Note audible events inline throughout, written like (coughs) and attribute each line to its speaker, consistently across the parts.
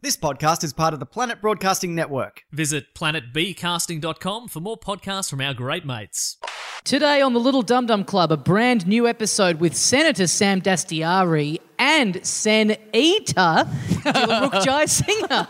Speaker 1: This podcast is part of the Planet Broadcasting Network.
Speaker 2: Visit planetbcasting.com for more podcasts from our great mates.
Speaker 3: Today on the Little Dum Dum Club, a brand new episode with Senator Sam Dastiari and Sen Eater,
Speaker 4: (laughs)
Speaker 3: Dilruk Jai Singer.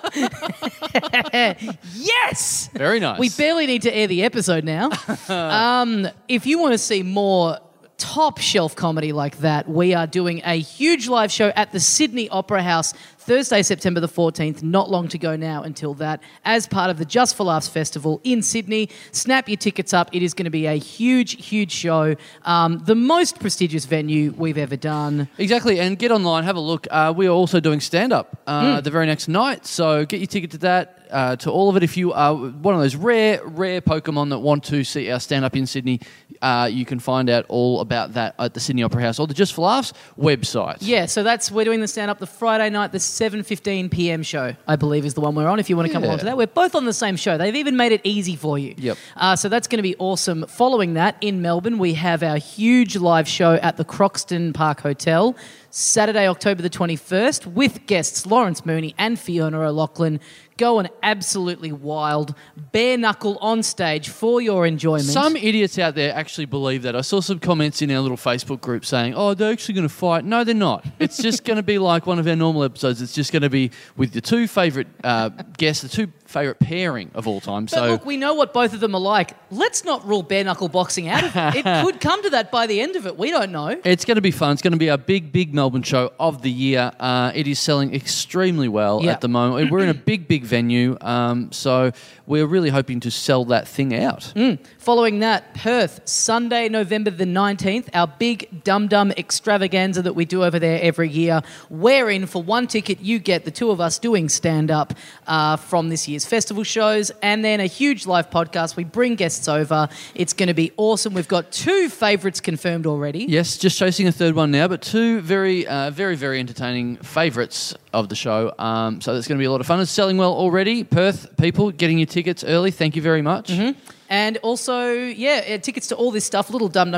Speaker 3: (laughs) yes!
Speaker 4: Very nice.
Speaker 3: We barely need to air the episode now. um, if you want to see more top shelf comedy like that, we are doing a huge live show at the Sydney Opera House Thursday, September the 14th. Not long to go now until that, as part of the Just for Laughs Festival in Sydney. Snap your tickets up. It is going to be a huge, huge show. Um, the most prestigious venue we've ever done.
Speaker 4: Exactly, and get online, have a look. Uh, we are also doing stand up
Speaker 3: Hmm.
Speaker 4: uh, the very next night, so get your ticket to that, uh, to all of it. If you are one of those rare, rare Pokemon that want to see our stand up in Sydney, uh, you can find out all about that at the Sydney Opera House or the Just for Laughs website.
Speaker 3: Yeah, so that's we're doing the stand up the Friday night, the seven fifteen PM show, I believe is the one we're on. If you want to come
Speaker 4: Yeah.
Speaker 3: along to that, we're both on the same show. They've even made it easy for you.
Speaker 4: Yep.
Speaker 3: Uh, so that's going to be awesome. Following that in Melbourne, we have our huge live show at the Croxton Park Hotel, Saturday, October the twenty first, with guests Lawrence Mooney and Fiona O'Loughlin. Going absolutely wild, bare knuckle on stage for your enjoyment.
Speaker 4: Some idiots out there actually believe that. I saw some comments in our little Facebook group saying, oh, they're actually going to fight. No,
Speaker 3: (laughs)
Speaker 4: they're not. It's just going to be like one of our normal episodes. It's just going to be with your two favourite uh, guests, the two favourite pairing of all time.
Speaker 3: But
Speaker 4: so
Speaker 3: look, we know what both of them are like. Let's not rule bare knuckle boxing out of it. It could come to that by the end of it. We don't know.
Speaker 4: It's going to be fun. It's going to be our big, big Melbourne show of the year. Uh, it is selling extremely well
Speaker 3: Yeah.
Speaker 4: at the moment. We're in a big, big venue, um, so we're really hoping to sell that thing out.
Speaker 3: Mm. Following that, Perth, Sunday, November the 19th, our big Dum Dum extravaganza that we do over there every year. Wherein, for one ticket, you get the two of us doing stand up uh, from this year's festival shows, and then a huge live podcast. We bring guests over. It's going to be awesome. We've got two favourites confirmed already.
Speaker 4: Yes, just chasing a third one now, but two very, uh, very, very entertaining favourites of the show. Um, so that's going to be a lot of fun. It's selling well already. Perth people getting your tickets early. Thank you very much.
Speaker 3: Mm-hmm. And also, yeah, uh, tickets to all this stuff,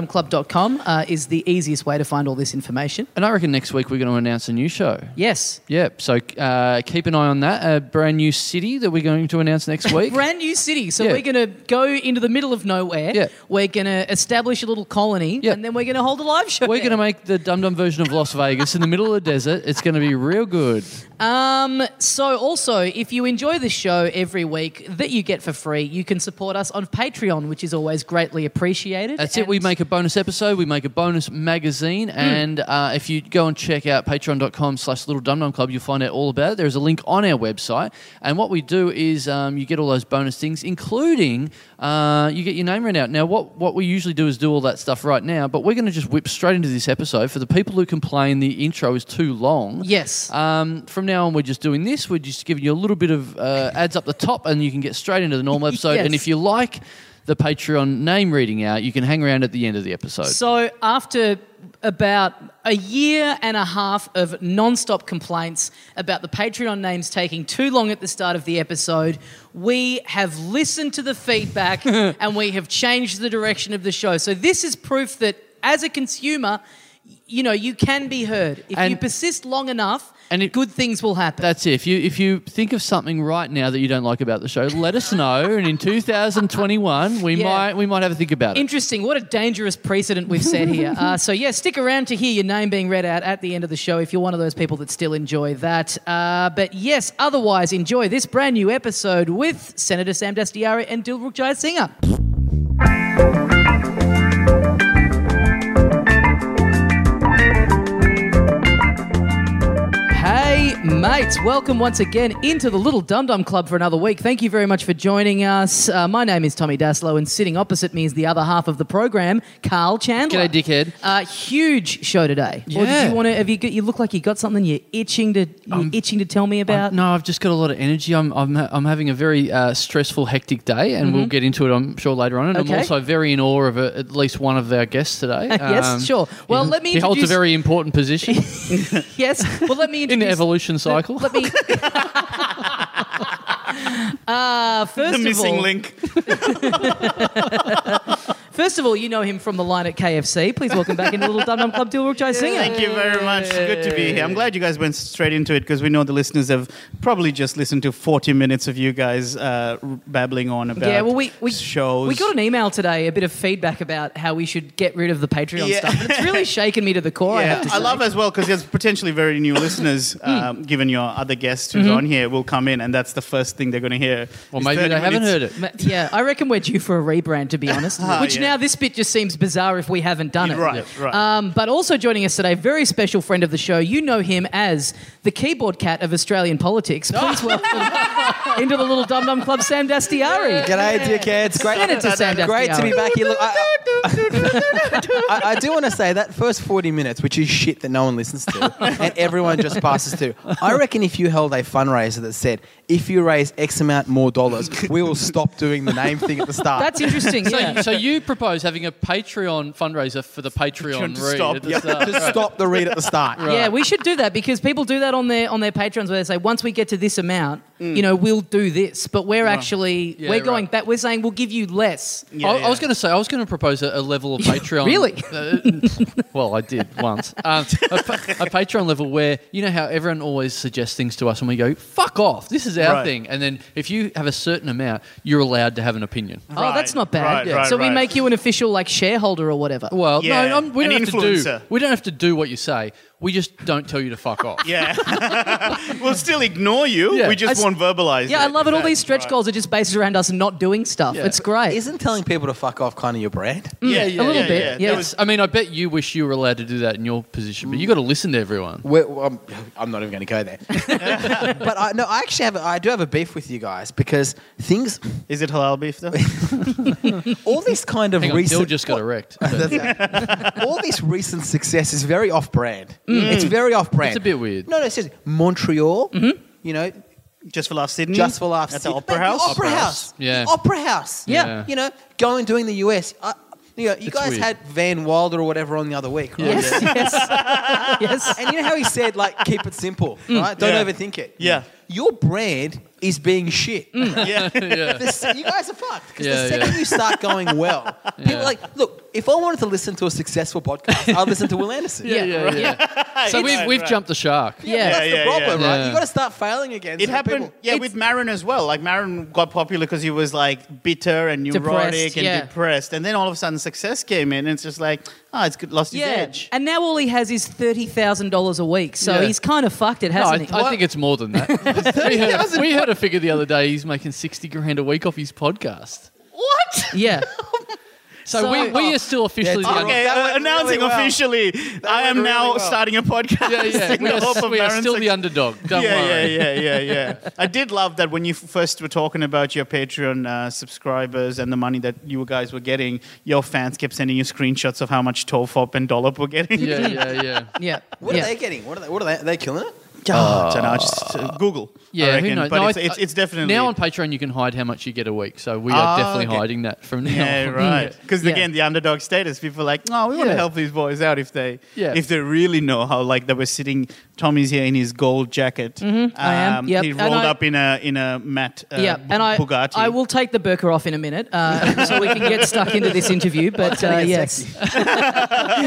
Speaker 3: littledumdumclub.com uh, is the easiest way to find all this information.
Speaker 4: And I reckon next week we're going to announce a new show.
Speaker 3: Yes.
Speaker 4: Yep. So uh, keep an eye on that. A brand new city that we're going to
Speaker 3: (laughs)
Speaker 4: announce next week.
Speaker 3: Brand new city. So
Speaker 4: Yeah.
Speaker 3: we're going to go into the middle of nowhere.
Speaker 4: Yeah.
Speaker 3: We're going to establish a little colony.
Speaker 4: Yeah.
Speaker 3: And then we're going to hold a live show.
Speaker 4: We're going to make the dum dum version of Las Vegas in the middle of the desert. It's going to be real good.
Speaker 3: Um, so also, if you enjoy the show every week that you get for free, you can support us on Patreon, which is always greatly appreciated.
Speaker 4: That's it. We
Speaker 3: And-
Speaker 4: make a bonus episode. We make a bonus magazine. And uh, if you go and check out patreon.com slash little dum dum club, you'll find out all about it. There's a link on our website. And what we do is um, you get all those bonus things, including uh, you get your name read out. Now, what, what we usually do is do all that stuff right now, but we're going to just whip straight into this episode. For the people who complain the intro is too long.
Speaker 3: Yes.
Speaker 4: Um, from now on, we're just doing this. We're just giving you a little bit of uh, ads up the top, and you can get straight into
Speaker 3: (laughs)
Speaker 4: the normal episode.
Speaker 3: Yes.
Speaker 4: And if you like the Patreon name reading out, you can hang around at the end of the episode.
Speaker 3: So after about a year and a half of non-stop complaints about the Patreon names taking too long at the start of the episode, we have listened to the
Speaker 4: (laughs)
Speaker 3: feedback and we have changed the direction of the show. So this is proof that as a consumer, y- you know, you can be heard. If you
Speaker 4: And-
Speaker 3: persist long enough,
Speaker 4: and it-
Speaker 3: good things will happen.
Speaker 4: That's it. If you if you think of something right now that you don't like about the show, let
Speaker 3: (laughs)
Speaker 4: us know. and in 2021, we
Speaker 3: Yeah.
Speaker 4: might we might have a think about
Speaker 3: (laughs)
Speaker 4: it.
Speaker 3: Interesting. What a dangerous precedent we've set here. Uh, so, yeah, stick around to hear your name being read out at the end of the show if you're one of those people that still enjoy that. Uh, but, yes, otherwise, enjoy this brand new episode with Senator Sam Dastiari and Dilruk Jai Singer. Hey, mates, welcome once again into the Little Dum Dum Club for another week. Thank you very much for joining us. Uh, my name is Tommy Daslow, and sitting opposite me is the other half of the program, Carl Chandler.
Speaker 4: G'day, dickhead.
Speaker 3: Uh, huge show today. Or did
Speaker 4: Yeah. Um,
Speaker 3: you want to? Have you? Got, you look like you got something you're itching to. You're itching to tell me about.
Speaker 4: No, I've just got a lot of energy. I'm I'm, ha- I'm having a very uh, stressful, hectic day, and we'll get into it, I'm sure, later on. And
Speaker 3: Mm-hmm. Okay.
Speaker 4: I'm also very in awe of uh at least one of our guests today.
Speaker 3: (laughs) (laughs) Yes, sure. Well,
Speaker 4: Um, he-
Speaker 3: let me
Speaker 4: He holds a
Speaker 3: introduce-
Speaker 4: very important position
Speaker 5: (laughs)
Speaker 3: Yes. Well, let me
Speaker 4: (laughs) in the
Speaker 3: introduce.
Speaker 4: evolution cycle.
Speaker 3: Let
Speaker 4: (laughs)
Speaker 3: me. uh,
Speaker 1: The
Speaker 3: first Uh, of (laughs)
Speaker 1: missing
Speaker 3: all,
Speaker 1: link.
Speaker 3: First of all, you know him from the line at KFC. Please welcome back into Little Dum Dum Club, Dilruk Jai Singer.
Speaker 5: Thank you very much. Good to be here. I'm glad you guys went straight into it because we know the listeners have probably just listened to 40 minutes of you guys uh, r- babbling on about
Speaker 3: Yeah, well, we, we
Speaker 5: shows.
Speaker 3: We got an email today, a bit of feedback about how we should get rid of the Patreon
Speaker 5: Yeah.
Speaker 3: stuff. And it's
Speaker 4: (laughs)
Speaker 3: really shaken me to the core. I
Speaker 5: Yeah,
Speaker 3: have to
Speaker 5: I
Speaker 3: say. Hmm.
Speaker 5: love as well because there's potentially
Speaker 3: (laughs)
Speaker 5: very new listeners, um, given your other guest
Speaker 3: Mm-hmm.
Speaker 5: who's on here will come in, and that's the first thing they're going to hear.
Speaker 4: Or
Speaker 5: is
Speaker 4: maybe
Speaker 5: 30
Speaker 4: they haven't
Speaker 5: minutes.
Speaker 4: heard it.
Speaker 3: Ma- Yeah, I reckon we're due for a rebrand, to be honest.
Speaker 4: Ah,
Speaker 3: Which
Speaker 5: yeah.
Speaker 3: now this bit just seems bizarre if we haven't done it.
Speaker 5: Right, right.
Speaker 3: Um, but also joining us today, very special friend of the show. You know him as the keyboard cat of Australian politics.
Speaker 4: Ah.
Speaker 3: Please
Speaker 4: (laughs)
Speaker 3: welcome into the Little Dum Dum Club, Sam Dastiari.
Speaker 6: G'day, dickheads. Great,
Speaker 3: Senator Sam
Speaker 6: great to
Speaker 3: Dastiari.
Speaker 6: be back here. Look, I, I, I- I do want to say that first 40 minutes, which is shit that no one listens to and everyone just passes through. I reckon if you held a fundraiser that said, if you raise X amount more dollars, we will stop doing the name thing at the start.
Speaker 3: That's interesting.
Speaker 4: (laughs) So,
Speaker 3: yeah.
Speaker 5: (laughs)
Speaker 4: you, so you propose having a Patreon fundraiser for the Patreon
Speaker 5: Patreon (laughs) to
Speaker 4: read
Speaker 5: stop.
Speaker 4: at the
Speaker 5: Yep.
Speaker 4: start.
Speaker 6: Just stop the read at the start.
Speaker 3: Yeah, we should do that because people do that on their on their patrons where they say once we get to this amount, you know, we'll do this. But we're actually
Speaker 4: Mm. Yeah,
Speaker 3: we're going
Speaker 4: right.
Speaker 3: back. We're saying we'll give you less.
Speaker 5: Yeah,
Speaker 4: I, I
Speaker 5: yeah.
Speaker 4: was going to say I was going to propose a, a level
Speaker 5: (laughs)
Speaker 4: of Patreon.
Speaker 3: Really?
Speaker 4: Uh, (laughs) well, I did once. Um, a, pa- a Patreon level where you know how everyone always suggests things to us, and we go, "Fuck off! This is our
Speaker 5: Right.
Speaker 4: thing." And then if you have a certain amount, you're allowed to have an opinion.
Speaker 3: oh, that's
Speaker 5: Right,
Speaker 3: not bad.
Speaker 5: right, right,
Speaker 3: so we
Speaker 5: right.
Speaker 3: make you an official like shareholder or whatever.
Speaker 4: Well,
Speaker 5: Yeah,
Speaker 4: no, I'm, we
Speaker 5: an
Speaker 4: don't have to
Speaker 5: influencer.
Speaker 4: do. We don't have to do what you say. We just don't tell you to fuck off.
Speaker 5: Yeah. (laughs) we'll still ignore you.
Speaker 4: Yeah.
Speaker 5: We
Speaker 3: I
Speaker 5: just
Speaker 3: s-
Speaker 5: won't verbalize
Speaker 3: yeah, I love it. All these
Speaker 5: That's
Speaker 3: stretch
Speaker 5: right.
Speaker 3: goals are just based around us not doing stuff.
Speaker 4: Yeah.
Speaker 3: It's great.
Speaker 6: Isn't telling people to fuck off kind of your brand?
Speaker 5: Yeah,
Speaker 3: Mm, a little bit, yeah.
Speaker 5: There
Speaker 4: It's- I mean, I bet you wish you were allowed to do that in your position, but you got to listen to everyone.
Speaker 6: We're, well, I'm, I'm not even going to go there. (laughs) but I, no, I actually have. a- I do have a beef with you guys because things,
Speaker 5: Is it halal
Speaker 3: (laughs)
Speaker 5: beef though?
Speaker 6: all this kind of
Speaker 4: Hang on,
Speaker 6: recent.
Speaker 4: Dill just got
Speaker 5: (laughs)
Speaker 4: erect.
Speaker 6: That's- (laughs) all this recent success is very off brand. It's very off brand.
Speaker 4: Mm. It's a bit weird. Mm-hmm.
Speaker 6: No, no, it's just Montreal. You know,
Speaker 5: Just for Love Sydney?
Speaker 6: just for laughs.
Speaker 5: That's
Speaker 6: sake.
Speaker 5: the Opera
Speaker 6: But the
Speaker 5: House?
Speaker 6: Opera House.
Speaker 4: Yeah.
Speaker 6: The Opera House.
Speaker 3: Yeah.
Speaker 4: Yeah.
Speaker 6: You know, going doing the US. I, you know, you
Speaker 4: It's
Speaker 6: guys
Speaker 4: weird.
Speaker 6: had Van Wilder or whatever on the other week, right?
Speaker 3: yes, (laughs) yes, yes.
Speaker 6: (laughs) And you know how he said, like, keep it simple,
Speaker 4: Mm.
Speaker 6: right? Don't
Speaker 5: Yeah.
Speaker 6: overthink it.
Speaker 5: Yeah.
Speaker 6: Your brand is being shit.
Speaker 5: Yeah.
Speaker 4: yeah.
Speaker 6: (laughs) The se- you guys are fucked because
Speaker 4: Mm. Yeah,
Speaker 6: the second
Speaker 4: yeah.
Speaker 6: you start
Speaker 4: (laughs)
Speaker 6: going well, people are like, look, if I wanted to listen to a successful podcast, I'd listen to Will
Speaker 4: (laughs)
Speaker 6: Anderson.
Speaker 3: Yeah,
Speaker 4: yeah, yeah. so
Speaker 5: (laughs)
Speaker 4: we've
Speaker 5: Right,
Speaker 4: we've
Speaker 5: right.
Speaker 4: jumped the shark.
Speaker 3: Yeah.
Speaker 6: That's
Speaker 5: yeah,
Speaker 6: the problem,
Speaker 4: yeah.
Speaker 6: right?
Speaker 4: Yeah.
Speaker 6: you got to start failing again.
Speaker 5: It
Speaker 6: so
Speaker 5: happened,
Speaker 6: people-
Speaker 5: yeah,
Speaker 3: It's-
Speaker 5: with Marin as well. Like Marin got popular because he was like bitter and neurotic
Speaker 3: Depressed,
Speaker 5: and
Speaker 3: yeah.
Speaker 5: depressed, and then all of a sudden success came in, and it's just like, ah, it's good, lost his
Speaker 3: Yeah,
Speaker 5: edge.
Speaker 3: and now all he has is thirty thousand dollars a week, so
Speaker 4: Yeah.
Speaker 3: he's kind of fucked it,
Speaker 4: No, I,
Speaker 3: hasn't he?
Speaker 4: I think it's more
Speaker 5: (laughs)
Speaker 4: than that. we, heard, we heard a figure the other day. He's making sixty grand a week off his podcast.
Speaker 5: What?
Speaker 3: yeah,
Speaker 4: So,
Speaker 3: So-
Speaker 4: we, we are still officially
Speaker 6: Yeah,
Speaker 4: the
Speaker 6: it's-
Speaker 4: under,
Speaker 5: Okay,
Speaker 6: That
Speaker 5: uh,
Speaker 6: went
Speaker 5: announcing
Speaker 6: really well.
Speaker 5: officially, I am
Speaker 6: went
Speaker 5: now
Speaker 6: really well.
Speaker 5: starting a podcast. (laughs)
Speaker 4: yeah, yeah.
Speaker 5: in
Speaker 4: We
Speaker 5: the
Speaker 4: are,
Speaker 5: hope of
Speaker 4: we are
Speaker 5: Marin's
Speaker 4: still the
Speaker 5: success.
Speaker 4: underdog. Don't
Speaker 5: yeah,
Speaker 4: worry.
Speaker 5: yeah, yeah, yeah, yeah. I did love that when you f- first were talking about your Patreon uh, subscribers and the money that you guys were getting, your fans kept sending you screenshots of how much Tofop and Dollop were getting.
Speaker 4: Yeah, yeah,
Speaker 5: (laughs)
Speaker 4: yeah.
Speaker 3: (laughs) yeah,
Speaker 6: What
Speaker 3: yeah.
Speaker 6: are they getting? What are they? What are they? Are they killing it?
Speaker 3: Ah.
Speaker 5: Oh, don't know, just uh, Google.
Speaker 4: Yeah,
Speaker 5: I reckon.
Speaker 4: who knows?
Speaker 5: But
Speaker 4: No,
Speaker 5: it's,
Speaker 4: I-
Speaker 5: it's, it's definitely
Speaker 4: now on Patreon you can hide how much you get a week. So we are
Speaker 5: Ah,
Speaker 4: definitely
Speaker 5: okay.
Speaker 4: hiding that from now.
Speaker 5: (laughs)
Speaker 3: (laughs)
Speaker 5: Yeah,
Speaker 4: on.
Speaker 5: right. Because
Speaker 3: Yeah.
Speaker 5: again, the underdog status. People are like, no, we want
Speaker 4: Yeah.
Speaker 5: to help these boys out if they
Speaker 4: Yeah.
Speaker 5: if they really know how. Like they were sitting. Tommy's here in his gold jacket.
Speaker 3: Mm-hmm,
Speaker 5: Um,
Speaker 3: I am. Yep.
Speaker 5: He
Speaker 3: And
Speaker 5: rolled
Speaker 3: I-
Speaker 5: up in a in a matte uh,
Speaker 3: yeah, and I,
Speaker 5: Bugatti.
Speaker 3: I will take the burqa off in a minute, uh, (laughs) so we can get stuck into this (laughs) interview. But uh,
Speaker 6: Trying to get
Speaker 3: yes,
Speaker 6: sexy. (laughs)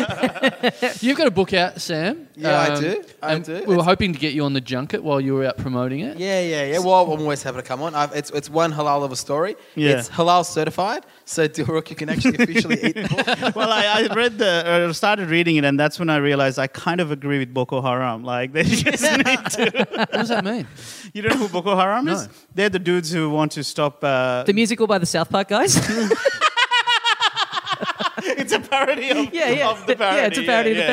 Speaker 4: You've got a book out, Sam. Um,
Speaker 6: Yeah, I do. I
Speaker 4: and
Speaker 6: do.
Speaker 4: We were
Speaker 6: It's-
Speaker 4: hoping to get you on the junket while you were out promoting it.
Speaker 6: Yeah, yeah, yeah. Well, I'm always happy to come on. I've, it's it's one halal of a story.
Speaker 5: Yeah.
Speaker 6: It's halal certified, so (laughs) Dilruk, you can actually officially eat the book.
Speaker 5: (laughs) well, I, I read the, uh, started reading it, and that's when I realized I kind of agree with Boko Haram. Like, (laughs) they just need to.
Speaker 4: What does that mean?
Speaker 5: You don't know who Boko Haram is?
Speaker 4: No.
Speaker 5: They're the dudes who want to stop. Uh,
Speaker 3: the musical by the South Park guys. (laughs)
Speaker 5: (laughs) it's a parody of,
Speaker 3: Yeah, yeah.
Speaker 5: of the
Speaker 3: Yeah,
Speaker 5: parody.
Speaker 3: it's a parody of the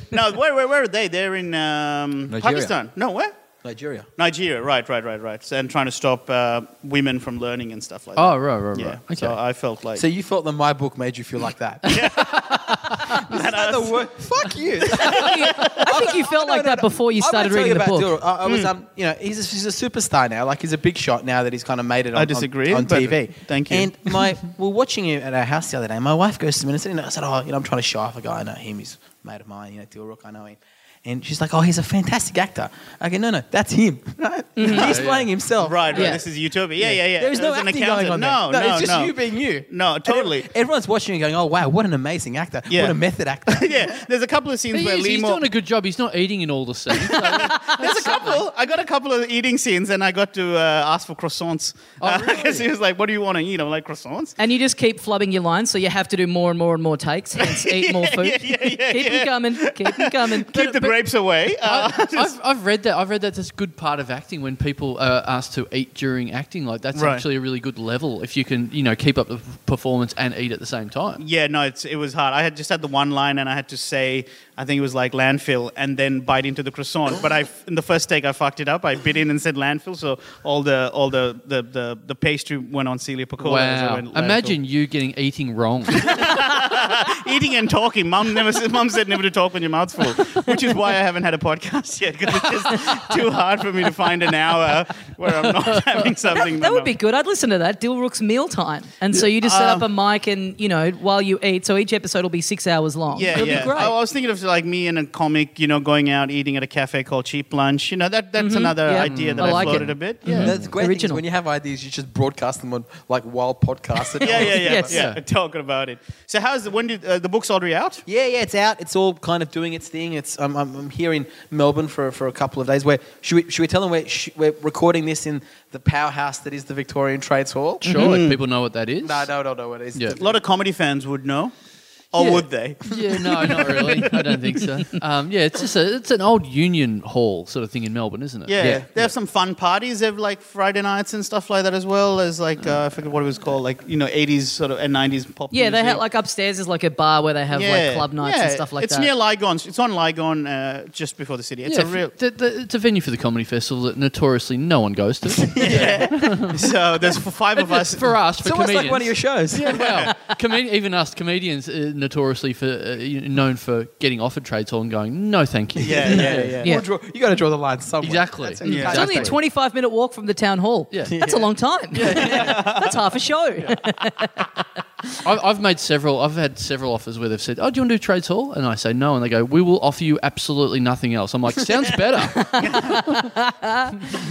Speaker 5: parody. no, where, where, where are they? They're in um,
Speaker 6: Nigeria.
Speaker 5: Pakistan. No, where?
Speaker 6: Nigeria.
Speaker 5: Nigeria, right, right, right, right. And trying to stop uh, women from learning and stuff like that.
Speaker 4: Oh, right, right, right.
Speaker 5: yeah.
Speaker 4: Okay.
Speaker 5: So uh, I felt like.
Speaker 6: So you felt that my book made you feel
Speaker 5: (laughs)
Speaker 6: like that? (laughs) Is that the word? Fuck you.
Speaker 5: (laughs)
Speaker 3: I think you felt like that before you
Speaker 6: I won't
Speaker 3: started
Speaker 6: tell
Speaker 3: reading the
Speaker 6: about
Speaker 3: book.
Speaker 6: Dilruk. I, I was, um, you know, he's a, he's a superstar now. Like he's a big shot now that he's kind of made it. On,
Speaker 5: I disagree,
Speaker 6: on, on
Speaker 5: but
Speaker 6: TV.
Speaker 5: thank you.
Speaker 6: And my, we're watching him at our house the other day. My wife goes to him and I said, "Oh, you know, I'm trying to show off a guy. I know him. He's a mate of mine. You know, Dilruk. I know him." And she's like, oh, he's a fantastic actor. I go, no, no, that's him. (laughs) Right? he's playing himself.
Speaker 5: Right, right.
Speaker 3: Yeah.
Speaker 5: This is Utopia. Yeah, yeah, yeah.
Speaker 6: Mm-hmm. There is no
Speaker 5: There's an
Speaker 6: acting going
Speaker 5: accountant. No,
Speaker 6: on. there.
Speaker 5: no,
Speaker 6: it's just
Speaker 5: no.
Speaker 6: you being you.
Speaker 5: No,
Speaker 6: And ev-
Speaker 5: totally.
Speaker 6: everyone's watching you, going, "Oh wow, what an amazing actor! What
Speaker 5: Yeah.
Speaker 6: a method actor!"
Speaker 5: (laughs) yeah, there's a couple of scenes
Speaker 4: He
Speaker 5: where
Speaker 4: is, he's
Speaker 5: Lee Mo-
Speaker 4: doing a good job. He's not eating in all the scenes. So
Speaker 5: (laughs) There's a couple. I got a couple of eating scenes, and I got to uh, ask for croissants. (laughs)
Speaker 4: Oh, really?
Speaker 5: Because he was like, "What do you want to eat?" I'm like, "Croissants."
Speaker 3: And you just keep flubbing your lines, so you have to do more and more and more takes.
Speaker 5: (laughs)
Speaker 3: Hence, eat more food. keep them coming. Keep them coming.
Speaker 5: Keep the grapes away.
Speaker 3: Oh,
Speaker 5: Uh,
Speaker 4: I, I've, I've read that. I've read that that's a good part of acting when people are asked to eat during acting. Like that's
Speaker 5: Right.
Speaker 4: actually a really good level if you can, you know, keep up the performance and eat at the same time.
Speaker 5: yeah, no, it's, it was hard. I had just had the one line, and I had to say, I think it was like landfill, and then bite into the croissant. But I, in the first take, I fucked it up. I bit in and said landfill, so all the all the the the, the pastry went on Celia Pacola. as I
Speaker 4: Wow!
Speaker 5: went landfill.
Speaker 4: Imagine you getting eating wrong.
Speaker 5: eating and talking. Mum never said, mum said never to talk when your mouth's full, which is why I haven't had a podcast (laughs) yet because it's just too hard for me to find an hour where I'm not (laughs) having something. in
Speaker 3: That
Speaker 5: my
Speaker 3: would be
Speaker 5: mouth. Uh,
Speaker 3: good. I'd listen to that. Dill Rook's mealtime. And so you just set up a mic and, you know, while you eat. So each episode will be six hours long.
Speaker 5: Yeah,
Speaker 3: It'll
Speaker 5: yeah. Oh,
Speaker 3: be great.
Speaker 5: I, I was thinking of like me and a comic, you know, going out eating at a cafe called Cheap Lunch. You know, that that's another
Speaker 3: Mm-hmm. yeah.
Speaker 5: idea that
Speaker 3: I
Speaker 5: I,
Speaker 3: like it.
Speaker 5: floated a bit. Yeah.
Speaker 6: That's the great. thing is
Speaker 3: Original.
Speaker 6: when you have ideas, you just broadcast them on like wild podcasts.
Speaker 5: Yeah, yeah, yeah,
Speaker 3: Yes.
Speaker 5: yeah. (laughs) Talking about it. So, how's the, when did uh, the book's already out?
Speaker 6: Yeah, yeah, it's out. It's all kind of doing its thing. It's um, I'm, I'm here in Melbourne for, for a couple of days. Where should we, should we tell them we're, sh- we're recording this in the powerhouse that is the Victorian Trades Hall?
Speaker 5: Mm.
Speaker 4: Sure, if people know what that is.
Speaker 6: No, no, no, no. It is.
Speaker 4: Yeah.
Speaker 5: A lot of comedy fans would know, or
Speaker 4: Yeah.
Speaker 5: would they?
Speaker 4: Yeah, no, not really. I don't think so. Um, yeah, it's just a, it's an old union hall sort of thing in Melbourne, isn't it?
Speaker 5: Yeah, they have some fun parties. They have like Friday nights and stuff like that as well as like uh, I forget what it was called, like you know, eighties sort of and nineties pop.
Speaker 3: Yeah, they
Speaker 5: music.
Speaker 3: had like upstairs is like a bar where they have like club nights and
Speaker 5: yeah.
Speaker 3: stuff like
Speaker 5: it's
Speaker 3: that.
Speaker 5: near Lygon. It's on Lygon, uh, just before the city. It's
Speaker 4: Yeah,
Speaker 5: a
Speaker 4: if-
Speaker 5: real.
Speaker 4: the- the- it's a venue for the comedy festival that notoriously no one goes
Speaker 6: (laughs)
Speaker 4: to.
Speaker 5: so there's f-
Speaker 3: (laughs)
Speaker 5: five of us.
Speaker 4: for us, for
Speaker 6: It's almost
Speaker 4: comedians.
Speaker 6: like one of your shows.
Speaker 4: Yeah, well, comed- even us comedians uh, notoriously for uh, you know, known for getting offered trades hall and going, no, thank you.
Speaker 5: yeah, yeah, yeah.
Speaker 3: Yeah.
Speaker 6: We'll draw- you got to draw the line
Speaker 4: (laughs)
Speaker 6: somewhere.
Speaker 4: Exactly.
Speaker 6: That's- you
Speaker 5: Yeah.
Speaker 6: can't
Speaker 3: It's
Speaker 6: just
Speaker 3: only a
Speaker 6: say-
Speaker 3: 25 minute walk from the town hall.
Speaker 4: Yeah.
Speaker 3: That's a long time. (laughs) That's half a show.
Speaker 4: I've, I've made several. I've had several offers where they've said, "Oh, do you want to do trades hall?" And I say no, and they go, "We will offer you absolutely nothing else." I'm like,
Speaker 6: (laughs)
Speaker 4: "Sounds better."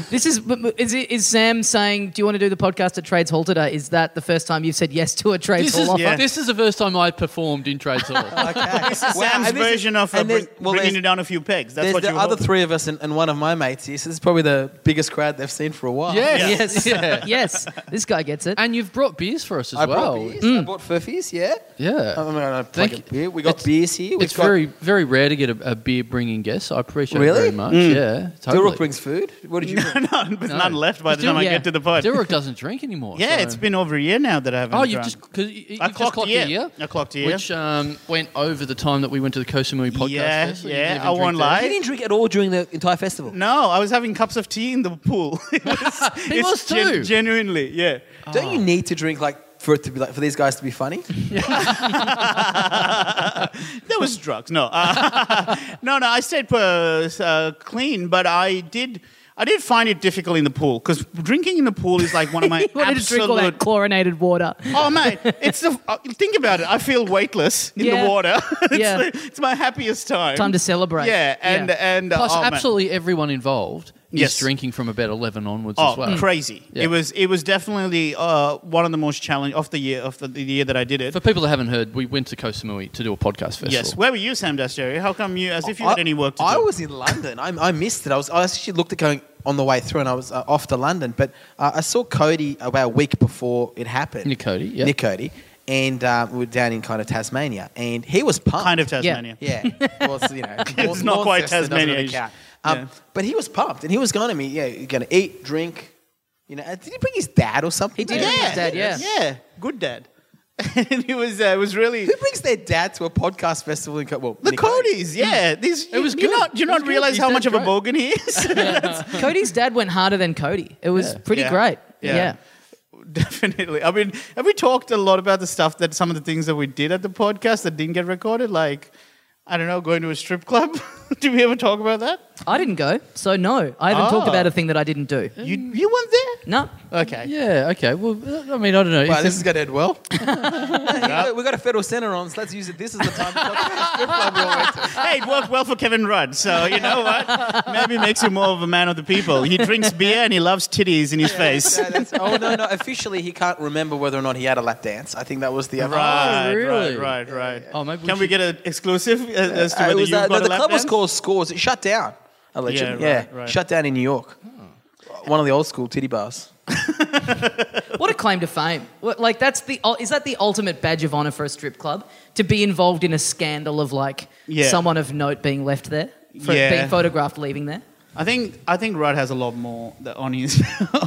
Speaker 3: This is, but- but is, it- is Sam saying, Do you want to do the podcast at Trades Hall today? Is that the first time you've said yes to a Trades
Speaker 4: this
Speaker 3: Hall
Speaker 4: is
Speaker 3: offer?
Speaker 5: Yeah.
Speaker 4: this is the first time I performed in trades
Speaker 6: (laughs)
Speaker 4: hall.
Speaker 6: (laughs) Okay. Wow,
Speaker 5: Sam's
Speaker 6: and this is-
Speaker 5: version of uh,
Speaker 6: and
Speaker 5: bring,
Speaker 6: there's- well,
Speaker 5: bringing
Speaker 6: there's-
Speaker 5: you down a few pegs. That's
Speaker 6: There's
Speaker 5: what
Speaker 6: the
Speaker 5: you
Speaker 6: other
Speaker 5: hope.
Speaker 6: three of us and, and one of my mates here. So this is probably the biggest crowd they've seen for a while.
Speaker 4: yes.
Speaker 5: (laughs)
Speaker 4: Yeah.
Speaker 3: Yes, this guy gets it.
Speaker 4: And you've brought beers for us as
Speaker 6: I
Speaker 4: well.
Speaker 6: brought beers. I bought furfies. Yeah.
Speaker 4: Yeah.
Speaker 6: I'm gonna
Speaker 4: Thank
Speaker 6: plug a
Speaker 4: you.
Speaker 6: beer. We got
Speaker 4: It's-
Speaker 6: beers here. We've
Speaker 4: it's
Speaker 6: got,
Speaker 4: very very rare to get a, a beer bringing guest. I appreciate
Speaker 6: Really? Mm.
Speaker 4: it very much. Yeah, totally.
Speaker 6: Dilrook brings food. What (laughs) did you? bring?
Speaker 5: (laughs) no, there's none left by the
Speaker 4: Still-
Speaker 5: time I
Speaker 3: yeah.
Speaker 5: get to the pod.
Speaker 4: Dilruk doesn't drink anymore.
Speaker 5: (laughs) Yeah,
Speaker 4: so-
Speaker 5: it's been over a year now that I haven't.
Speaker 4: Oh, you've
Speaker 5: drunk.
Speaker 4: just because you, you've
Speaker 5: I
Speaker 4: just
Speaker 5: clocked,
Speaker 4: clocked
Speaker 5: a
Speaker 4: a
Speaker 5: year.
Speaker 4: year,
Speaker 5: I clocked a year.
Speaker 4: which um, went over the time that we went to the Kosamui podcast.
Speaker 5: Yeah,
Speaker 4: fest, so you
Speaker 5: yeah,
Speaker 4: didn't even
Speaker 5: I won't
Speaker 4: drink
Speaker 5: lie.
Speaker 6: You didn't drink at all during the entire festival.
Speaker 5: no, I was having cups of tea in the pool. (laughs) it was,
Speaker 4: (laughs) He
Speaker 5: it's
Speaker 4: was
Speaker 5: gen-
Speaker 4: too.
Speaker 5: genuinely, yeah.
Speaker 6: Don't you need to drink like for it to be like for these guys to be funny?
Speaker 5: There
Speaker 4: (laughs)
Speaker 5: was drugs. No, (laughs) Uh, no, no. I stayed uh, uh, clean, but I did. I did find it difficult in the pool because drinking in the pool is like
Speaker 4: (laughs)
Speaker 5: one of my
Speaker 3: He wanted to drink all that
Speaker 5: absolute.
Speaker 3: chlorinated water.
Speaker 5: Oh mate, it's the, uh, think about it. I feel weightless in
Speaker 3: Yeah.
Speaker 5: the water. (laughs)
Speaker 4: (laughs)
Speaker 5: it's,
Speaker 3: Yeah.
Speaker 5: the- it's my happiest time.
Speaker 3: Time to celebrate.
Speaker 5: Yeah, and and
Speaker 4: Plus,
Speaker 5: oh, man.
Speaker 4: absolutely everyone involved
Speaker 5: Yes.
Speaker 4: is drinking from about eleven onwards
Speaker 5: Oh,
Speaker 4: as well. Mm.
Speaker 5: crazy!
Speaker 4: Yeah.
Speaker 5: It was it was definitely uh, one of the most challenge of the year of the, the year that I did it.
Speaker 4: For people that haven't heard, we went to Kosamui to do a podcast festival.
Speaker 5: yes, where were you, Sam Dasterio? How come you? As if you had any work to
Speaker 6: I
Speaker 5: do.
Speaker 6: was in London. I, I missed it. I was. I actually looked at going on the way through, and I was uh, off to London. But uh, I saw Cody about a week before it happened.
Speaker 4: Nick Cody, yeah.
Speaker 6: Nick Cody, and um, we were down in kind of Tasmania, and he was pumped.
Speaker 5: kind of Tasmania.
Speaker 6: Yeah. Well, it's,
Speaker 5: (laughs)
Speaker 6: you know,
Speaker 5: It's not quite
Speaker 6: Tasmanian.
Speaker 5: Tasmania-ish.
Speaker 6: Um,
Speaker 5: Yeah.
Speaker 6: But he was pumped, and he was going to me. Yeah, going to eat, drink. You know, uh, did he bring his dad or something?
Speaker 3: He did bring his dad, yeah.
Speaker 5: yeah, good dad. (laughs) and it was uh, it was really
Speaker 6: Who brings their dad to a podcast festival in Co- well,
Speaker 5: the
Speaker 6: Nick Cody.
Speaker 5: Codys. Yeah, these. You,
Speaker 4: was
Speaker 5: you
Speaker 4: good.
Speaker 5: not do you
Speaker 4: Mm. It was
Speaker 5: not
Speaker 4: good.
Speaker 5: realize
Speaker 4: His
Speaker 5: how
Speaker 4: dad's
Speaker 5: much of a
Speaker 4: great.
Speaker 5: bogan he is?
Speaker 4: (laughs)
Speaker 3: Cody's dad went harder than Cody. It was pretty
Speaker 5: Yeah.
Speaker 3: great. Yeah.
Speaker 5: Yeah. (laughs) Definitely. I mean, have we talked a lot about the stuff that some of the things that we did at the podcast that didn't get recorded? Like, I don't know, going to a strip club? (laughs) Did we ever talk about that?
Speaker 3: I didn't go, so no. I haven't talked
Speaker 5: Oh.
Speaker 3: about a thing that I didn't do.
Speaker 5: You
Speaker 6: Mm.
Speaker 5: you weren't there?
Speaker 3: No.
Speaker 5: Okay.
Speaker 4: Yeah, okay. Well, I mean, I don't know.
Speaker 6: Wow,
Speaker 4: Is
Speaker 6: this is going to end
Speaker 3: (laughs)
Speaker 6: well. (laughs) We've got a federal senator on, so let's use it. This is the time. to talk about strip club
Speaker 5: Hey, it worked well for Kevin Rudd, so you know what? Maybe it makes him more of a man of the people. He drinks beer and he loves titties in his face.
Speaker 6: Yeah, that's- (laughs) oh no, no! Officially, he can't remember whether or not he had a lap dance. I think that was the other.
Speaker 5: Right,
Speaker 4: really?
Speaker 5: right, right, right.
Speaker 4: Oh, maybe we
Speaker 5: Can we
Speaker 4: should-
Speaker 5: get an exclusive as, as to
Speaker 6: Uh, it
Speaker 5: whether
Speaker 6: was,
Speaker 5: you
Speaker 6: uh,
Speaker 5: got
Speaker 6: no,
Speaker 5: a
Speaker 6: the
Speaker 5: lap
Speaker 6: club was
Speaker 5: dance?
Speaker 6: called Scores. It shut down. Allegedly,
Speaker 5: Yeah,
Speaker 6: yeah,
Speaker 5: right, right.
Speaker 6: shut down in New York. One of the old school titty bars.
Speaker 3: What a claim to fame. What, like, that's the, ul- is that the ultimate badge of honor for a strip club? To be involved in a scandal of, like,
Speaker 5: Yeah.
Speaker 3: someone of note being left there? For
Speaker 5: Yeah.
Speaker 3: being photographed leaving there?
Speaker 5: I think I think Rudd has a lot more that on his (laughs)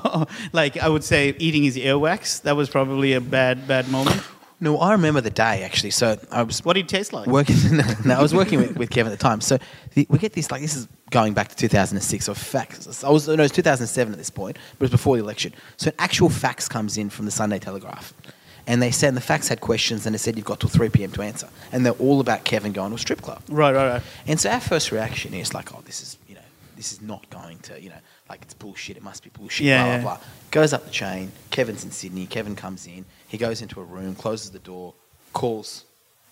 Speaker 5: like I would say eating his earwax. That was probably a bad bad moment.
Speaker 6: No, I remember the day actually. So I was
Speaker 5: What did it taste like?
Speaker 6: working. (laughs) no, I was working with, with Kevin at the time. So the, we get this like this is going back to 2006. So fax. I was no, it was 2007 at this point, but it was before the election. So an actual fax comes in from the Sunday Telegraph, and they said and the fax had questions, and it said you've got till 3 p.m. to answer, and they're all about Kevin going to a strip club.
Speaker 5: Right, right, right.
Speaker 6: And so our first reaction is like, oh, this is you know, this is not going to you know, like it's bullshit. It must be bullshit.
Speaker 5: Yeah,
Speaker 6: blah
Speaker 5: yeah.
Speaker 6: blah blah. Goes up the chain. Kevin's in Sydney. Kevin comes in. He goes into a room, closes the door, calls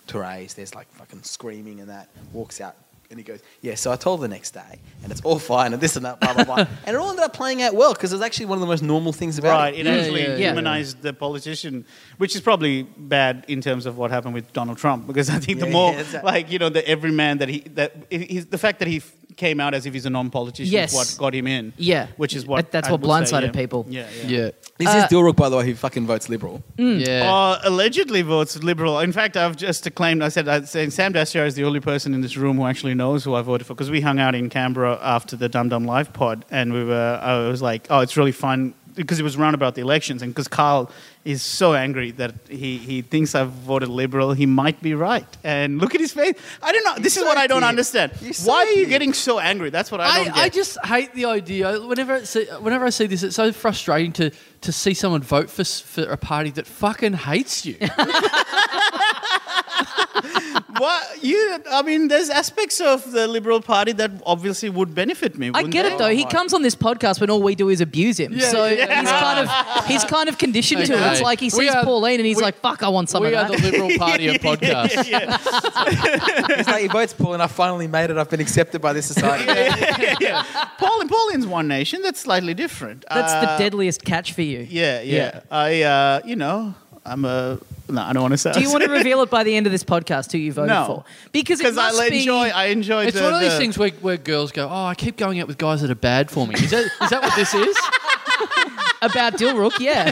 Speaker 6: Therese. There's like fucking screaming and that. Walks out. And he goes, yeah. So I told her the next day, and it's all fine, and this and that, blah blah
Speaker 5: (laughs)
Speaker 6: blah, and it all ended up playing out well because it was actually one of the most normal things about
Speaker 5: Right, it
Speaker 6: it.
Speaker 4: Yeah,
Speaker 5: actually
Speaker 4: yeah,
Speaker 3: yeah.
Speaker 5: humanized the politician, which is probably bad in terms of what happened with Donald Trump. Because I think the
Speaker 6: Yeah,
Speaker 5: more,
Speaker 6: yeah, exactly.
Speaker 5: like you know, the every man that he that he's, the fact that he f- came out as if he's a non-politician
Speaker 3: Yes.
Speaker 5: is what got him in.
Speaker 3: Yeah.
Speaker 5: which is what
Speaker 3: That- that's
Speaker 5: I
Speaker 3: what
Speaker 5: would say,
Speaker 3: blindsided
Speaker 5: yeah.
Speaker 3: people.
Speaker 5: Yeah, yeah.
Speaker 4: Yeah.
Speaker 6: This is Dilrook, by the way, who fucking votes liberal.
Speaker 4: Yeah.
Speaker 5: Uh, allegedly votes liberal. In fact, I've just claimed. I said, I said Sam Dastyar is the only person in this room who actually knows who I voted for because we hung out in Canberra after the Dum Dum Live pod, and we were. I was like, oh, it's really fun because it was round about the elections, and because Carl is so angry that he he thinks I've voted liberal, he might be right. And look at his face. I don't know. This is
Speaker 6: so
Speaker 5: what I don't
Speaker 6: deep.
Speaker 5: understand.
Speaker 6: You're so
Speaker 5: Why are you
Speaker 6: deep.
Speaker 5: getting so angry? That's what I don't
Speaker 4: I,
Speaker 5: get.
Speaker 4: I just hate the idea. Whenever I see, whenever I see this, it's so frustrating to, to see someone vote for, s- for a party that fucking hates
Speaker 5: (laughs)
Speaker 4: you.
Speaker 5: what you? I mean, there's aspects of the Liberal Party that obviously would benefit me.
Speaker 3: I
Speaker 5: wouldn't
Speaker 3: get
Speaker 5: they?
Speaker 3: it though. He comes on this podcast when all we do is abuse him. so
Speaker 4: yeah.
Speaker 3: he's kind of he's kind of conditioned to it.
Speaker 4: Okay.
Speaker 3: It's like he
Speaker 4: We
Speaker 3: sees
Speaker 4: are-
Speaker 3: Pauline and he's
Speaker 4: we-
Speaker 3: like, "Fuck, I want some of
Speaker 4: we are
Speaker 3: that."
Speaker 4: the Liberal
Speaker 5: (laughs)
Speaker 4: Party of podcasts.
Speaker 6: It's like he votes Paul, and I finally made it. I've been accepted by
Speaker 5: (laughs)
Speaker 6: this society.
Speaker 5: Paul and Pauline's One Nation. That's slightly different.
Speaker 3: That's
Speaker 5: Uh,
Speaker 3: the deadliest catch for you.
Speaker 5: Yeah, yeah. I, uh, you know, I'm a. No, I don't want to say.
Speaker 3: Do you want
Speaker 5: (laughs)
Speaker 3: to reveal it by the end of this podcast who you voted
Speaker 5: No.
Speaker 3: for? Because it
Speaker 5: Because I
Speaker 3: must be.
Speaker 5: enjoy. (laughs) I enjoy.
Speaker 4: It's
Speaker 5: the-
Speaker 4: one of these
Speaker 5: the-
Speaker 4: things where, where girls go, "Oh, I keep going out with guys that are bad for me." Is that is that what this is?
Speaker 3: about Dilrook, yeah.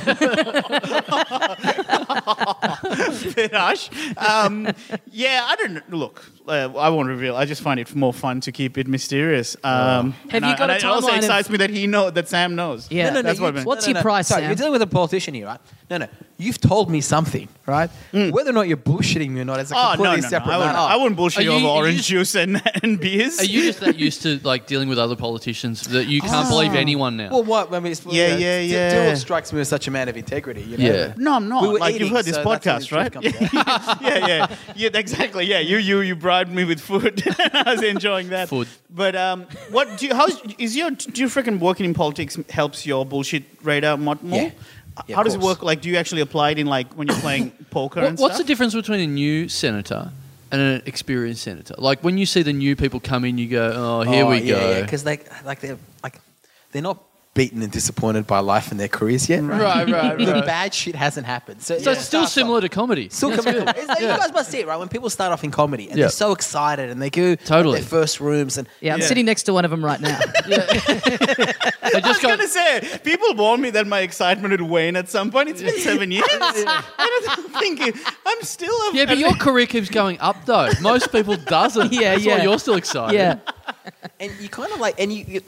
Speaker 5: Rush. Um, (laughs) yeah, I don't know. look. Uh, I won't reveal. I just find it more fun to keep it mysterious. Um,
Speaker 3: Oh. Have
Speaker 5: and
Speaker 3: you
Speaker 5: I-
Speaker 3: got
Speaker 5: and
Speaker 3: a
Speaker 5: It also
Speaker 3: timeline of-
Speaker 5: excites me that he know that Sam knows.
Speaker 3: Yeah. No, no, no,
Speaker 5: that's
Speaker 6: you-
Speaker 5: what. I mean.
Speaker 3: What's your price,
Speaker 6: Sorry,
Speaker 3: Sam?
Speaker 6: you're dealing with a politician here, right? No, no. You've told me something, right? Whether or not you're bullshitting me or not, it's a
Speaker 5: Mm. Oh no, no,
Speaker 6: completely
Speaker 5: no,
Speaker 6: separate
Speaker 5: I, wouldn't,
Speaker 6: matter.
Speaker 5: I wouldn't bullshit
Speaker 4: Are
Speaker 5: you
Speaker 4: you-
Speaker 5: over
Speaker 4: you
Speaker 5: orange
Speaker 4: just-
Speaker 5: juice and, (laughs) and beers.
Speaker 4: Are you just that used to like dealing with other politicians that you
Speaker 5: Oh.
Speaker 4: can't believe anyone now?
Speaker 6: Well, what? I mean, it's,
Speaker 5: Yeah,
Speaker 6: you know,
Speaker 5: yeah,
Speaker 6: D-
Speaker 5: yeah.
Speaker 6: Dilrook strikes me as such a man of integrity. You know?
Speaker 4: Yeah.
Speaker 5: No, I'm not.
Speaker 6: We were
Speaker 5: like
Speaker 6: eating,
Speaker 5: you've heard this
Speaker 6: so that's where the
Speaker 5: podcast, right?
Speaker 6: truth comes
Speaker 5: (laughs)
Speaker 6: out.
Speaker 5: yeah, yeah, yeah. Exactly. Yeah, you, you, you bribed me with food. (laughs) I was enjoying that.
Speaker 4: Food.
Speaker 5: But um, what do you? How is your? Do you reckon working in politics helps your bullshit radar mo- more?
Speaker 6: Yeah. Yeah,
Speaker 5: how
Speaker 6: of
Speaker 5: does it
Speaker 6: course.
Speaker 5: work? Like, do you actually apply it in like when you're
Speaker 4: (coughs)
Speaker 5: playing poker
Speaker 4: What-
Speaker 5: and
Speaker 4: what's the
Speaker 5: stuff?
Speaker 4: difference between a new senator and an experienced senator? Like when you see the new people come in, you go, "Oh, here
Speaker 6: Oh,
Speaker 4: we
Speaker 6: yeah,
Speaker 4: go."
Speaker 6: Yeah, because like, like they're like they're not beaten and disappointed by life and their careers yet. (laughs)
Speaker 4: Right, right,
Speaker 6: the
Speaker 4: right.
Speaker 6: bad shit hasn't happened. So,
Speaker 4: so it's still similar to comedy.
Speaker 6: Still
Speaker 4: That's
Speaker 6: coming.
Speaker 4: good.
Speaker 6: It's like, You guys must see it, right? When people start off in comedy and
Speaker 4: Yeah.
Speaker 6: they're so excited and they go
Speaker 4: Totally.
Speaker 6: their first rooms and
Speaker 3: Yeah, I'm
Speaker 5: Yeah.
Speaker 3: sitting next to one of them right now.
Speaker 4: They
Speaker 5: (laughs) I
Speaker 4: just
Speaker 5: was
Speaker 4: got-
Speaker 5: gonna say, people warn me that my excitement would wane at some point. It's been seven
Speaker 4: (laughs)
Speaker 5: years. (laughs) I don't think it- I'm still. A,
Speaker 4: yeah, but your career keeps going up though. Most people doesn't.
Speaker 3: Yeah,
Speaker 4: That's
Speaker 3: yeah.
Speaker 4: Why you're still excited.
Speaker 3: yeah.
Speaker 6: and you kind of like and you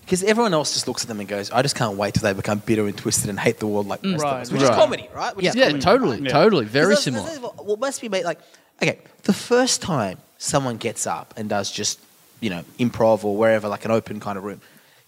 Speaker 6: because everyone else just looks at them and goes, "I just can't wait till they become bitter and twisted and hate the world like the rest
Speaker 5: Right,
Speaker 6: of us," which
Speaker 4: right.
Speaker 6: is comedy, right? Which
Speaker 3: Yeah.
Speaker 6: is
Speaker 4: Yeah,
Speaker 6: comedy.
Speaker 4: totally,
Speaker 5: Yeah.
Speaker 4: totally, very
Speaker 6: 'Cause that's-
Speaker 4: similar.
Speaker 6: that's What what must be made like okay, the first time someone gets up and does just you know improv or wherever like an open kind of room,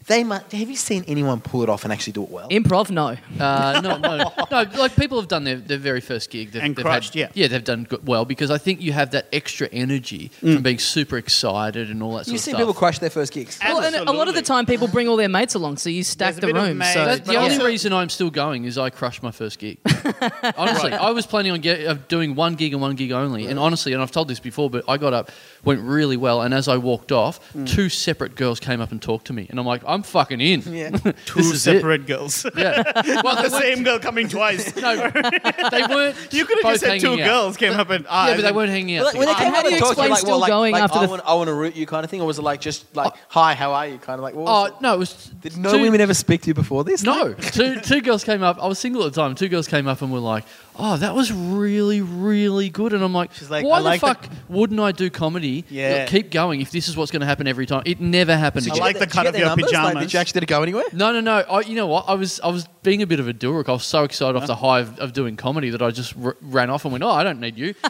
Speaker 6: They must, have you seen anyone pull it off and actually do it well?
Speaker 3: Improv, no.
Speaker 4: Uh, no, no, no. Like people have done their, their very first gig they've,
Speaker 5: And
Speaker 4: they've
Speaker 5: crushed,
Speaker 4: had,
Speaker 5: yeah.
Speaker 4: yeah, they've done good, well because I think you have that extra energy
Speaker 5: Mm.
Speaker 4: from being super excited and all that. Sort
Speaker 6: you
Speaker 4: of
Speaker 6: see
Speaker 4: stuff.
Speaker 6: people crush their first gigs.
Speaker 3: Well, and a lot of
Speaker 5: Absolutely.
Speaker 3: the time, people bring all their mates along, so you stack
Speaker 5: There's a
Speaker 3: the
Speaker 5: bit of
Speaker 3: room.
Speaker 5: maze,
Speaker 3: So
Speaker 5: but
Speaker 4: That's the
Speaker 5: Yeah.
Speaker 4: only
Speaker 5: also-
Speaker 4: reason I'm still going is I crushed my first
Speaker 5: (laughs)
Speaker 4: gig. honestly, I was planning on get, of doing one gig and one gig only. And honestly, and I've told this before, but I got up, went really well, and as I walked off,
Speaker 5: Mm.
Speaker 4: two separate girls came up and talked to me, and I'm like, I'm fucking in.
Speaker 3: (laughs)
Speaker 6: Yeah.
Speaker 5: Two
Speaker 4: This is it.
Speaker 5: separate girls.
Speaker 4: Yeah. (laughs) Well,
Speaker 5: (laughs)
Speaker 4: they
Speaker 5: the
Speaker 4: weren't.
Speaker 5: same girl coming
Speaker 4: (laughs)
Speaker 5: twice.
Speaker 4: No, they weren't.
Speaker 5: You could have
Speaker 4: both
Speaker 5: just said two
Speaker 4: hanging out.
Speaker 5: girls came up and ah,
Speaker 4: Yeah, but they weren't hanging out.
Speaker 6: Well, like, when they
Speaker 4: together.
Speaker 6: came
Speaker 3: how
Speaker 6: out
Speaker 3: do
Speaker 6: and
Speaker 3: you
Speaker 6: talked to you,
Speaker 3: explain still
Speaker 6: like, well, like,
Speaker 3: going
Speaker 6: like,
Speaker 3: after
Speaker 6: I,
Speaker 3: the-
Speaker 6: want, I want to root you kind of thing, or was it like just like hi, how are you kind of like? What was
Speaker 4: Oh no, it was
Speaker 6: it? Did no
Speaker 4: two-
Speaker 6: women ever speak to you before this?
Speaker 4: No, (laughs) two two girls came up. I was single at the time. Two girls came up and were like, "Oh, that was really, really good." And I'm like,
Speaker 5: She's like,
Speaker 4: "Why
Speaker 5: "I
Speaker 4: the
Speaker 5: like the-
Speaker 4: fuck wouldn't I do comedy?
Speaker 5: Yeah.
Speaker 4: keep going. If this is what's going to happen every time, it never happened
Speaker 6: Did you
Speaker 4: again."
Speaker 5: like
Speaker 6: get
Speaker 5: the cut
Speaker 6: their- did you
Speaker 5: of
Speaker 6: get
Speaker 5: your
Speaker 6: their numbers? Like, did
Speaker 5: pyjamas.
Speaker 6: you actually did it go anywhere?
Speaker 4: no, no, no. I, you know what? I was I was being a bit of a dork. I was so excited off the high of, of doing comedy that I just r- ran off and went, "Oh, I don't need you.
Speaker 5: (laughs)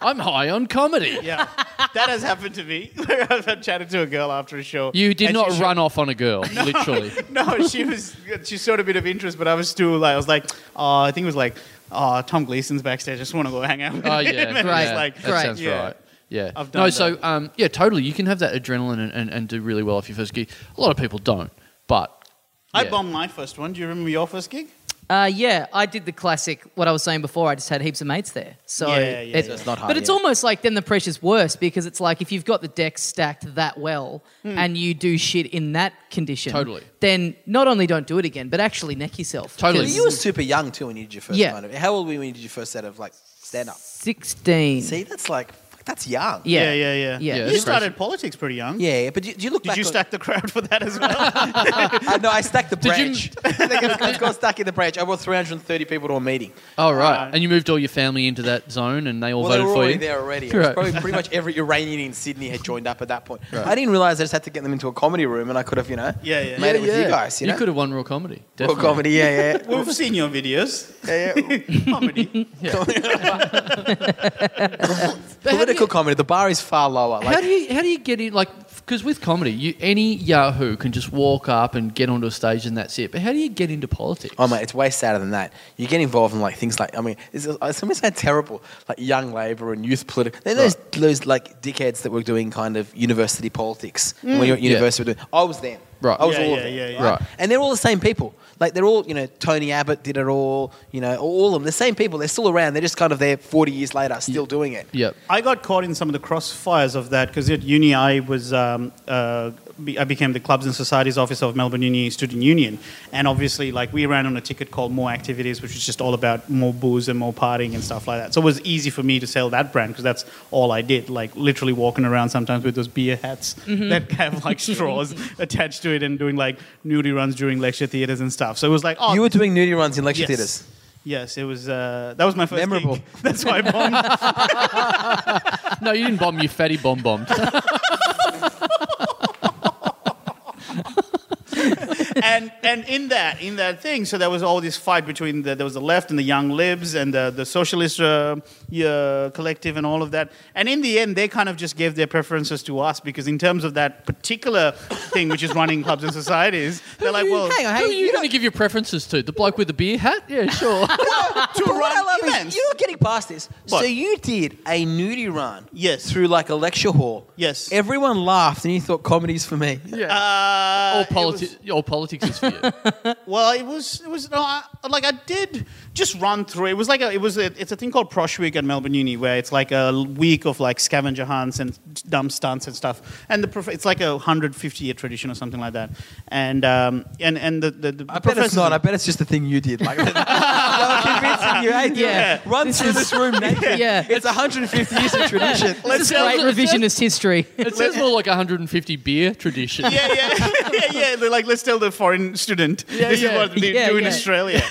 Speaker 4: I'm high on comedy."
Speaker 5: Yeah, that has happened to me. (laughs) I've chatted to a girl after a show.
Speaker 4: You did
Speaker 5: and
Speaker 4: not
Speaker 5: she showed-
Speaker 4: run off on a girl, literally.
Speaker 5: (laughs) No, she was. She showed a bit of interest, but I was too like I was like, oh, I think it was like, oh, Tom Gleason's backstage. I just want to go hang out. with
Speaker 4: Oh
Speaker 5: him."
Speaker 4: yeah,
Speaker 5: (laughs) And it's
Speaker 4: great.
Speaker 5: like,
Speaker 4: that sounds
Speaker 5: yeah.
Speaker 4: right. Yeah.
Speaker 5: I've
Speaker 4: no,
Speaker 5: done
Speaker 4: so um, yeah, totally. You can have that adrenaline and, and, and do really well off your first gig. A lot of people don't, but
Speaker 5: I
Speaker 4: yeah.
Speaker 5: bombed my first one. Do you remember your first gig?
Speaker 3: Uh, yeah, I did the classic. What I was saying before, I just had heaps of mates there. So,
Speaker 5: Yeah, yeah,
Speaker 3: it-
Speaker 5: So
Speaker 6: it's not hard,
Speaker 3: But it's
Speaker 6: yeah.
Speaker 3: almost like then the pressure's worse because it's like if you've got the deck stacked that well and you do shit in that condition,
Speaker 4: Totally.
Speaker 3: Then not only don't do it again, but actually neck yourself.
Speaker 4: Totally.
Speaker 6: You were super young too when you did your first.
Speaker 3: Yeah.
Speaker 6: Kind of, how old were you when you did your first set of like stand up?
Speaker 3: Sixteen.
Speaker 6: See, that's like fuck, that's young.
Speaker 3: Yeah.
Speaker 5: yeah, yeah.
Speaker 3: Yeah.
Speaker 4: Yeah,
Speaker 5: you
Speaker 4: that's
Speaker 5: started politics pretty young.
Speaker 6: Yeah, yeah, but do, do you look
Speaker 5: Did
Speaker 6: back?
Speaker 5: you
Speaker 6: on-
Speaker 5: stack the crowd for that
Speaker 4: (laughs)
Speaker 5: as well?
Speaker 6: I, no, I stacked the
Speaker 4: Did you-
Speaker 6: branch. (laughs) I think I got- got stuck in the branch. I brought 330 people to a meeting.
Speaker 4: Oh right,
Speaker 5: Uh,
Speaker 4: and you moved all your family into that zone, and they all
Speaker 6: well, they
Speaker 4: voted
Speaker 6: were
Speaker 4: for
Speaker 6: already
Speaker 4: you.
Speaker 6: there already. It was
Speaker 4: Right.
Speaker 6: probably pretty much every Iranian in Sydney had joined up at that point.
Speaker 4: Right.
Speaker 6: I didn't realize I just had to get them into a comedy room, and I could have, you know,
Speaker 5: Yeah, yeah.
Speaker 6: made it with
Speaker 4: Yeah.
Speaker 6: you guys. You, know?
Speaker 4: could have won raw comedy.
Speaker 6: Or
Speaker 4: Definitely.
Speaker 6: comedy. Yeah, yeah.
Speaker 5: We've seen your videos. (laughs)
Speaker 6: yeah, yeah.
Speaker 5: Comedy.
Speaker 4: But how do
Speaker 6: Political
Speaker 4: you-
Speaker 6: comedy. The bar is far lower.
Speaker 4: How
Speaker 6: Like,
Speaker 4: do you how do you get in like because with comedy, you any Yahoo can just walk up and get onto a stage and that's it. But how do you get into politics?
Speaker 6: Oh (laughs) mate, it's way sadder than that. You get involved in like things like I mean, it's, uh, it's sometimes so terrible, like young Labor and youth political. Then there's those like dickheads that were doing kind of university politics when you were at
Speaker 4: Yeah.
Speaker 6: university. were doing- I was them.
Speaker 4: Right.
Speaker 6: I was
Speaker 5: Yeah,
Speaker 6: all
Speaker 5: yeah,
Speaker 6: of them.
Speaker 5: yeah, yeah.
Speaker 6: Mm. Right.
Speaker 4: Right.
Speaker 6: And they're all the same people. Like they're all you know, Tony Abbott did it all. You know, all of them. The same people. They're still around. They're just kind of there 40 years later, still doing it.
Speaker 4: Yep.
Speaker 5: I got caught in some of the crossfires of that because at uni I was um, uh, be, I became the clubs and societies officer of Melbourne Uni Student Union, and obviously like we ran on a ticket called More Activities, which was just all about more booze and more partying and stuff like that. So it was easy for me to sell that brand because that's all I did, like literally walking around sometimes with those beer hats that have like straws attached to it and doing like nudie runs during lecture theatres and stuff. So it was like oh
Speaker 6: You were doing nudie runs in lecture theatres.
Speaker 5: Yes, it was. Uh, that was my first gig.
Speaker 6: Memorable.
Speaker 5: (laughs) That's why I bombed.
Speaker 4: No, you didn't bomb. You fatty bomb
Speaker 6: (laughs)
Speaker 4: bombed.
Speaker 5: and and in that in that thing, so there was all this fight between the, there was the left and the young libs and the the socialist uh, yeah, collective and all of that. And in the end, they kind of just gave their preferences to us because in terms of that particular thing, which is running clubs and societies, they're like, well,
Speaker 6: (laughs) Hang on,
Speaker 4: Who
Speaker 6: hang
Speaker 4: are
Speaker 6: on.
Speaker 4: you going to give your preferences to? The bloke with the beer hat? Yeah,
Speaker 6: (laughs)
Speaker 4: sure.
Speaker 5: to
Speaker 6: What I
Speaker 5: run
Speaker 6: love
Speaker 5: events.
Speaker 6: is you're not getting past this. So
Speaker 5: What?
Speaker 6: you did a nudie run.
Speaker 5: Yes.
Speaker 6: Through like a lecture hall.
Speaker 5: Yes.
Speaker 6: Everyone laughed and you thought comedy's for me.
Speaker 5: Uh,
Speaker 4: all
Speaker 5: it was-
Speaker 4: politics. All politics is for
Speaker 5: (laughs)
Speaker 4: you.
Speaker 5: Well, it was it was no, I, like I did just run through. It was like a, it was a, it's a thing called Prosh Week at Melbourne Uni where it's like a week of like scavenger hunts and dumb stunts and stuff. And the prof- it's like a 150 year tradition or something like that. And um and and the the, the
Speaker 6: I bet it's not. I bet it's just the thing you did. Like, (laughs) they were convincing you, hey, dude,
Speaker 3: Yeah.
Speaker 6: run through
Speaker 5: (laughs)
Speaker 6: this room naked.
Speaker 3: Yeah.
Speaker 6: It's 150 years of tradition.
Speaker 3: This is great revisionist
Speaker 5: (laughs)
Speaker 3: history.
Speaker 4: It sounds more like a 150 beer tradition.
Speaker 5: yeah,
Speaker 3: (laughs)
Speaker 5: yeah, yeah, yeah. They're like, let's tell the foreign student this
Speaker 4: yeah.
Speaker 5: is what they
Speaker 3: Yeah,
Speaker 5: do in
Speaker 3: yeah.
Speaker 5: Australia.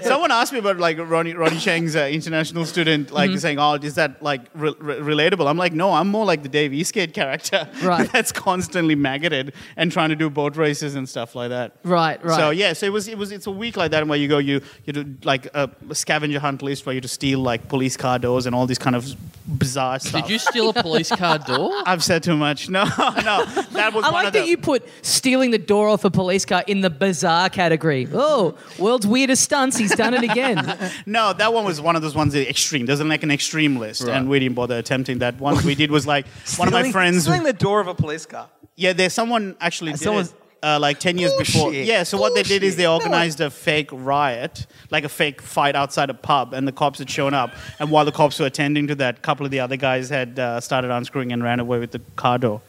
Speaker 3: (laughs)
Speaker 5: Someone asked me about like Ronnie, Ronnie Chang's uh, international student, like
Speaker 3: Mm-hmm.
Speaker 5: saying, "Oh, is that like re- re- relatable?" I'm like, "No, I'm more like the Dave Eastgate character,
Speaker 3: Right.
Speaker 5: (laughs) that's constantly maggoted and trying to do boat races and stuff like that."
Speaker 3: Right, right.
Speaker 5: So yeah, so it was it was it's a week like that where you go you you do like a scavenger hunt list for you to steal like police car doors and all these kind of bizarre stuff.
Speaker 4: Did you steal a police car door?
Speaker 5: I've said too much. (laughs) No, no, that was
Speaker 3: I
Speaker 5: one
Speaker 3: like that
Speaker 5: of the-
Speaker 3: you put stealing the door off a police car in the bizarre category. Oh, world's weirdest stunts. He's done it
Speaker 5: (laughs)
Speaker 3: again.
Speaker 5: No, that one was one of those ones that extreme. There's like an extreme list, and we didn't bother attempting that. One we did was like one of my
Speaker 6: Stealing-
Speaker 5: friends.
Speaker 6: Stealing the door of a police car.
Speaker 5: Yeah, there's someone actually did
Speaker 6: Someone's-
Speaker 5: it. Uh, like 10 years before.
Speaker 6: Bullshit.
Speaker 5: Yeah, so what they did is
Speaker 6: Bullshit.
Speaker 5: they
Speaker 6: No one-
Speaker 5: organized a fake riot, like a fake fight outside a pub, and the cops had shown up. And while the cops were attending to that, a couple of the other guys had uh, started unscrewing and ran away with the car door.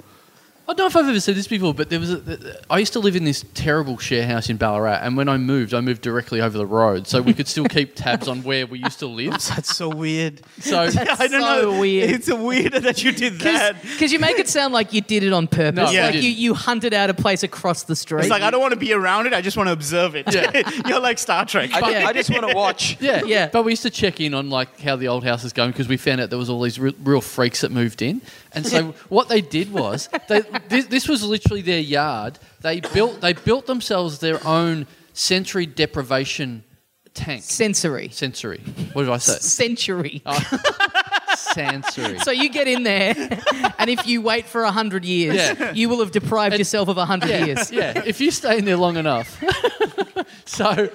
Speaker 4: I don't know if I've ever said this before, but there was a, I used to live in this terrible share house in Ballarat, and when I moved, I moved directly over the road, so we could still keep tabs on where we used to
Speaker 5: (laughs)
Speaker 4: live.
Speaker 5: That's (laughs) so weird.
Speaker 4: So
Speaker 5: I don't
Speaker 3: so
Speaker 5: know.
Speaker 3: weird.
Speaker 5: It's weird that you (laughs) did that.
Speaker 3: Because you make it sound like you did it on purpose.
Speaker 4: No, Yeah.
Speaker 3: Like
Speaker 4: we
Speaker 3: you,
Speaker 4: didn't.
Speaker 3: you hunted out a place across the street.
Speaker 5: It's like, I don't want to be around it. I just want to observe it.
Speaker 4: Yeah.
Speaker 5: (laughs) You're like Star Trek.
Speaker 6: I,
Speaker 4: Yeah.
Speaker 6: I just want
Speaker 5: (laughs)
Speaker 6: to watch.
Speaker 4: (laughs) yeah,
Speaker 3: Yeah.
Speaker 4: But we used to check in on like how the old house is going because we found out there was all these re- real freaks that moved in, and so what they did was they, this, this was literally their yard. They built they built themselves their own sensory deprivation tank.
Speaker 3: Sensory.
Speaker 4: sensory. What did I say?
Speaker 3: Century.
Speaker 4: sensory.
Speaker 3: So you get in there, (laughs) and if you wait for 100 years,
Speaker 4: Yeah.
Speaker 3: you will have deprived yourself of 100 years.
Speaker 4: Yeah, if you stay in there long enough. (laughs) so,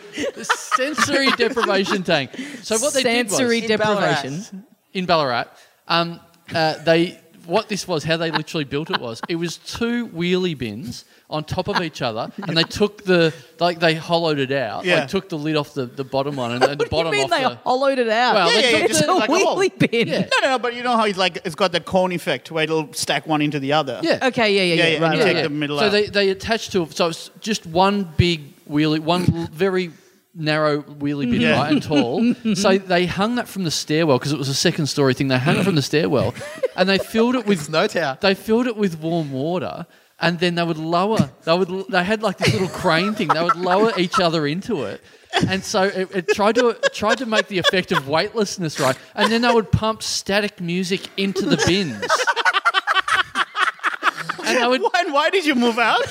Speaker 4: sensory deprivation tank. So what they
Speaker 3: Sensory
Speaker 4: did was
Speaker 3: deprivation.
Speaker 4: in Ballarat, um, uh, they what this was, how they literally built it was, it was two wheelie bins on top of each other, and they took the like they hollowed it out,
Speaker 5: Yeah.
Speaker 4: like took the lid off the, the bottom one and, and the
Speaker 3: What do you
Speaker 4: bottom
Speaker 3: mean
Speaker 4: off
Speaker 3: they
Speaker 4: the.
Speaker 3: hollowed it out?
Speaker 4: Well, Yeah, they yeah,
Speaker 5: took yeah, just the- like a hole.
Speaker 3: wheelie bin.
Speaker 4: Yeah.
Speaker 5: No, no, no, but you know how he's like, it's got that cone effect where it'll stack one into the other. (laughs)
Speaker 4: yeah.
Speaker 3: Okay, yeah, yeah,
Speaker 5: Yeah,
Speaker 3: yeah.
Speaker 5: yeah, and
Speaker 3: right,
Speaker 5: you
Speaker 3: right,
Speaker 5: take
Speaker 3: right.
Speaker 5: the middle
Speaker 4: so
Speaker 5: out.
Speaker 4: they they attached to so it's just one big wheelie one l- very narrow wheelie bin
Speaker 5: Yeah.
Speaker 4: right and tall so they hung that from the stairwell because it was a second story thing they hung it from the stairwell and they filled it with
Speaker 6: No tower.
Speaker 4: they filled it with warm water and then they would lower they would l- they had like this little crane thing they would lower each other into it and so it, it tried to it tried to make the effect of weightlessness right and then they would pump static music into the bins and they would
Speaker 5: Why, and why did you
Speaker 4: (laughs)
Speaker 5: move out?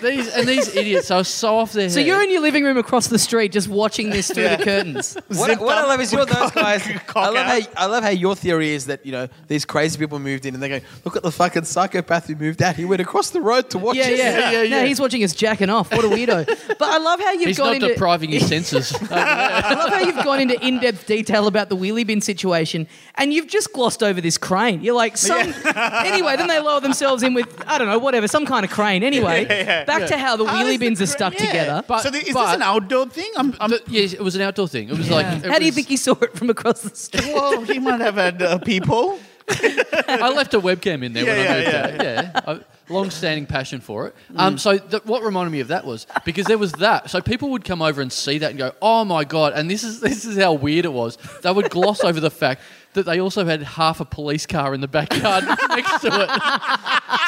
Speaker 4: these and these idiots are so off their
Speaker 3: So
Speaker 4: head.
Speaker 3: you're in your living room across the street just watching this through
Speaker 5: Yeah.
Speaker 3: the curtains.
Speaker 6: What, what I
Speaker 5: up
Speaker 6: love is you're
Speaker 5: with
Speaker 6: those
Speaker 5: cock-
Speaker 6: guys.
Speaker 5: (laughs) cock
Speaker 6: I love,
Speaker 5: out.
Speaker 6: how, I love how your theory is that you know these crazy people moved in and they go, look at the fucking psychopath who moved out. He went across the road to watch.
Speaker 3: Yeah,
Speaker 6: us." (laughs)
Speaker 3: yeah.
Speaker 4: (laughs) Yeah, yeah,
Speaker 3: No,
Speaker 4: yeah.
Speaker 3: he's watching us jacking off. What a weirdo. But I love how you've
Speaker 4: He's
Speaker 3: gone
Speaker 4: not
Speaker 3: into (laughs)
Speaker 4: depriving his senses.
Speaker 3: I love how you've gone into in-depth detail about the wheelie bin situation, and you've just glossed over this crane. You're like, some (laughs) anyway. Then they lower themselves in with I don't know, whatever, some kind of crane. Anyway, back to how the
Speaker 5: How
Speaker 3: wheelie
Speaker 5: is the
Speaker 3: bins are
Speaker 5: cra-
Speaker 3: stuck
Speaker 5: yeah.
Speaker 3: together.
Speaker 4: But-
Speaker 5: so the, is
Speaker 4: but-
Speaker 5: this an outdoor thing? I'm, I'm,
Speaker 4: But, Um, yeah, it was an outdoor thing. It was like it
Speaker 3: how do you
Speaker 4: was-
Speaker 3: think he saw it from across the street?
Speaker 5: (laughs) well, he might have had
Speaker 4: (laughs)
Speaker 5: uh, people.
Speaker 4: I left a webcam in there
Speaker 5: Yeah,
Speaker 4: when
Speaker 5: yeah,
Speaker 4: I moved
Speaker 5: yeah,
Speaker 4: out. Yeah, I- long-standing passion for it. Um, so th- what reminded me of that was because there was that. So people would come over and see that and go, "Oh my god!" And this is this is how weird it was. They would gloss over the fact that they also had half a police car in the backyard (laughs) next to it,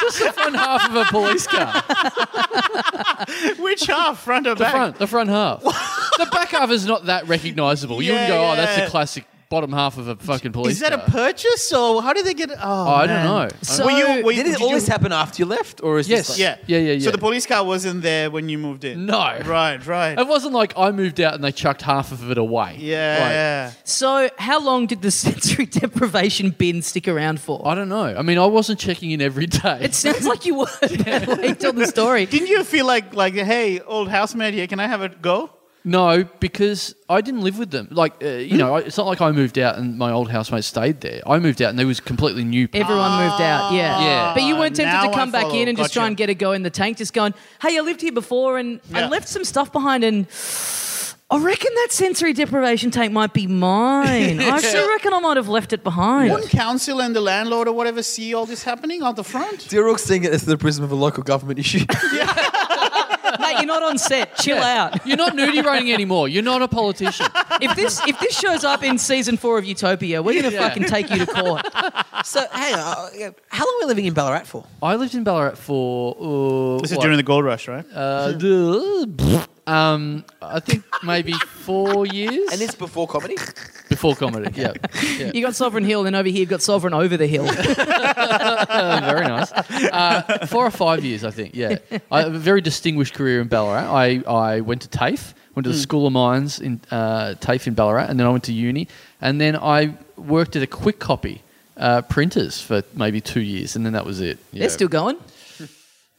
Speaker 4: just the front half of a police car.
Speaker 5: Which half, front or
Speaker 4: The
Speaker 5: back?
Speaker 4: front, the front half. the back half is not that recognisable. you
Speaker 5: Yeah,
Speaker 4: would go, oh, that's
Speaker 5: yeah.
Speaker 4: the classic bottom half of a fucking police
Speaker 5: Is that
Speaker 4: car."
Speaker 5: a purchase or how did they get? Oh,
Speaker 4: Oh, I
Speaker 5: man.
Speaker 4: don't know.
Speaker 3: So
Speaker 5: Were you- were you-
Speaker 6: Did it
Speaker 5: Did
Speaker 6: always
Speaker 5: you-
Speaker 6: happen after you left, or is
Speaker 4: Yes.
Speaker 6: this like,
Speaker 5: Yeah,
Speaker 4: Yeah, yeah, yeah.
Speaker 5: So the police car wasn't there when you moved in.
Speaker 4: No.
Speaker 5: Right, right.
Speaker 4: (laughs) It wasn't like I moved out and they chucked half of it away. Like,
Speaker 5: yeah.
Speaker 3: So, how long did the (laughs) sensory deprivation bin stick around for?
Speaker 4: I don't know. I mean, I wasn't checking in every day.
Speaker 3: It sounds like
Speaker 5: (laughs)
Speaker 3: you were. Wait till the story.
Speaker 5: Didn't you feel like like hey, old housemate here? Can I have a go?
Speaker 4: (laughs) no, because I didn't live with them. Like, uh, you know, I, it's not like I moved out and my old housemate stayed there. I moved out and there was completely new people.
Speaker 3: Everyone moved out, yeah.
Speaker 4: Yeah.
Speaker 3: But you weren't tempted
Speaker 5: Now
Speaker 3: to
Speaker 5: I
Speaker 3: come back
Speaker 5: follow.
Speaker 3: in and just try
Speaker 5: Gotcha.
Speaker 3: and get a go in the tank, just going, hey, I lived here before and I
Speaker 5: Yeah.
Speaker 3: left some stuff behind and I reckon that sensory deprivation tank might be
Speaker 4: (laughs)
Speaker 3: mine. I actually reckon I might have left it behind.
Speaker 5: Wouldn't council and the landlord or whatever see all this happening out the front?
Speaker 6: Xerox seeing it as the prism of a local government issue.
Speaker 3: (laughs) Mate, you're not on
Speaker 4: (laughs)
Speaker 3: set. Chill out.
Speaker 4: You're not nudie rating anymore. You're not a politician.
Speaker 3: If this if this shows up in season four of Utopia, we're gonna
Speaker 4: Yeah.
Speaker 3: fucking take you to court.
Speaker 6: (laughs) so, hang on. uh, How long were we living in Ballarat for?
Speaker 4: I lived in Ballarat for. Uh,
Speaker 5: This
Speaker 4: what?
Speaker 5: is during the gold rush, right?
Speaker 4: Uh, (laughs) duh, pfft, Um, I think maybe four years.
Speaker 6: (laughs) And this before (laughs) comedy?
Speaker 4: before comedy. Yeah. yeah.
Speaker 3: You got Sovereign Hill, then over here you've got Sovereign Over the Hill.
Speaker 4: Oh, very nice. Uh, four or five years, I think. Yeah, I have a very distinguished career in Ballarat. I, I went to TAFE, went to
Speaker 3: Hmm.
Speaker 4: the School of Mines in uh, TAFE in Ballarat, and then I went to uni, and then I worked at a quick copy uh, printers for maybe two years, and then that was it. Yeah.
Speaker 3: They're still going.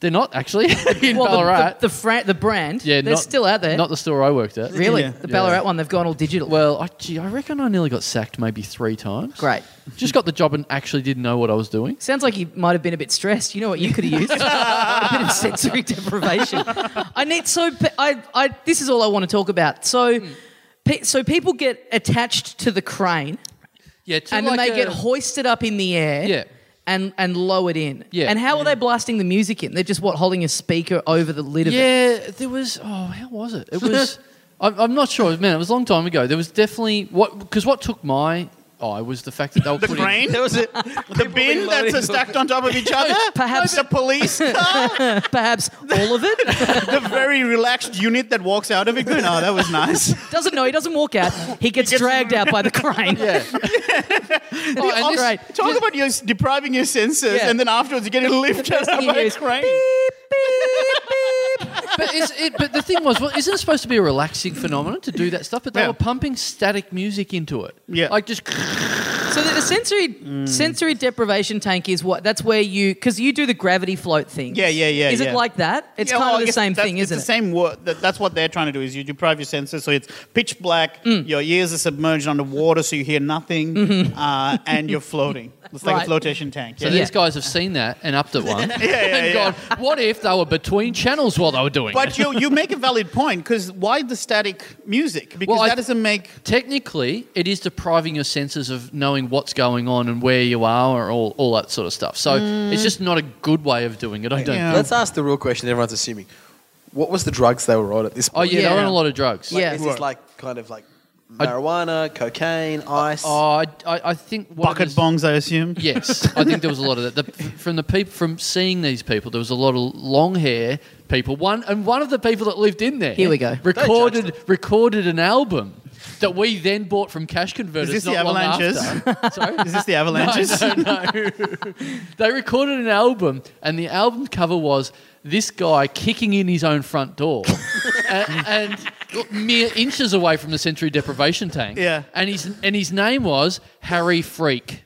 Speaker 4: They're not actually (laughs) in
Speaker 3: Well, the-
Speaker 4: Ballarat.
Speaker 3: the, the, fran- the brand,
Speaker 4: yeah,
Speaker 3: they're
Speaker 4: not-
Speaker 3: still out there.
Speaker 4: Not the store I worked at.
Speaker 3: really,
Speaker 5: Yeah.
Speaker 3: the Ballarat one, they've gone all digital.
Speaker 4: Well, I, gee, I reckon I nearly got sacked maybe three times.
Speaker 3: Great.
Speaker 4: Just got the job and actually didn't know what I was doing.
Speaker 3: Sounds like you might have been a bit stressed. You know what you could have
Speaker 4: (laughs)
Speaker 3: used? a bit of sensory deprivation. I need so pe- I, I this is all I want to talk about. So pe- so people get attached to the crane
Speaker 4: Yeah, to
Speaker 3: and
Speaker 4: like
Speaker 3: then they
Speaker 4: a-
Speaker 3: get hoisted up in the air.
Speaker 4: Yeah.
Speaker 3: And, and lowered in.
Speaker 4: Yeah.
Speaker 3: And how are they blasting the music in? They're just what holding a speaker over the lid of it.
Speaker 4: Yeah, there was. Oh, how was it? It was. I'm, I'm not sure. Man, it was a long time ago. There was definitely what because what took my eye was the fact that they were
Speaker 5: (laughs) The
Speaker 4: putting,
Speaker 5: crane,
Speaker 6: was a,
Speaker 5: the bin that's uh, stacked on top of each other.
Speaker 3: Perhaps-
Speaker 5: the police car,
Speaker 3: Perhaps all of
Speaker 4: (laughs)
Speaker 3: it.
Speaker 5: the very relaxed unit that walks out of it. Going, oh, that was nice.
Speaker 3: doesn't know. He doesn't walk out. He gets,
Speaker 5: gets-
Speaker 3: dragged out by the crane.
Speaker 4: (laughs)
Speaker 3: (laughs)
Speaker 4: Yeah. oh,
Speaker 3: Oh,
Speaker 4: and this,
Speaker 3: great.
Speaker 5: Talk about your depriving your senses,
Speaker 4: Yeah.
Speaker 5: and then afterwards you get a lift (laughs)
Speaker 3: first
Speaker 5: up
Speaker 3: thing you
Speaker 5: by
Speaker 3: hear
Speaker 5: a
Speaker 3: is
Speaker 5: crane.
Speaker 4: (laughs)
Speaker 5: (laughs)
Speaker 4: but, is it, but the thing was, well, isn't it supposed to be a relaxing phenomenon to do that stuff? But they
Speaker 5: Yeah.
Speaker 4: were pumping static music into it.
Speaker 5: Yeah.
Speaker 4: like just
Speaker 3: So the, the sensory sensory deprivation tank is what? That's where you because you do the gravity float thing.
Speaker 5: Yeah, yeah, yeah,
Speaker 3: Is it
Speaker 5: yeah.
Speaker 3: like that? It's
Speaker 5: Yeah,
Speaker 3: kind
Speaker 5: well, I
Speaker 3: of the
Speaker 5: guess
Speaker 3: same
Speaker 5: that's-
Speaker 3: thing,
Speaker 5: it's
Speaker 3: isn't
Speaker 5: the
Speaker 3: it?
Speaker 5: same word. That, that's what they're trying to do is you deprive your senses, so it's pitch black.
Speaker 3: Mm.
Speaker 5: Your ears are submerged under water, so you hear nothing, uh, and you're floating. It's like
Speaker 3: Mm-hmm. Right.
Speaker 5: a flotation tank.
Speaker 4: So
Speaker 5: yeah.
Speaker 4: these guys have seen that and upped it one. yeah,
Speaker 5: (laughs) yeah,
Speaker 4: and gone, what if they were between channels while they were doing it?
Speaker 5: But you you make a valid point because why the static music? Because
Speaker 4: Well, I-
Speaker 5: that doesn't make
Speaker 4: Technically, it is depriving your senses of knowing what's going on and where you are or all, all that sort of stuff. So it's just not a good way of doing it, I don't
Speaker 5: Yeah.
Speaker 4: think.
Speaker 6: Let's ask the real question everyone's assuming. What was the drugs they were on at this
Speaker 4: Oh,
Speaker 6: point?
Speaker 4: yeah, they're
Speaker 3: Yeah.
Speaker 4: on a lot of drugs.
Speaker 3: Yeah.
Speaker 6: Like, Is this like kind of like marijuana, cocaine, ice?
Speaker 4: Oh, I, I, I think... What it
Speaker 5: bucket
Speaker 4: is-
Speaker 5: bongs. I assume.
Speaker 4: Yes, I think there was a lot of that. The, from the people, from seeing these people, there was a lot of long hair people. One and one of the people that lived in there.
Speaker 3: Here we go.
Speaker 4: Recorded recorded an album that we then bought from cash converters.
Speaker 5: Is this
Speaker 4: not
Speaker 5: the
Speaker 4: long
Speaker 5: Avalanches? (laughs)
Speaker 4: after. Sorry.
Speaker 5: Is this the avalanches?
Speaker 4: (laughs) They recorded an album, and the album cover was this guy kicking in his own front
Speaker 6: (laughs)
Speaker 4: door, and, and mere inches away from the sensory deprivation tank.
Speaker 5: Yeah.
Speaker 4: and his and his name was Harry Freak.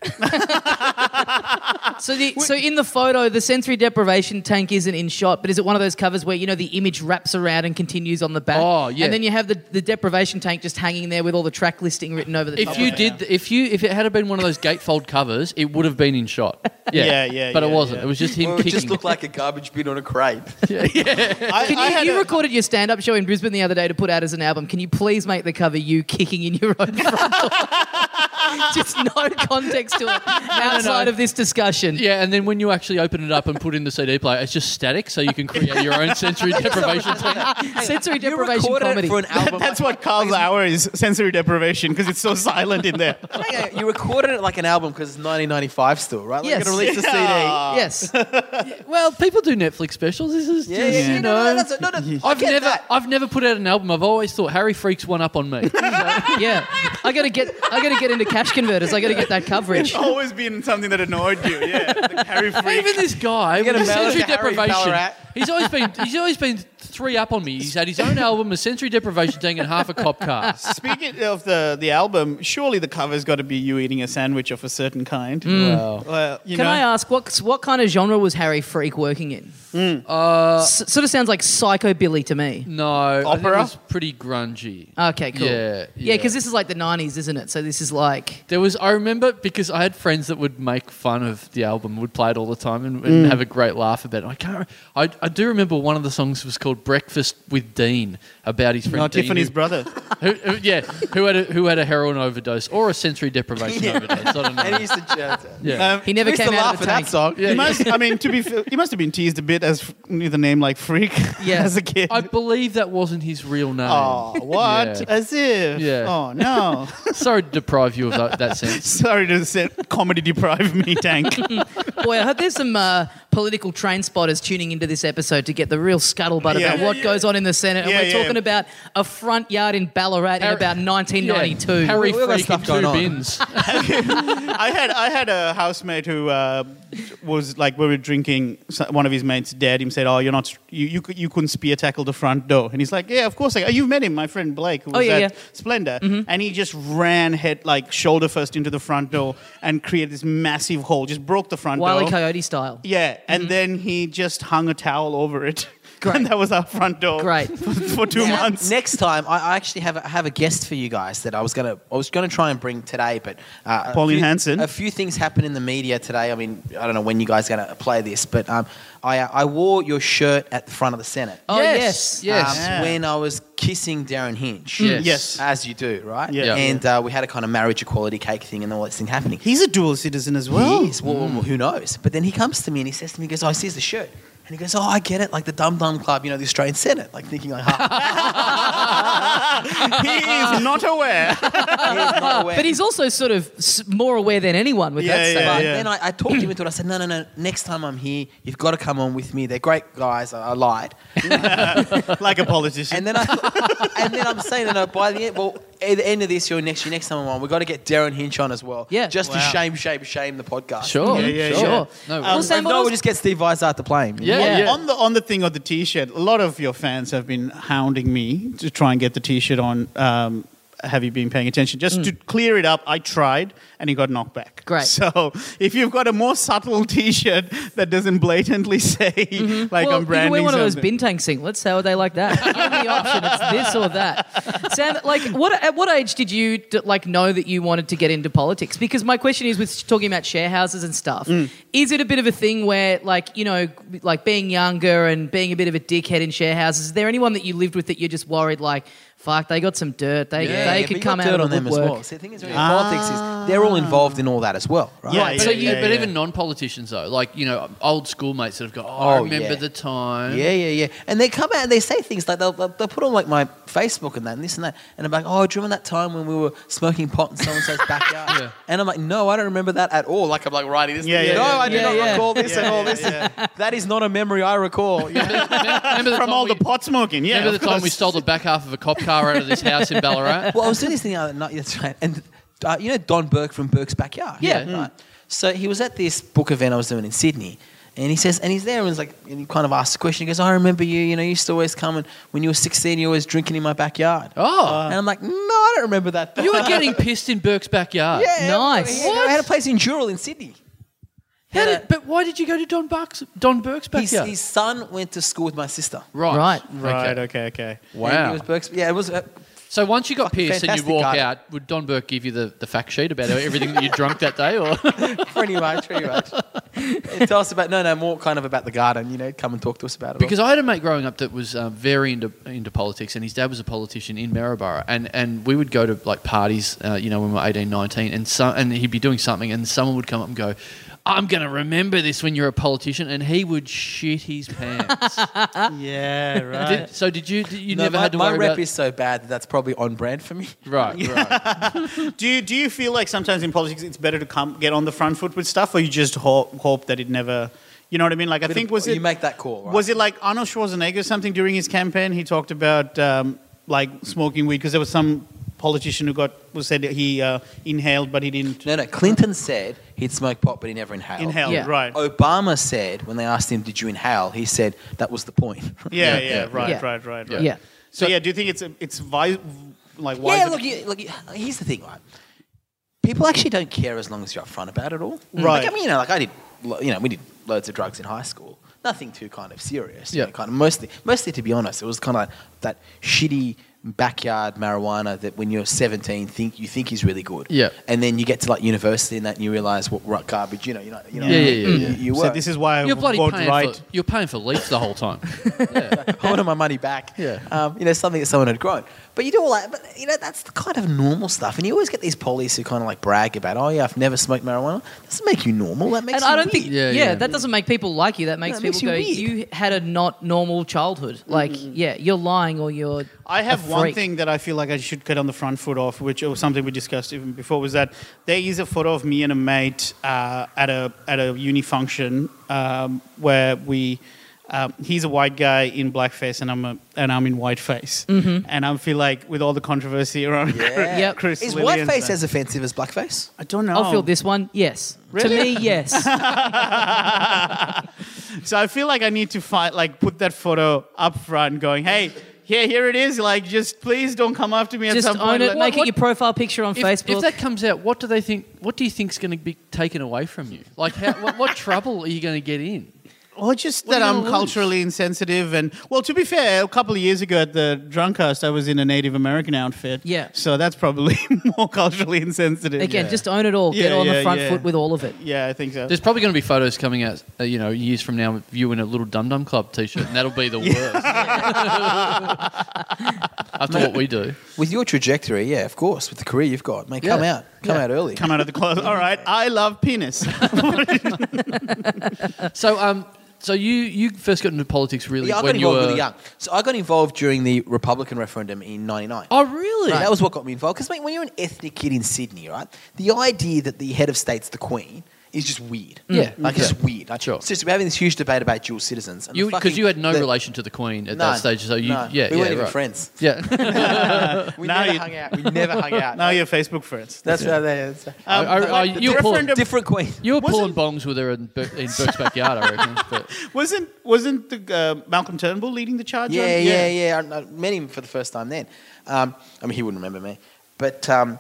Speaker 3: So, the, so in the photo, the sensory deprivation tank isn't in shot, but is it one of those covers where you know the image wraps around and continues on the back?
Speaker 4: Oh, yeah.
Speaker 3: And then you have the, the deprivation tank just hanging there with all the track listing written over the top.
Speaker 4: If you
Speaker 3: of it.
Speaker 4: did, if you if it had been one of those gatefold covers, it would have been in
Speaker 6: (laughs)
Speaker 4: shot.
Speaker 5: Yeah, yeah,
Speaker 4: But it
Speaker 5: yeah,
Speaker 4: wasn't.
Speaker 5: yeah.
Speaker 4: It was just him
Speaker 6: Well, it
Speaker 4: kicking.
Speaker 6: just looked like a garbage bin on a crate.
Speaker 5: I,
Speaker 3: Can
Speaker 5: I
Speaker 3: you,
Speaker 5: had
Speaker 3: you
Speaker 5: a-
Speaker 3: recorded your stand-up show in Brisbane the other day to put out as an album. Can you please make the cover you kicking in your own front
Speaker 5: (laughs)
Speaker 3: door? Just no context to it outside of this discussion.
Speaker 4: yeah, and then when you actually open it up and put in the CD player, it's just static, so you can create your own
Speaker 6: (laughs)
Speaker 4: sensory deprivation.
Speaker 3: Sensory
Speaker 6: You
Speaker 3: deprivation
Speaker 6: recorded
Speaker 3: comedy.
Speaker 6: it for an album.
Speaker 5: That's (laughs) what Carl's hour is sensory deprivation because it's so silent in there.
Speaker 6: Hang on, you recorded it like an album because it's 1995 still, right? Like
Speaker 3: Yes.
Speaker 6: You're going to release the CD.
Speaker 3: yes.
Speaker 4: well, people do Netflix specials. This is
Speaker 6: Yeah,
Speaker 4: just
Speaker 6: yeah, yeah.
Speaker 4: you
Speaker 6: No, no,
Speaker 4: know.
Speaker 6: no, that's- no, no, I
Speaker 4: I've
Speaker 6: get
Speaker 4: never,
Speaker 6: that.
Speaker 4: I've never put out an album. I've always thought Harry Freaks one up on
Speaker 6: (laughs)
Speaker 4: me.
Speaker 3: Yeah. I gotta get I gotta get into cash converters. I gotta get that coverage.
Speaker 5: Always been something that annoyed you, yeah. (laughs) The carry freak.
Speaker 4: Even this guy with
Speaker 6: get a
Speaker 4: his
Speaker 6: mail
Speaker 4: sensory
Speaker 6: to Harry
Speaker 4: deprivation.
Speaker 6: Ballarat.
Speaker 4: He's always been, he's always been three up on me. He's had his own album, a sensory deprivation thing, and half a cop car.
Speaker 5: Speaking of the, the album, surely the cover's got to be you eating a sandwich of a certain kind. Well, you
Speaker 3: Can
Speaker 5: know,
Speaker 3: I ask what what kind of genre was Harry Freak working in? Uh, S- sort of sounds like psychobilly to me.
Speaker 4: No, I think
Speaker 5: Opera?
Speaker 4: it was pretty grungy.
Speaker 3: Okay, cool.
Speaker 4: Yeah,
Speaker 3: yeah,
Speaker 4: yeah.
Speaker 3: because this is like the '90s, isn't it? So this is like
Speaker 4: There was, I remember because I had friends that would make fun of the album, would play it all the time, and, and
Speaker 6: Mm.
Speaker 4: have a great laugh about it. I can't. re- I, I do remember one of the songs was called "Breakfast with Dean" about his friend.
Speaker 5: no,
Speaker 4: Dean,
Speaker 5: Tiffany's
Speaker 4: who-
Speaker 5: brother.
Speaker 4: who, who- yeah, who had a, who had a heroin overdose or a sensory
Speaker 6: (laughs)
Speaker 4: deprivation overdose. I don't
Speaker 6: And he
Speaker 4: know.
Speaker 6: used to jazz it.
Speaker 4: Yeah.
Speaker 5: Um,
Speaker 3: he never
Speaker 6: used
Speaker 3: came
Speaker 6: to
Speaker 3: out
Speaker 6: laugh
Speaker 3: of the
Speaker 6: at
Speaker 3: tank.
Speaker 6: that song.
Speaker 4: Yeah,
Speaker 5: he
Speaker 4: yeah.
Speaker 5: must, I mean, to be fair, he must have been teased a bit as f- with a name like Freak
Speaker 3: Yeah.
Speaker 5: (laughs) as a kid.
Speaker 4: I believe that wasn't his real name. (laughs)
Speaker 5: oh, what?
Speaker 4: Yeah.
Speaker 5: As if.
Speaker 4: Yeah.
Speaker 5: Oh, no.
Speaker 4: Sorry to deprive you of that, that sense.
Speaker 5: Sorry to say, comedy deprive me, Tank.
Speaker 3: Boy, I hope there's some uh, political train spotters tuning into this episode to get the real scuttlebutt
Speaker 5: Yeah,
Speaker 3: about
Speaker 5: yeah,
Speaker 3: what
Speaker 5: yeah.
Speaker 3: goes on in the Senate.
Speaker 5: Yeah,
Speaker 3: and we're
Speaker 5: yeah,
Speaker 3: talking
Speaker 5: yeah.
Speaker 3: about a front yard in Ballarat in about 1992.
Speaker 4: Yeah, Harry
Speaker 6: We've got
Speaker 4: Freak
Speaker 6: stuff
Speaker 4: in
Speaker 6: going
Speaker 4: two
Speaker 6: on.
Speaker 4: bins.
Speaker 5: (laughs) I had I had a housemate who uh, was like we were drinking. so- One of his mates dead. Him said, "Oh, you're not you you, cou- you couldn't spear tackle the front door." And he's like, "Yeah, of course. I, oh, you've met him, my friend Blake, who was
Speaker 3: Oh, yeah,
Speaker 5: at
Speaker 3: yeah. Mm-hmm.
Speaker 5: Splendor." And he just ran head like shoulder first into the front door and created this massive hole. Just broke the front
Speaker 3: Wiley
Speaker 5: door.
Speaker 3: E. Coyote style.
Speaker 5: Yeah, and then he just hung a towel over it. (laughs)
Speaker 3: Great.
Speaker 5: and that was our front door.
Speaker 3: Great.
Speaker 5: (laughs) For, for two
Speaker 6: Now,
Speaker 5: months.
Speaker 6: Next time, I, I actually have a, have a guest for you guys that I was gonna I was gonna try and bring today, but uh, a
Speaker 5: Pauline
Speaker 6: few-
Speaker 5: Hanson.
Speaker 6: A few things happened in the media today. I mean, I don't know when you guys are gonna play this, but um, I I wore your shirt at the front of the Senate.
Speaker 4: Oh,
Speaker 3: Yes.
Speaker 4: yes. Yes.
Speaker 6: um,
Speaker 5: Yeah.
Speaker 6: when I was kissing Darren Hinch.
Speaker 4: Yes.
Speaker 5: Yes.
Speaker 6: As you do, right?
Speaker 5: Yeah.
Speaker 6: And uh, we had a kind of marriage equality cake thing and all this thing happening.
Speaker 5: He's a dual citizen as well.
Speaker 6: He is. Well, well, who knows? But then he comes to me and he says to me, he goes, oh, I see the shirt. And he goes, oh, I get it. Like the Dum Dum Club, you know, the Australian Senate. Like thinking like, ha, (laughs)
Speaker 5: he (laughs) is not aware.
Speaker 6: he's not aware.
Speaker 3: But he's also sort of s- more aware than anyone with
Speaker 5: Yeah,
Speaker 3: that
Speaker 5: yeah,
Speaker 3: stuff.
Speaker 6: But
Speaker 5: yeah.
Speaker 6: then I, I talked him into it. I said, no, no, no. Next time I'm here, you've got to come on with me. They're great guys. I, I lied.
Speaker 5: like a politician.
Speaker 6: And then I, (laughs) and then I'm saying, no, no, by the end, well, at the end of this, your next, your next time I'm on, we've got to get Darren Hinch on as well.
Speaker 3: Yeah.
Speaker 6: Just to
Speaker 5: Wow.
Speaker 6: shame, shame, shame the podcast. Um,
Speaker 4: Sure.
Speaker 5: Yeah, yeah,
Speaker 4: sure.
Speaker 5: yeah.
Speaker 4: No,
Speaker 3: Well, Sam,
Speaker 6: no,
Speaker 3: what
Speaker 6: we'll
Speaker 3: was-
Speaker 6: just get Steve Weisart to play him.
Speaker 4: yeah,
Speaker 3: Yeah.
Speaker 4: yeah.
Speaker 5: on the on the thing of the T-shirt, a lot of your fans have been hounding me to try and get the T-shirt on. Um, have you been paying attention? Just to clear it up, I tried and it got knocked back.
Speaker 3: Great.
Speaker 5: So if you've got a more subtle T-shirt that doesn't blatantly say (laughs)
Speaker 3: well, you
Speaker 5: like I'm
Speaker 3: can
Speaker 5: branding
Speaker 3: wear one of those
Speaker 5: something.
Speaker 3: bintang singlets. How are they like
Speaker 6: (laughs)
Speaker 3: that? Give me the option. It's this or that. Sam, like, what at what age did you d- like know that you wanted to get into politics? Because my question is, with talking about share houses and stuff,
Speaker 6: Mm.
Speaker 3: is it a bit of a thing where, like, you know, like being younger and being a bit of a dickhead in share houses? Is there anyone that you lived with that you're just worried, like, fuck, they got some dirt, they
Speaker 6: Yeah,
Speaker 3: they
Speaker 6: yeah, but
Speaker 3: could
Speaker 6: you
Speaker 3: come
Speaker 6: got
Speaker 3: out
Speaker 6: dirt
Speaker 3: of
Speaker 6: on
Speaker 3: the
Speaker 6: them as
Speaker 3: woodwork?
Speaker 6: well. See, the thing is, really, politics is they're all involved in all that as well, right?
Speaker 5: Ah. Yeah,
Speaker 4: So you, but
Speaker 5: yeah.
Speaker 4: even non-politicians though, like you know, old schoolmates that have gone. Oh, I
Speaker 6: Oh,
Speaker 4: remember
Speaker 6: yeah.
Speaker 4: the time.
Speaker 6: Yeah, yeah, yeah. And they come out and they say things like they'll, they'll, they'll put on like my Facebook and that and this and that. And I'm like, oh, do you remember that time when we were smoking pot in so and so's
Speaker 5: (laughs)
Speaker 6: backyard?
Speaker 4: Yeah.
Speaker 6: And I'm like, no, I don't remember that at all. Like I'm like writing this.
Speaker 5: Yeah, yeah,
Speaker 6: (laughs) no,
Speaker 5: yeah.
Speaker 6: I do
Speaker 3: Yeah,
Speaker 6: not
Speaker 3: yeah.
Speaker 6: recall this
Speaker 5: Yeah,
Speaker 6: at all.
Speaker 5: yeah,
Speaker 6: This is that is not a memory
Speaker 5: (laughs)
Speaker 6: I recall. You know?
Speaker 4: Remember the
Speaker 5: From
Speaker 4: time
Speaker 5: all
Speaker 4: we,
Speaker 5: the pot smoking, yeah.
Speaker 4: Remember
Speaker 5: of
Speaker 4: the time we
Speaker 5: course.
Speaker 4: stole the back half of a cop car out of this house in
Speaker 6: (laughs)
Speaker 4: Ballarat?
Speaker 6: well, I was doing this thing the other night. That's right. And uh, you know Don Burke from Burke's Backyard.
Speaker 4: Yeah. Mm.
Speaker 6: Right. So he was at this book event I was doing in Sydney. And he says, and he's there, and he's like, and he kind of asks a question. He goes, "I remember you. You know, you used to always come, and when you were 16, you were always drinking in my backyard."
Speaker 4: Oh,
Speaker 6: And I'm like, no, I don't remember that.
Speaker 4: you were getting pissed in Burke's backyard.
Speaker 6: (laughs) yeah,
Speaker 3: Nice.
Speaker 6: yeah, I had a place in Dural in Sydney.
Speaker 4: How did, but why did you go to Don Burke's, Don Burke's
Speaker 6: His,
Speaker 4: backyard?
Speaker 6: his son went to school with my sister.
Speaker 4: right.
Speaker 3: Right.
Speaker 5: Right. Okay. Okay.
Speaker 6: And
Speaker 4: Wow.
Speaker 6: he was Berks- yeah, it was. Uh,
Speaker 4: so once you got
Speaker 6: Fucking
Speaker 4: pissed and you
Speaker 6: fantastic
Speaker 4: walk
Speaker 6: guy.
Speaker 4: out, would Don Burke give you the, the fact sheet about everything that you drunk that day?
Speaker 6: (laughs)
Speaker 4: Or
Speaker 6: pretty much, pretty
Speaker 4: (laughs)
Speaker 6: much. And tell us about no, no, more kind of about the garden. You know, come and talk to us about it.
Speaker 4: Because I had a mate growing up that was uh, very into into politics, and his dad was a politician in Maryborough, and, and we would go to like parties, uh, you know, when we were 18, 19, and so, and he'd be doing something, and someone would come up and go, "I'm going to remember this when you're a politician," and he would shit his
Speaker 6: (laughs)
Speaker 4: pants.
Speaker 5: Yeah. Right.
Speaker 4: Did- so did you? Did, you
Speaker 6: No,
Speaker 4: never
Speaker 6: my,
Speaker 4: had to
Speaker 6: my
Speaker 4: worry
Speaker 6: rep
Speaker 4: about
Speaker 6: is so bad that that's probably on brand for me. (laughs)
Speaker 4: right, right.
Speaker 5: Do you do you feel like sometimes in politics it's better to come get on the front foot with stuff, or you just hope, hope that it never, you know what I mean? Like I
Speaker 6: Bit
Speaker 5: think
Speaker 6: of-
Speaker 5: was
Speaker 6: you
Speaker 5: it
Speaker 6: make that call, right?
Speaker 5: was it like Arnold Schwarzenegger or something during his campaign? He talked about um, like smoking weed because there was some politician who got was said that he uh, inhaled but he didn't
Speaker 6: No, no. Clinton said he'd smoke pot, but he never inhaled. Oh,
Speaker 5: inhale.
Speaker 3: Yeah.
Speaker 5: Right.
Speaker 6: Obama said when they asked him, "Did you inhale?" He said that was the point. (laughs)
Speaker 5: yeah, yeah,
Speaker 4: yeah, yeah.
Speaker 5: Right,
Speaker 3: Yeah.
Speaker 5: right. Right. Right.
Speaker 3: Yeah.
Speaker 5: So yeah, do you think it's it's vi- like why?
Speaker 6: Yeah, look, you, look. you- Here's the thing, right? People actually don't care as long as you're upfront about it all.
Speaker 4: Mm.
Speaker 5: Right.
Speaker 6: Like, I mean, you know, like I did, lo- you know, we did loads of drugs in high school. Nothing too kind of serious. you
Speaker 4: Yeah.
Speaker 6: know, kind of mostly, mostly to be honest, it was kind of like that shitty backyard marijuana that when you're 17 think you think is really good.
Speaker 4: Yeah.
Speaker 6: And then you get to like university and that and you realize what ru- garbage, you know, you know, you know.
Speaker 4: Yeah, yeah, yeah,
Speaker 6: You,
Speaker 4: yeah.
Speaker 6: you
Speaker 5: so
Speaker 6: were.
Speaker 5: this is why I
Speaker 4: You're bloody
Speaker 5: won't
Speaker 4: paying
Speaker 5: write.
Speaker 4: for you're paying for leaks the whole time.
Speaker 6: (laughs) I wanted my money back.
Speaker 4: Yeah.
Speaker 6: Um, you know, something that someone had grown. But you do all that, but you know, that's the kind of normal stuff. And you always get these police who kind of like brag about, oh, yeah, I've never smoked marijuana. doesn't make you normal. That makes
Speaker 3: And
Speaker 6: you
Speaker 3: I don't
Speaker 6: weird.
Speaker 3: think, yeah,
Speaker 4: Yeah, yeah.
Speaker 3: that doesn't make people like you. That makes
Speaker 6: it
Speaker 3: people
Speaker 6: makes you
Speaker 3: go,
Speaker 6: weird.
Speaker 4: Mm-hmm.
Speaker 3: you had a not normal childhood. Like, yeah, you're lying or you're
Speaker 5: I have
Speaker 3: a freak.
Speaker 5: one thing that I feel like I should cut on the front foot of, which was something we discussed even before, was that there is a photo of me and a mate uh, at a at a uni function um, where we. Um, he's a white guy in blackface, and I'm a, and I'm in whiteface,
Speaker 3: Mm-hmm.
Speaker 5: and I feel like with all the controversy around
Speaker 3: Yep.
Speaker 5: (laughs) Chris,
Speaker 6: Is
Speaker 5: Lillian,
Speaker 6: whiteface
Speaker 5: that-
Speaker 6: as offensive as blackface?
Speaker 5: I don't know.
Speaker 3: I'll
Speaker 4: Oh.
Speaker 3: field this one. Yes. To me,
Speaker 4: (laughs)
Speaker 3: yes.
Speaker 5: So I feel like I need to find, like, put that photo up front, going, "Hey, here, here it is. Like, just please don't come after me at
Speaker 3: Just
Speaker 5: some
Speaker 3: own
Speaker 5: point."
Speaker 3: it.
Speaker 5: Like-
Speaker 3: make it your profile picture on
Speaker 4: If,
Speaker 3: Facebook.
Speaker 4: if that comes out, what do they think? What do you think is going to be taken away from you? Like, how, what, what trouble are you going to get in?
Speaker 5: Or just
Speaker 4: What
Speaker 5: that
Speaker 4: are you
Speaker 5: I'm
Speaker 4: gonna lose?
Speaker 5: culturally insensitive and well, to be fair, a couple of years ago at the Drunkcast, I was in a Native American outfit.
Speaker 3: Yeah.
Speaker 5: So that's probably (laughs) more culturally insensitive.
Speaker 3: Again, just own it all. Get
Speaker 5: Yeah,
Speaker 3: on the
Speaker 5: yeah,
Speaker 3: front
Speaker 5: yeah.
Speaker 3: foot with all of it.
Speaker 5: yeah, I think so.
Speaker 4: There's probably going to be photos coming out, uh, you know, years from now of you in a little Dum Dum Club t-shirt, and that'll be the worst. (laughs) After what we do,
Speaker 6: With your trajectory, yeah, of course. With the career you've got, mate, come
Speaker 4: Yeah.
Speaker 6: out, come out early.
Speaker 5: (laughs) come out of the closet. All right, I love
Speaker 6: (laughs)
Speaker 5: penis.
Speaker 4: so um, so you you first got into politics really
Speaker 6: yeah, I got
Speaker 4: when you
Speaker 6: involved
Speaker 4: were
Speaker 6: really young. So I got involved during the Republican referendum in '99.
Speaker 4: Oh, really?
Speaker 6: That was what got me involved. Because, mate, when you're an ethnic kid in Sydney, right, the idea that the head of state's the queen is just weird.
Speaker 4: Yeah,
Speaker 6: Like,
Speaker 4: okay.
Speaker 6: it's just weird. Like,
Speaker 4: Sure.
Speaker 6: it's just- we're having this huge debate about dual citizens. and the
Speaker 4: You because
Speaker 6: fucking-
Speaker 4: you had no
Speaker 6: the-
Speaker 4: relation to the Queen at
Speaker 6: No,
Speaker 4: that stage, so you
Speaker 6: no,
Speaker 4: yeah yeah
Speaker 6: we weren't even
Speaker 4: right.
Speaker 6: friends.
Speaker 4: (laughs) Yeah,
Speaker 6: (laughs) We
Speaker 5: Now
Speaker 6: never
Speaker 5: you-
Speaker 6: hung out. We never hung
Speaker 4: (laughs)
Speaker 6: out.
Speaker 5: now you're Facebook friends.
Speaker 6: That's right. That's right.
Speaker 4: I- I- I- Oh, you were pulling,
Speaker 5: referendum-
Speaker 6: Different queen.
Speaker 4: you were pulling
Speaker 5: Wasn't-
Speaker 4: bongs with her in, Ber- in
Speaker 6: (laughs)
Speaker 4: Burke's backyard, I reckon. But
Speaker 5: Wasn't wasn't the, uh, Malcolm Turnbull leading the charge? on-
Speaker 6: Yeah, yeah, yeah. I, I met him for the first time then. Um, I mean, he wouldn't remember me, but um,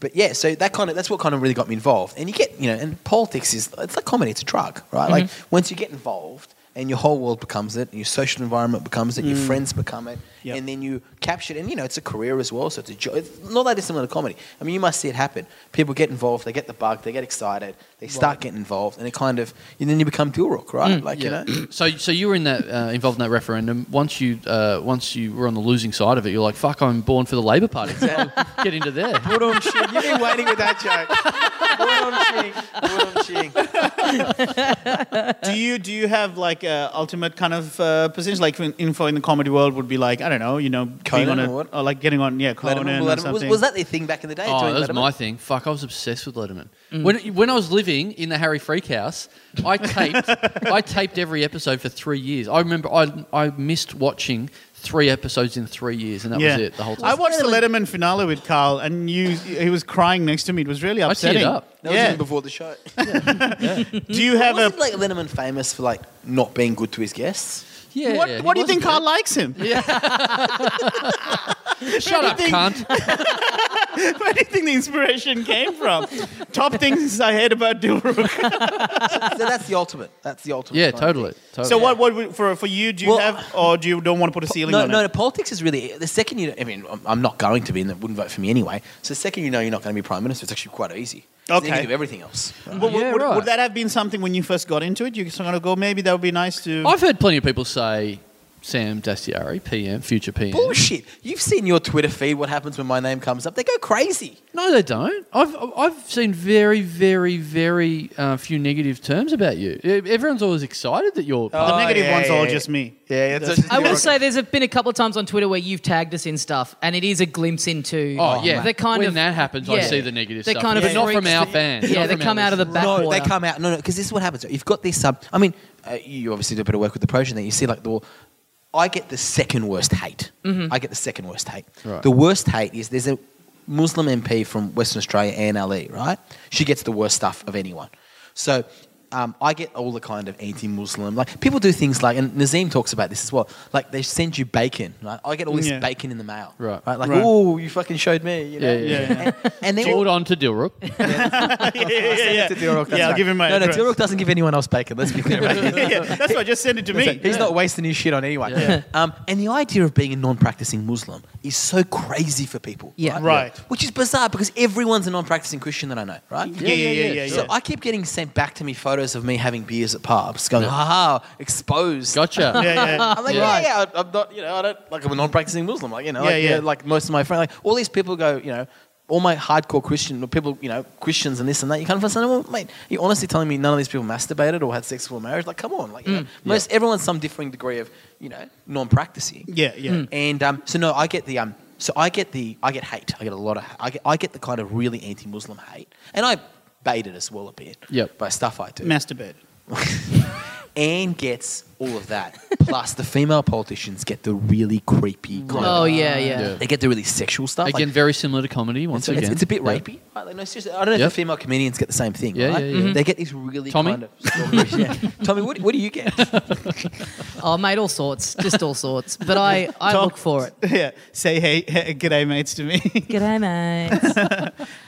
Speaker 6: but yeah. So that kind of that's what kind of really got me involved. And you get you know, and politics is it's like comedy. It's a drug, right? Like once you get involved, and your whole world becomes it, and your social environment becomes it, your friends become it,
Speaker 5: Yep.
Speaker 6: and then you capture it. And you know, it's a career as well. So it's a job. It's not that dissimilar to comedy. I mean, you must see it happen. People get involved. They get the bug. They get excited. They start getting involved, and it kind of and then you become dual rock, right? like
Speaker 4: yeah.
Speaker 6: you know.
Speaker 4: so so you were in that uh, involved in that referendum. Once you uh, once you were on the losing side of it, you're like, fuck, I'm born for the Labor
Speaker 5: (laughs)
Speaker 4: Party. I'll Get into there.
Speaker 6: You've been waiting with that joke.
Speaker 5: do you do you have like a ultimate kind of uh, position? Like in- info in the comedy world would be like I don't know, you know,
Speaker 6: Conan
Speaker 5: being on
Speaker 6: or
Speaker 5: a,
Speaker 6: what?
Speaker 5: or like getting on yeah, Conan or
Speaker 6: Letterman, Letterman. Was,
Speaker 5: something.
Speaker 6: was that the thing back in the day?
Speaker 4: Oh,
Speaker 6: doing
Speaker 4: that was
Speaker 6: Letterman?
Speaker 4: my thing. Fuck, I was obsessed with Letterman.
Speaker 5: Mm.
Speaker 4: When when I was living in the Harry Freak house, I
Speaker 5: (laughs)
Speaker 4: taped I taped every episode for three years. I remember I I missed watching three episodes in three years, and that was it the whole time.
Speaker 5: I watched the Letterman finale with Carl, and you, he was crying next to me. It was really upsetting.
Speaker 4: up.
Speaker 6: That was
Speaker 5: yeah.
Speaker 6: even before the show.
Speaker 5: Do you have
Speaker 6: Wasn't
Speaker 5: a?
Speaker 6: like Letterman famous for like not being good to his guests?
Speaker 4: yeah,
Speaker 5: what
Speaker 4: he
Speaker 5: what do you
Speaker 4: wasn't
Speaker 5: think
Speaker 4: bad.
Speaker 5: Carl likes him?
Speaker 4: (laughs) Shut up, cunt.
Speaker 5: (laughs) Where do you think the inspiration came
Speaker 6: (laughs)
Speaker 5: from? Top things I hate about Dilrook.
Speaker 6: so that's the ultimate. That's the
Speaker 5: (laughs)
Speaker 6: ultimate.
Speaker 4: Yeah,
Speaker 6: kind of
Speaker 4: totally. totally.
Speaker 5: So what what would- for for you? Do you
Speaker 6: Well-
Speaker 5: have or do you don't want to put a
Speaker 6: thing.
Speaker 5: ceiling
Speaker 6: No,
Speaker 5: on
Speaker 6: no,
Speaker 5: it?
Speaker 6: no. Politics is really the second you. I mean, I'm- I'm not going to be, and they wouldn't vote for me anyway. So the second you know you're not going to be prime minister, it's actually quite easy. So then you
Speaker 5: Okay.
Speaker 6: can do everything else. right?
Speaker 5: Would,
Speaker 4: Yeah,
Speaker 5: would,
Speaker 4: right.
Speaker 5: would that have been something when you first got into it? You're going to go. Maybe that would be nice to.
Speaker 4: I've heard plenty of people say Sam Dastiari, PM, future PM.
Speaker 6: Bullshit. You've seen your Twitter feed. What happens when my name comes up? They go crazy.
Speaker 4: No, they don't. I've I've seen very, very, very uh, few negative terms about you. E- Everyone's always excited that you're.
Speaker 5: the Oh, negative
Speaker 6: uh, yeah,
Speaker 5: ones
Speaker 6: yeah,
Speaker 5: are all
Speaker 6: yeah.
Speaker 5: just me.
Speaker 6: Yeah,
Speaker 3: I will say there's a- been a couple of times on Twitter where you've tagged us in stuff, and it is a glimpse into
Speaker 4: Oh, yeah.
Speaker 3: the kind
Speaker 4: when
Speaker 3: of
Speaker 4: that happens, I
Speaker 3: yeah.
Speaker 4: see the negative
Speaker 3: They're
Speaker 4: stuff.
Speaker 3: kind of
Speaker 4: but not
Speaker 3: freaks
Speaker 4: from our
Speaker 3: that-
Speaker 4: fans.
Speaker 3: Yeah,
Speaker 4: not
Speaker 3: they
Speaker 4: from
Speaker 3: come
Speaker 4: our
Speaker 3: out of the
Speaker 4: listeners.
Speaker 3: back.
Speaker 6: No, they
Speaker 3: water.
Speaker 6: come out. No, no, because this is what happens. You've got these sub. I mean, uh, you obviously do a bit of work with the project. That you see, like the. I get the second worst hate.
Speaker 3: Mm-hmm.
Speaker 6: I get the second worst hate.
Speaker 4: Right.
Speaker 6: The worst hate is there's a Muslim MP from Western Australia, Anne Ali, right? She gets the worst stuff of anyone. So um, I get all the kind of anti-Muslim. Like people do things like, and Nazim talks about this as well. Like they send you bacon. Right? I get all this
Speaker 5: Yeah.
Speaker 6: bacon in the mail.
Speaker 4: Right.
Speaker 6: Right. Like,
Speaker 5: Right.
Speaker 6: oh, you fucking showed me. You know?
Speaker 4: Yeah,
Speaker 6: (laughs)
Speaker 4: yeah,
Speaker 5: (laughs) yeah.
Speaker 6: And, and then
Speaker 4: Hold on to Dilrup.
Speaker 5: yeah, yeah, yeah, yeah.
Speaker 6: to Dilruk, that's
Speaker 5: Yeah, I'll
Speaker 6: right.
Speaker 5: give him my
Speaker 6: No,
Speaker 5: address.
Speaker 6: no, Dilruk doesn't give anyone else bacon. Let's be clear about that.
Speaker 5: (laughs) yeah, that's why. Just send it to (laughs) me.
Speaker 6: He's not wasting his shit on anyone. Um, and the idea of being a non-practicing Muslim is so crazy for people.
Speaker 3: Yeah.
Speaker 5: Right.
Speaker 6: Which is bizarre because everyone's a non-practicing Christian that I know, right?
Speaker 5: Yeah, yeah, yeah, yeah.
Speaker 6: So I keep getting sent back to me photos of me having beers at pubs, going, "Haha, exposed."
Speaker 4: Gotcha.
Speaker 5: (laughs) yeah,
Speaker 6: (laughs)
Speaker 5: yeah.
Speaker 6: I'm like,
Speaker 4: Yeah.
Speaker 6: yeah, yeah, I- I'm not, you know, I don't like I'm a non-practicing Muslim, like you know,
Speaker 5: Yeah,
Speaker 6: like,
Speaker 5: yeah.
Speaker 6: yeah, like most of my friends, like all these people go, you know, all my hardcore Christian people, you know, Christians and this and that. You kind of understand, well, mate, you honestly telling me none of these people masturbated or had sexual marriage? Like, come on, like
Speaker 5: Mm.
Speaker 6: you know, most everyone's some differing degree of, you know, non-practicing.
Speaker 5: Yeah, yeah.
Speaker 6: And um, so no, I get the um, So I get the I get hate. I get a lot of I get I get the kind of really anti-Muslim hate, and I bait it as well a bit.
Speaker 4: Yep.
Speaker 6: By stuff I do.
Speaker 5: Masturbate.
Speaker 6: Anne gets all of that. Plus, the female politicians get the really creepy. Kind
Speaker 3: Oh
Speaker 6: of,
Speaker 3: yeah, yeah.
Speaker 4: Yeah.
Speaker 6: They get the really sexual stuff. like-
Speaker 4: Again, very similar to comedy. Once
Speaker 6: so it's,
Speaker 4: again,
Speaker 6: it's a bit
Speaker 4: Yeah.
Speaker 6: rapey. Right? Like, no, seriously, I don't know
Speaker 4: Yep.
Speaker 6: if the female comedians get the same thing.
Speaker 4: Yeah,
Speaker 6: right?
Speaker 4: yeah, yeah. Mhm.
Speaker 6: They get these really
Speaker 4: Tommy?
Speaker 6: kind of stories. yeah. Tommy, what, what do you get?
Speaker 3: Oh mate, all sorts, just all sorts. But I, I
Speaker 5: Tom-
Speaker 3: look for it.
Speaker 5: (laughs) yeah. Say hey, hey, g'day mates to me. (laughs)
Speaker 3: G'day mate.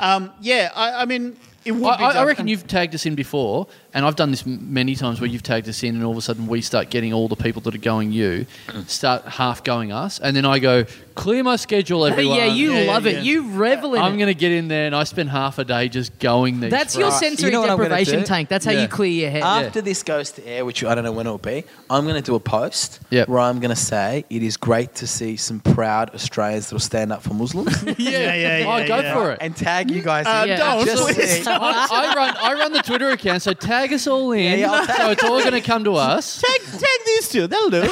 Speaker 5: um, yeah, I, I mean, it would be
Speaker 4: I, I
Speaker 5: tough.
Speaker 4: reckon you've tagged us in before, and I've done this m- many times where you've tagged us in, and all of a sudden we start getting all the people that are going you start half going us, and then I go clear my
Speaker 6: (laughs)
Speaker 4: schedule, everyone.
Speaker 3: yeah, you
Speaker 5: Yeah,
Speaker 3: love
Speaker 5: yeah,
Speaker 3: it.
Speaker 5: yeah.
Speaker 3: You revel in
Speaker 4: I'm
Speaker 3: it.
Speaker 4: going to get in there, and I spend half a day just going these.
Speaker 3: That's your
Speaker 4: routes.
Speaker 3: sensory
Speaker 6: You know what I'm gonna
Speaker 3: deprivation
Speaker 6: do?
Speaker 3: tank. That's how
Speaker 4: Yeah.
Speaker 3: you clear your head.
Speaker 6: After this goes to air, which I don't know when it'll be, I'm going to do a post
Speaker 4: Yep.
Speaker 6: where I'm going to say it is great to see some proud Australians that will stand up for Muslims
Speaker 5: Yeah, yeah, yeah,
Speaker 4: I Oh, go
Speaker 5: yeah.
Speaker 4: for it.
Speaker 6: and tag you guys. in.
Speaker 3: Yeah. don't,
Speaker 4: (laughs)
Speaker 6: Just
Speaker 5: please.
Speaker 6: saying.
Speaker 4: I, I run, I run the Twitter account, so tag us all in.
Speaker 6: Yeah, yeah, I'll
Speaker 4: so it's all going to come to us.
Speaker 5: Tag, tag these two. That'll (laughs) do.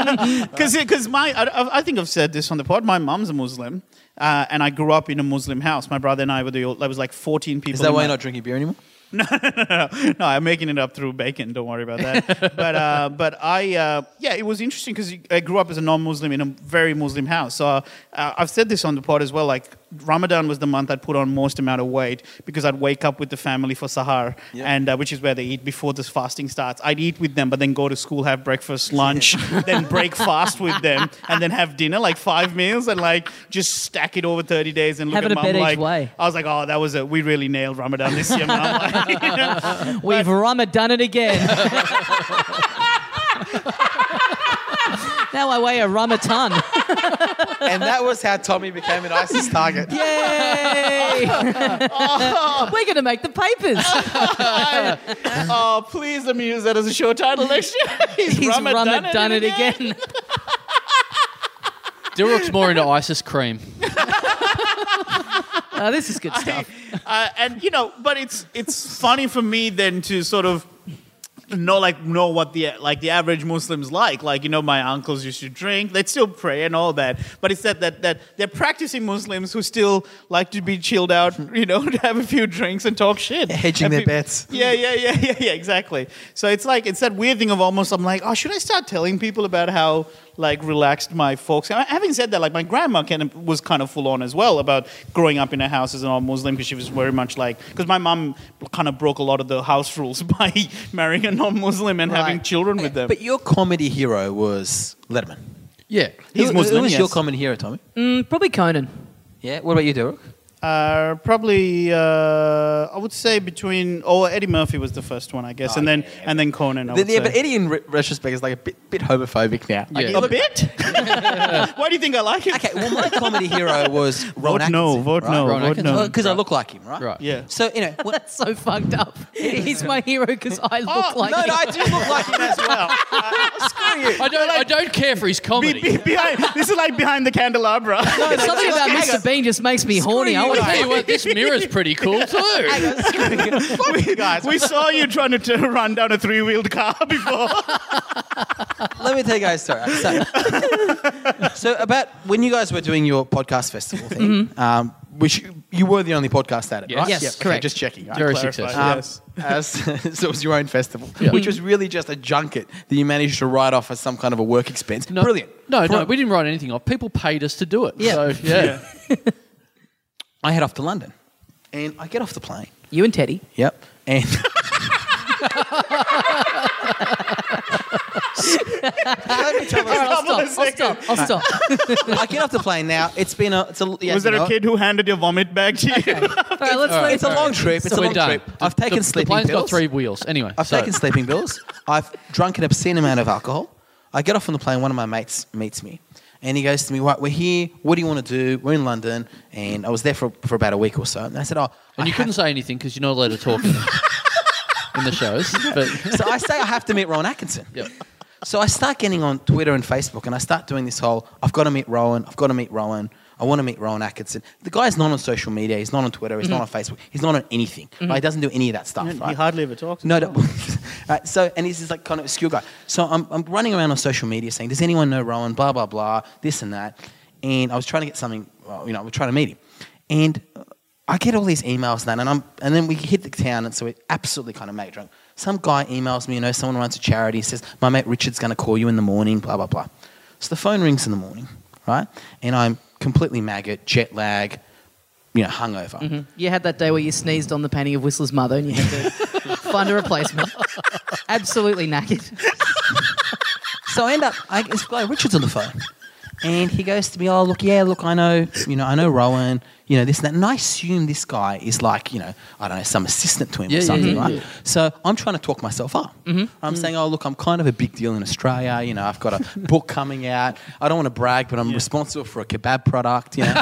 Speaker 5: Because my, I- I, I think I've said this on the pod. My mum's a Muslim, uh, and I grew up in a Muslim house. My brother and I were the. old- I was like fourteen people.
Speaker 6: Is that
Speaker 5: in
Speaker 6: why
Speaker 5: my-
Speaker 6: you're not drinking beer anymore?
Speaker 5: (laughs) no, I'm making it up through bacon. Don't worry
Speaker 3: (laughs)
Speaker 5: about that. but uh, but I uh, yeah, it was interesting because I grew up as a non-Muslim in a very Muslim house. So uh, I've said this on the pod as well. Like Ramadan was the month I'd put on most amount of weight because I'd wake up with the family for sahar, and uh, which is where they eat before the fasting starts. I'd eat with them, but then go to school, have
Speaker 3: (laughs)
Speaker 5: breakfast, lunch, (laughs) then break fast with them, and then have dinner, like five meals, and like just stack it over 30 days and look
Speaker 3: Have
Speaker 5: at
Speaker 3: it a
Speaker 5: mum
Speaker 3: bit each
Speaker 5: like
Speaker 3: way.
Speaker 5: I was like, oh, that was a we really nailed Ramadan this year, mum. Like, you know?
Speaker 3: We've Ramadan it (laughs) again. now I weigh a Ramadan.
Speaker 6: And that was how Tommy became an ISIS
Speaker 3: (laughs)
Speaker 6: target.
Speaker 3: Yay! Oh. We're going to make the papers.
Speaker 5: Oh, please let me use that as a show title
Speaker 6: (laughs)
Speaker 5: next year.
Speaker 3: (laughs)
Speaker 5: He's,
Speaker 3: He's
Speaker 5: Ramadan
Speaker 3: Ramadan it again. (laughs)
Speaker 4: Dilruk's more into ISIS cream.
Speaker 3: Oh, this is good stuff.
Speaker 5: Uh, and you know, but it's it's funny for me then to sort of know like know what the like the average Muslims like. Like you know, my uncles used to drink. They still pray and all that. But it's that that that they're practicing Muslims who still like to be chilled out. You know, (laughs) to have a few drinks and talk shit,
Speaker 6: Hedging
Speaker 5: And
Speaker 6: their
Speaker 5: pe-
Speaker 6: bets.
Speaker 5: Yeah, yeah, yeah, (laughs) yeah, yeah. Exactly. So it's like it's that weird thing of almost. I'm like, oh, should I start telling people about how like relaxed my folks? And having said that, like my grandma kind of, was kind of full on as well about growing up in a house as an all Muslim because she was very much like because my mom kind of broke a lot of the house rules (laughs) by marrying a non-Muslim and having
Speaker 3: Right.
Speaker 5: children with them.
Speaker 6: But your comedy hero was Letterman.
Speaker 4: Yeah.
Speaker 5: He's
Speaker 6: who,
Speaker 5: Muslim,
Speaker 6: Who was
Speaker 5: yes.
Speaker 6: your comedy hero, Tommy?
Speaker 3: Mm, probably Conan.
Speaker 6: Yeah. What about you, Derek?
Speaker 5: Uh, probably, uh, I would say between. Oh, Eddie Murphy was the first one, I guess,
Speaker 6: Oh,
Speaker 5: and then
Speaker 6: yeah, yeah.
Speaker 5: and then Conan. I
Speaker 6: The-
Speaker 5: would
Speaker 6: yeah,
Speaker 5: say.
Speaker 6: but Eddie in re- retrospect is like a bit, bit homophobic now.
Speaker 4: Yeah.
Speaker 5: a bit. Why do you think I like it?
Speaker 6: (laughs) Okay, well, my comedy hero was
Speaker 5: (laughs)
Speaker 6: Ron
Speaker 5: Vote no,
Speaker 6: Atkinson,
Speaker 5: vote
Speaker 6: right?
Speaker 5: no,
Speaker 4: Ron
Speaker 5: vote
Speaker 4: Atkinson.
Speaker 5: no.
Speaker 6: Because I look like him, right?
Speaker 4: Right.
Speaker 5: Yeah.
Speaker 6: So,
Speaker 5: (laughs)
Speaker 6: you know, when-
Speaker 3: That's so fucked up. He's my hero because I look
Speaker 5: Oh,
Speaker 3: like
Speaker 6: no,
Speaker 3: him.
Speaker 6: no, I do look like him as well.
Speaker 4: I don't, I don't care for his
Speaker 5: Be-
Speaker 4: comedy.
Speaker 5: be- behind,
Speaker 6: (laughs)
Speaker 5: this is like behind the candelabra.
Speaker 3: Something about Mr. Bean just makes me horny. I
Speaker 5: you
Speaker 3: want
Speaker 4: Tell you what, this mirror's pretty
Speaker 6: (laughs)
Speaker 4: cool too.
Speaker 5: (laughs) we, guys, we saw you trying to turn, run down a three-wheeled car (laughs) before.
Speaker 6: Let me tell you guys a story.
Speaker 4: (laughs)
Speaker 6: So, so about when you guys were doing your podcast festival thing, um, which you, you were the only podcast at it,
Speaker 4: Yes.
Speaker 6: right?
Speaker 4: Mm-hmm. Yes,
Speaker 6: okay,
Speaker 3: correct.
Speaker 6: just checking. right?
Speaker 4: Very
Speaker 5: Clarify. Ah,
Speaker 4: successful.
Speaker 6: Um,
Speaker 5: Yes.
Speaker 6: as, (laughs) so it was your own festival, which was really just a junket that you managed to write off as some kind of a work expense.
Speaker 4: No,
Speaker 6: Brilliant.
Speaker 4: No, no,
Speaker 6: Brilliant.
Speaker 4: we didn't write anything off. People paid us to do it.
Speaker 3: Yeah.
Speaker 4: So, yeah.
Speaker 6: I head off to London, and I get off the plane.
Speaker 3: You and Teddy.
Speaker 6: Yep. And (laughs) Let me tell you-
Speaker 5: Couple
Speaker 3: I'll
Speaker 5: of
Speaker 3: stop. I'll
Speaker 5: seconds.
Speaker 3: stop. I'll stop.
Speaker 6: (laughs) I get off the plane now. It's been a. It's a yeah,
Speaker 5: Was there
Speaker 6: you
Speaker 5: a
Speaker 6: know,
Speaker 5: kid who handed your vomit bag (laughs) to you?
Speaker 3: All right, let's
Speaker 4: All right.
Speaker 6: It's a long trip. It's a
Speaker 4: We're
Speaker 6: long
Speaker 4: done.
Speaker 6: trip.
Speaker 4: The-
Speaker 6: I've taken
Speaker 4: the,
Speaker 6: sleeping
Speaker 4: The plane's
Speaker 6: pills.
Speaker 4: got three wheels. Anyway,
Speaker 6: I've
Speaker 4: so-
Speaker 6: taken sleeping pills. I've drunk an obscene amount of alcohol. I get off on the plane. One of my mates meets me, and he goes to me, "Right, we're here. What do you want to do? We're in London, and I was there for, for about a week or so." And I said, "Oh,
Speaker 4: and
Speaker 6: I
Speaker 4: you couldn't
Speaker 6: have-
Speaker 4: say anything because you're not allowed to talk in
Speaker 6: (laughs)
Speaker 4: the, in the shows. But
Speaker 6: So I say I have to meet Rowan Atkinson.
Speaker 4: yeah.
Speaker 6: So I start getting on Twitter and Facebook, and I start doing this whole "I've got to meet Rowan. I've got to meet Rowan. I want to meet Rowan Atkinson." The guy's not on social media. He's not on Twitter. He's
Speaker 4: Mm-hmm.
Speaker 6: not on Facebook. He's not on anything. Right? He doesn't do any of that stuff. right?
Speaker 5: ever talks.
Speaker 6: No, no. (laughs) Right, so, and he's this like kind of obscure guy. So I'm, I'm running around on social media saying, does anyone know Rowan? Blah, blah, blah, this and that. and I was trying to get something. Well, you know, we're trying to meet him, and I get all these emails and that, and I'm, and then we hit the town, and so we absolutely kind of make drunk. Some guy emails me, you know, someone runs a charity, says, "My mate Richard's going to call you in the morning," blah blah blah. So the phone rings in the morning, right? And I'm completely maggot, jet lag, you know, hungover.
Speaker 3: (laughs) You had that day where you sneezed on the painting of Whistler's mother and you had
Speaker 6: (laughs)
Speaker 3: to find a replacement. Absolutely knackered.
Speaker 6: So I end up, I, it's Guy Richards on the phone. And he goes to me, oh, look, yeah, look, I know, you know, I know Rowan, you know, this and that. And I assume this guy is like, you know, I don't know, some assistant to him
Speaker 4: Yeah,
Speaker 6: or
Speaker 4: yeah,
Speaker 6: something,
Speaker 4: yeah, Mm-hmm,
Speaker 6: right?
Speaker 4: yeah.
Speaker 6: So I'm trying to talk myself up. I'm saying, oh, look, I'm kind of a big deal in Australia. You know, I've got
Speaker 4: (laughs)
Speaker 6: a book coming out. I don't want to brag, but I'm responsible for a kebab product,
Speaker 4: (laughs)
Speaker 6: you know.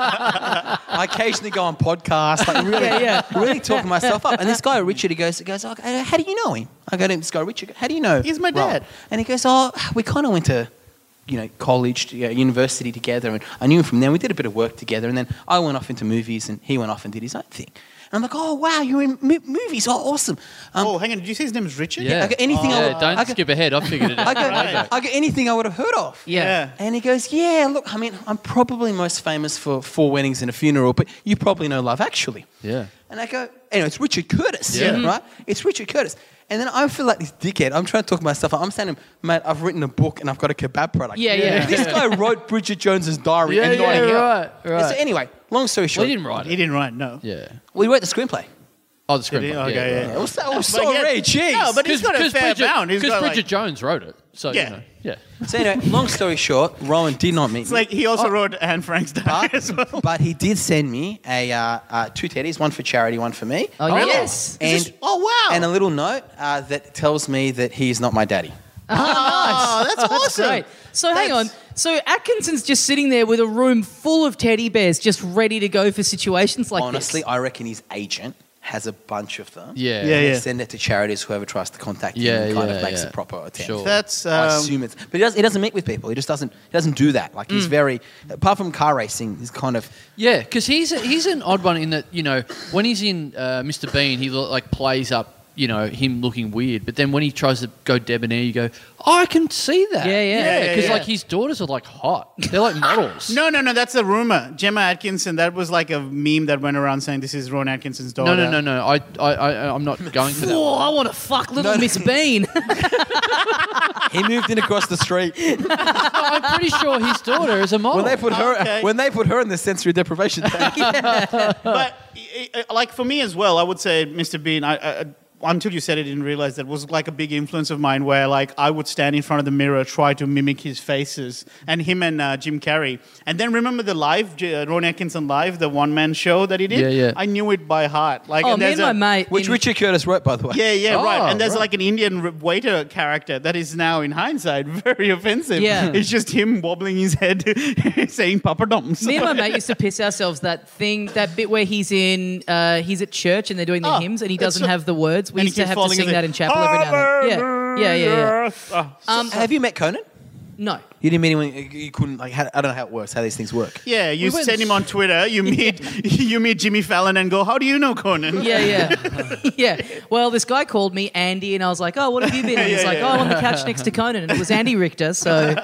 Speaker 6: I occasionally go on podcasts, like really, really talking myself up. And this guy Richard, he goes, he goes, oh, how do you know him? I go to him, this guy Richard, how do you know?
Speaker 5: He's my
Speaker 6: Rob?"
Speaker 5: dad.
Speaker 6: And he goes, oh, we kind of went to, you know, college, to, uh, university together, and I knew him from there. We did a bit of work together, and then I went off into movies, and he went off and did his own thing. And I'm like, oh wow, you're in mo- movies, oh awesome. Um,
Speaker 5: oh, hang on. Did you say his name is Richard?
Speaker 4: Yeah.
Speaker 6: I got anything I
Speaker 4: yeah,
Speaker 6: would-
Speaker 4: don't
Speaker 6: I got-
Speaker 4: skip ahead. I figured it out.
Speaker 6: I go,
Speaker 5: Right.
Speaker 6: I go anything I would have heard of.
Speaker 3: Yeah.
Speaker 5: Yeah.
Speaker 6: And he goes, Yeah, look, I mean, I'm probably most famous for four weddings and a funeral, but you probably know Love Actually.
Speaker 4: Yeah.
Speaker 6: And I go, Anyway, it's Richard Curtis.
Speaker 4: Yeah.
Speaker 6: Right? It's Richard Curtis. And then I feel like this dickhead. I'm trying to talk myself up. I'm saying to him, Mate, I've written a book and I've got a kebab product.
Speaker 3: Yeah, yeah.
Speaker 6: This
Speaker 3: (laughs)
Speaker 6: guy wrote Bridget Jones's diary
Speaker 4: Yeah, yeah,
Speaker 6: and not him.
Speaker 4: right,
Speaker 6: And
Speaker 4: right.
Speaker 6: So, anyway, long story
Speaker 4: Well,
Speaker 6: short,
Speaker 4: you didn't write
Speaker 5: He
Speaker 4: it.
Speaker 5: didn't write. No.
Speaker 4: Yeah.
Speaker 6: we wrote the screenplay.
Speaker 4: Oh, the
Speaker 5: Did
Speaker 4: script.
Speaker 5: he?
Speaker 4: Yeah,
Speaker 5: Okay. Yeah.
Speaker 6: It was, it was
Speaker 5: But
Speaker 6: so
Speaker 5: yet-
Speaker 6: rare, jeez.
Speaker 5: No, but he's got a fair
Speaker 4: Bridget,
Speaker 5: bound. He's
Speaker 4: 'cause
Speaker 5: got,
Speaker 4: Bridget
Speaker 5: like,
Speaker 4: Jones wrote it. So,
Speaker 5: Yeah.
Speaker 4: you know, yeah.
Speaker 6: So anyway, long story short, Rowan did not meet
Speaker 5: It's
Speaker 6: me.
Speaker 5: like he also wrote Anne Frank's diary (laughs)
Speaker 6: But,
Speaker 5: as well.
Speaker 6: but he did send me a uh, uh, two teddies, one for charity, one for me,
Speaker 3: Oh,
Speaker 4: Really?
Speaker 3: yes.
Speaker 6: and
Speaker 5: Oh wow.
Speaker 6: and a little note uh, that tells me that he is not my daddy.
Speaker 5: oh, that's awesome.
Speaker 3: Ah, Great. So hang on.
Speaker 5: That's-
Speaker 3: So Atkinson's just sitting there with a room full of teddy bears just ready to go for situations like
Speaker 6: Honestly,
Speaker 3: this.
Speaker 6: I reckon his agent has a bunch of them.
Speaker 4: Yeah.
Speaker 5: Yeah,
Speaker 6: They
Speaker 5: yeah.
Speaker 6: Send it to charities, whoever tries to contact him
Speaker 4: Yeah,
Speaker 6: and kind
Speaker 4: yeah,
Speaker 6: of makes
Speaker 4: yeah.
Speaker 6: a proper attempt.
Speaker 4: Sure.
Speaker 5: That's
Speaker 6: I
Speaker 5: um,
Speaker 6: assume it's, but he, does, he doesn't meet with people. He just doesn't. He doesn't do that. Like he's very, apart from car racing, he's kind of
Speaker 4: Yeah, because he's a, he's an odd one in that you know when he's in uh, Mr. Bean, he lo- like plays up you know him looking weird, but then when he tries to go debonair, you go, oh, I can see that.
Speaker 3: Yeah, yeah. Yeah,
Speaker 4: yeah.
Speaker 5: yeah,
Speaker 4: Because
Speaker 5: yeah.
Speaker 4: like his daughters are like hot. They're like (laughs) models.
Speaker 5: No, no, no. That's a rumor. Gemma Atkinson. That was like a meme that went around saying this is Ron Atkinson's daughter.
Speaker 4: No, no, no, no. I, I, I, I'm not going for that.
Speaker 3: Whoa,
Speaker 4: One.
Speaker 3: Oh, I want to fuck little
Speaker 6: No, no.
Speaker 3: Miss
Speaker 6: (laughs)
Speaker 3: Bean.
Speaker 6: he moved in across the street.
Speaker 4: No, (laughs) I'm pretty sure his daughter is a model.
Speaker 6: When they put her,
Speaker 5: Okay.
Speaker 6: when they put her in the sensory deprivation tank,
Speaker 5: but
Speaker 3: (laughs)
Speaker 5: i- i- like for me as well, I would say Mr. Bean. I, I, until you said it, I didn't realize that was like a big influence of mine. Where like I would stand in front of the mirror, try to mimic his faces, and him and uh, Jim Carrey. And then remember the live J- uh, Ron Atkinson live, the one man show that he did.
Speaker 4: Yeah, yeah.
Speaker 5: I knew it by heart. Like
Speaker 3: oh,
Speaker 5: and
Speaker 3: me
Speaker 5: there's
Speaker 3: and my
Speaker 5: a-
Speaker 3: mate.
Speaker 6: which
Speaker 3: in-
Speaker 6: Richard Curtis wrote, by the way.
Speaker 5: Yeah, yeah,
Speaker 4: Oh,
Speaker 5: right. And there's
Speaker 4: right.
Speaker 5: like an Indian r- waiter character that is now, in hindsight, (laughs) very offensive.
Speaker 3: Yeah.
Speaker 5: it's just him wobbling his head, (laughs) saying "papadoms."
Speaker 3: (laughs) Me and
Speaker 5: (laughs)
Speaker 3: my mate used to piss ourselves that thing, that bit where he's in, uh, he's at church and they're doing the
Speaker 5: Oh,
Speaker 3: hymns and he
Speaker 5: that's
Speaker 3: doesn't
Speaker 5: so-
Speaker 3: have the words. We
Speaker 5: And he
Speaker 3: used to
Speaker 5: keeps
Speaker 3: have to
Speaker 5: falling
Speaker 3: sing
Speaker 5: in
Speaker 3: that
Speaker 5: the-
Speaker 3: in chapel every now and then. Yeah, yeah, yeah, yeah.
Speaker 5: Oh,
Speaker 3: Um,
Speaker 6: Have you met Conan?
Speaker 3: no.
Speaker 6: You didn't meet him when you- you couldn't. Like, how, I don't know how it works. How these things work.
Speaker 5: Yeah, you
Speaker 4: went-
Speaker 5: send him on Twitter.
Speaker 3: (laughs)
Speaker 5: You meet (laughs) you meet Jimmy Fallon and go, "How do you know Conan?"
Speaker 3: Yeah, yeah. (laughs) yeah. Well, this guy called me Andy, and I was like, oh, what have you been? And he's
Speaker 5: Yeah,
Speaker 3: like,
Speaker 5: (laughs) yeah,
Speaker 3: oh, I'm
Speaker 5: yeah.
Speaker 3: on the couch next to Conan. And it was Andy Richter. So,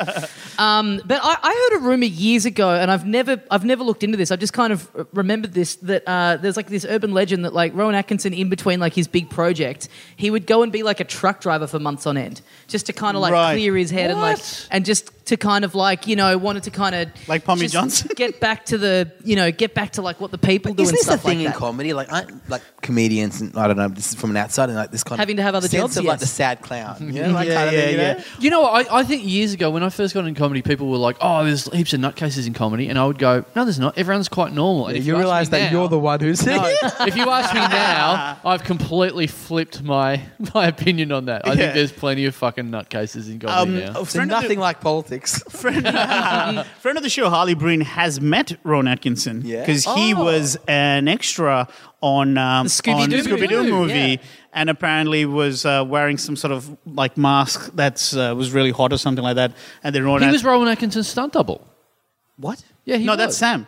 Speaker 3: um, but I, I heard a rumor years ago, and I've never, I've never looked into this. I just kind of remembered this that uh, there's like this urban legend that like Rowan Atkinson, in between like his big project, he would go and be like a truck driver for months on end, just to kind of like
Speaker 5: Right.
Speaker 3: clear his head and like,
Speaker 4: What?
Speaker 3: and just to kind of like, you know, wanted to kind of
Speaker 5: Like Pommy
Speaker 3: just
Speaker 5: Johnson?
Speaker 3: get back to the, you know, get back to like what the people do
Speaker 6: Isn't
Speaker 3: and
Speaker 6: this a
Speaker 3: stuff
Speaker 6: thing
Speaker 3: like
Speaker 6: in
Speaker 3: that.
Speaker 6: comedy? Like, I, like comedians, and I don't know. This is from an outside, and like this kind
Speaker 3: Having
Speaker 6: of
Speaker 3: to have other
Speaker 6: sense
Speaker 3: jobs,
Speaker 6: of like
Speaker 3: yes.
Speaker 6: the sad clown.
Speaker 5: (laughs)
Speaker 6: (laughs) Yeah, like
Speaker 5: Yeah,
Speaker 6: kind of
Speaker 5: yeah,
Speaker 6: thing, you
Speaker 5: yeah.
Speaker 6: know?
Speaker 4: You know, what, I, I think years ago when I first got in comedy, people were like, "Oh, there's heaps of nutcases in comedy," and I would go, "No, there's not. Everyone's quite normal." And if
Speaker 6: You
Speaker 4: ask me
Speaker 6: realise that
Speaker 4: now-
Speaker 6: you're the one (laughs) who's.
Speaker 4: No, (laughs) if you ask me now, I've completely flipped my (laughs) my opinion on that. I
Speaker 5: Yeah.
Speaker 4: think there's plenty of fucking nutcases in comedy
Speaker 5: Um,
Speaker 4: now.
Speaker 5: a
Speaker 6: So
Speaker 5: friend of the-
Speaker 6: nothing like politics.
Speaker 5: (laughs) friend, (laughs) friend of the show, Harley Breen, has met Ron Atkinson
Speaker 6: Yeah.
Speaker 5: because he was an extra on um,
Speaker 3: Oh. Scooby-Doo
Speaker 5: on
Speaker 3: movie.
Speaker 5: Scooby-Doo movie,
Speaker 3: Yeah.
Speaker 5: and apparently was uh, wearing some sort of like mask that's uh, was really hot or something like that. And then Ron
Speaker 4: He
Speaker 5: At-
Speaker 4: was Rowan Atkinson's stunt double.
Speaker 5: what?
Speaker 4: Yeah, he
Speaker 5: no,
Speaker 4: was.
Speaker 5: that's Sam.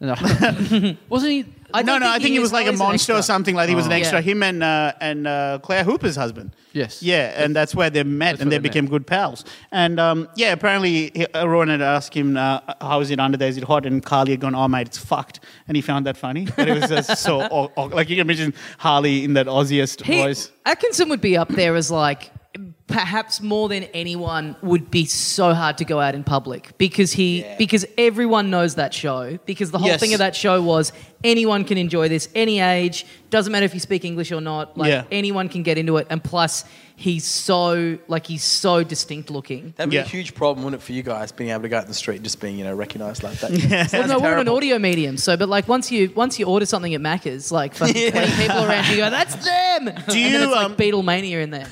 Speaker 4: No. (laughs) Wasn't he?
Speaker 3: I
Speaker 5: no,
Speaker 3: don't
Speaker 5: no, I think he was like a
Speaker 3: always an
Speaker 5: monster or
Speaker 3: extra.
Speaker 5: something. Like he was an
Speaker 3: Yeah.
Speaker 5: extra. Him and uh, and uh, Claire Hooper's husband.
Speaker 4: Yes.
Speaker 5: Yeah, and that's where they met, and
Speaker 4: where
Speaker 5: they,
Speaker 4: they
Speaker 5: became good pals. And um, yeah, apparently he, uh, Rowan had asked him, uh, "How is it under there? Is it hot?" And Carly had gone, "Oh mate, it's fucked." And he found that funny. But it was just so aw- aw- like you can imagine Harley in that Aussiest
Speaker 3: He- (laughs)
Speaker 5: voice.
Speaker 3: Atkinson would be up there as like perhaps more than anyone would be so hard to go out in public because he because everyone knows that show because the whole
Speaker 4: Yes.
Speaker 3: thing of that show was anyone can enjoy this any age doesn't matter if you speak english or not like
Speaker 5: Yeah.
Speaker 3: anyone can get into it and plus he's so like he's so distinct looking
Speaker 6: That'd be
Speaker 5: Yeah.
Speaker 6: a huge problem, wouldn't it, for you guys being able to go out in the street and just being, you know, recognised like (laughs) that?
Speaker 3: well,
Speaker 6: Sounds
Speaker 3: no, we're an
Speaker 6: terrible.
Speaker 3: audio medium, so but like once you once you order something at Macca's, like fucking twenty people around you go, "That's them." Do
Speaker 5: you,
Speaker 3: it's like
Speaker 5: um,
Speaker 3: Beatlemania in there?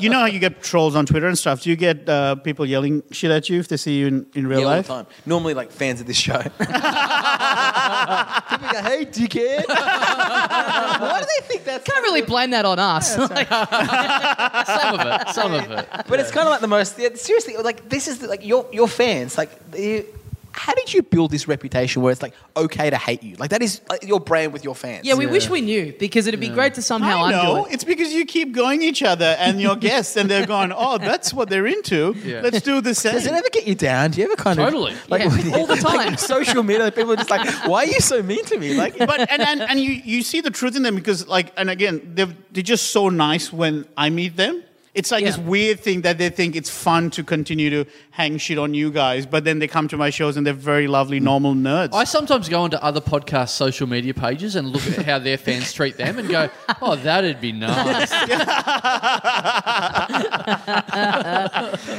Speaker 5: You know how you get trolls on Twitter and stuff. Do you get uh, people yelling shit at you if they see you in, in real
Speaker 6: Yeah, all the
Speaker 5: life?
Speaker 6: time. Normally, like fans of this show. (laughs) People go, hey, (laughs) dickhead. Why do they think that's?
Speaker 3: Can't really blame that on us.
Speaker 4: Some of it. Some of it.
Speaker 6: But it's kind of like the most. Yeah, seriously, like this is the, like your your fans. Like, you, how did you build this reputation where it's like okay to hate you? Like that is like, your brand with your
Speaker 3: (laughs)
Speaker 6: fans.
Speaker 3: Yeah, we wish we knew because it'd be great to somehow
Speaker 5: I
Speaker 3: undo
Speaker 5: know.
Speaker 3: it.
Speaker 5: It's because you keep going each other and your guests, and they're going, oh, that's what they're into.
Speaker 4: Yeah.
Speaker 5: Let's do the same.
Speaker 6: Does it ever get you down? Do you ever kind
Speaker 4: Totally.
Speaker 6: of like
Speaker 3: Yeah,
Speaker 6: when you-
Speaker 3: all the
Speaker 6: (laughs) like,
Speaker 3: time.
Speaker 6: social media? People are just like, why are you so mean to me?
Speaker 5: (laughs)
Speaker 6: Like,
Speaker 5: but and, and, and you, you see the truth in them because like and again they're, they're just so nice when I meet them. It's like this
Speaker 3: Yeah.
Speaker 5: weird thing that they think it's fun to continue to hang shit on you guys, but then they come to my shows and they're very lovely, normal nerds.
Speaker 4: I sometimes go onto other podcasts' social media pages and look at how their fans treat them and go, oh, that'd be nice.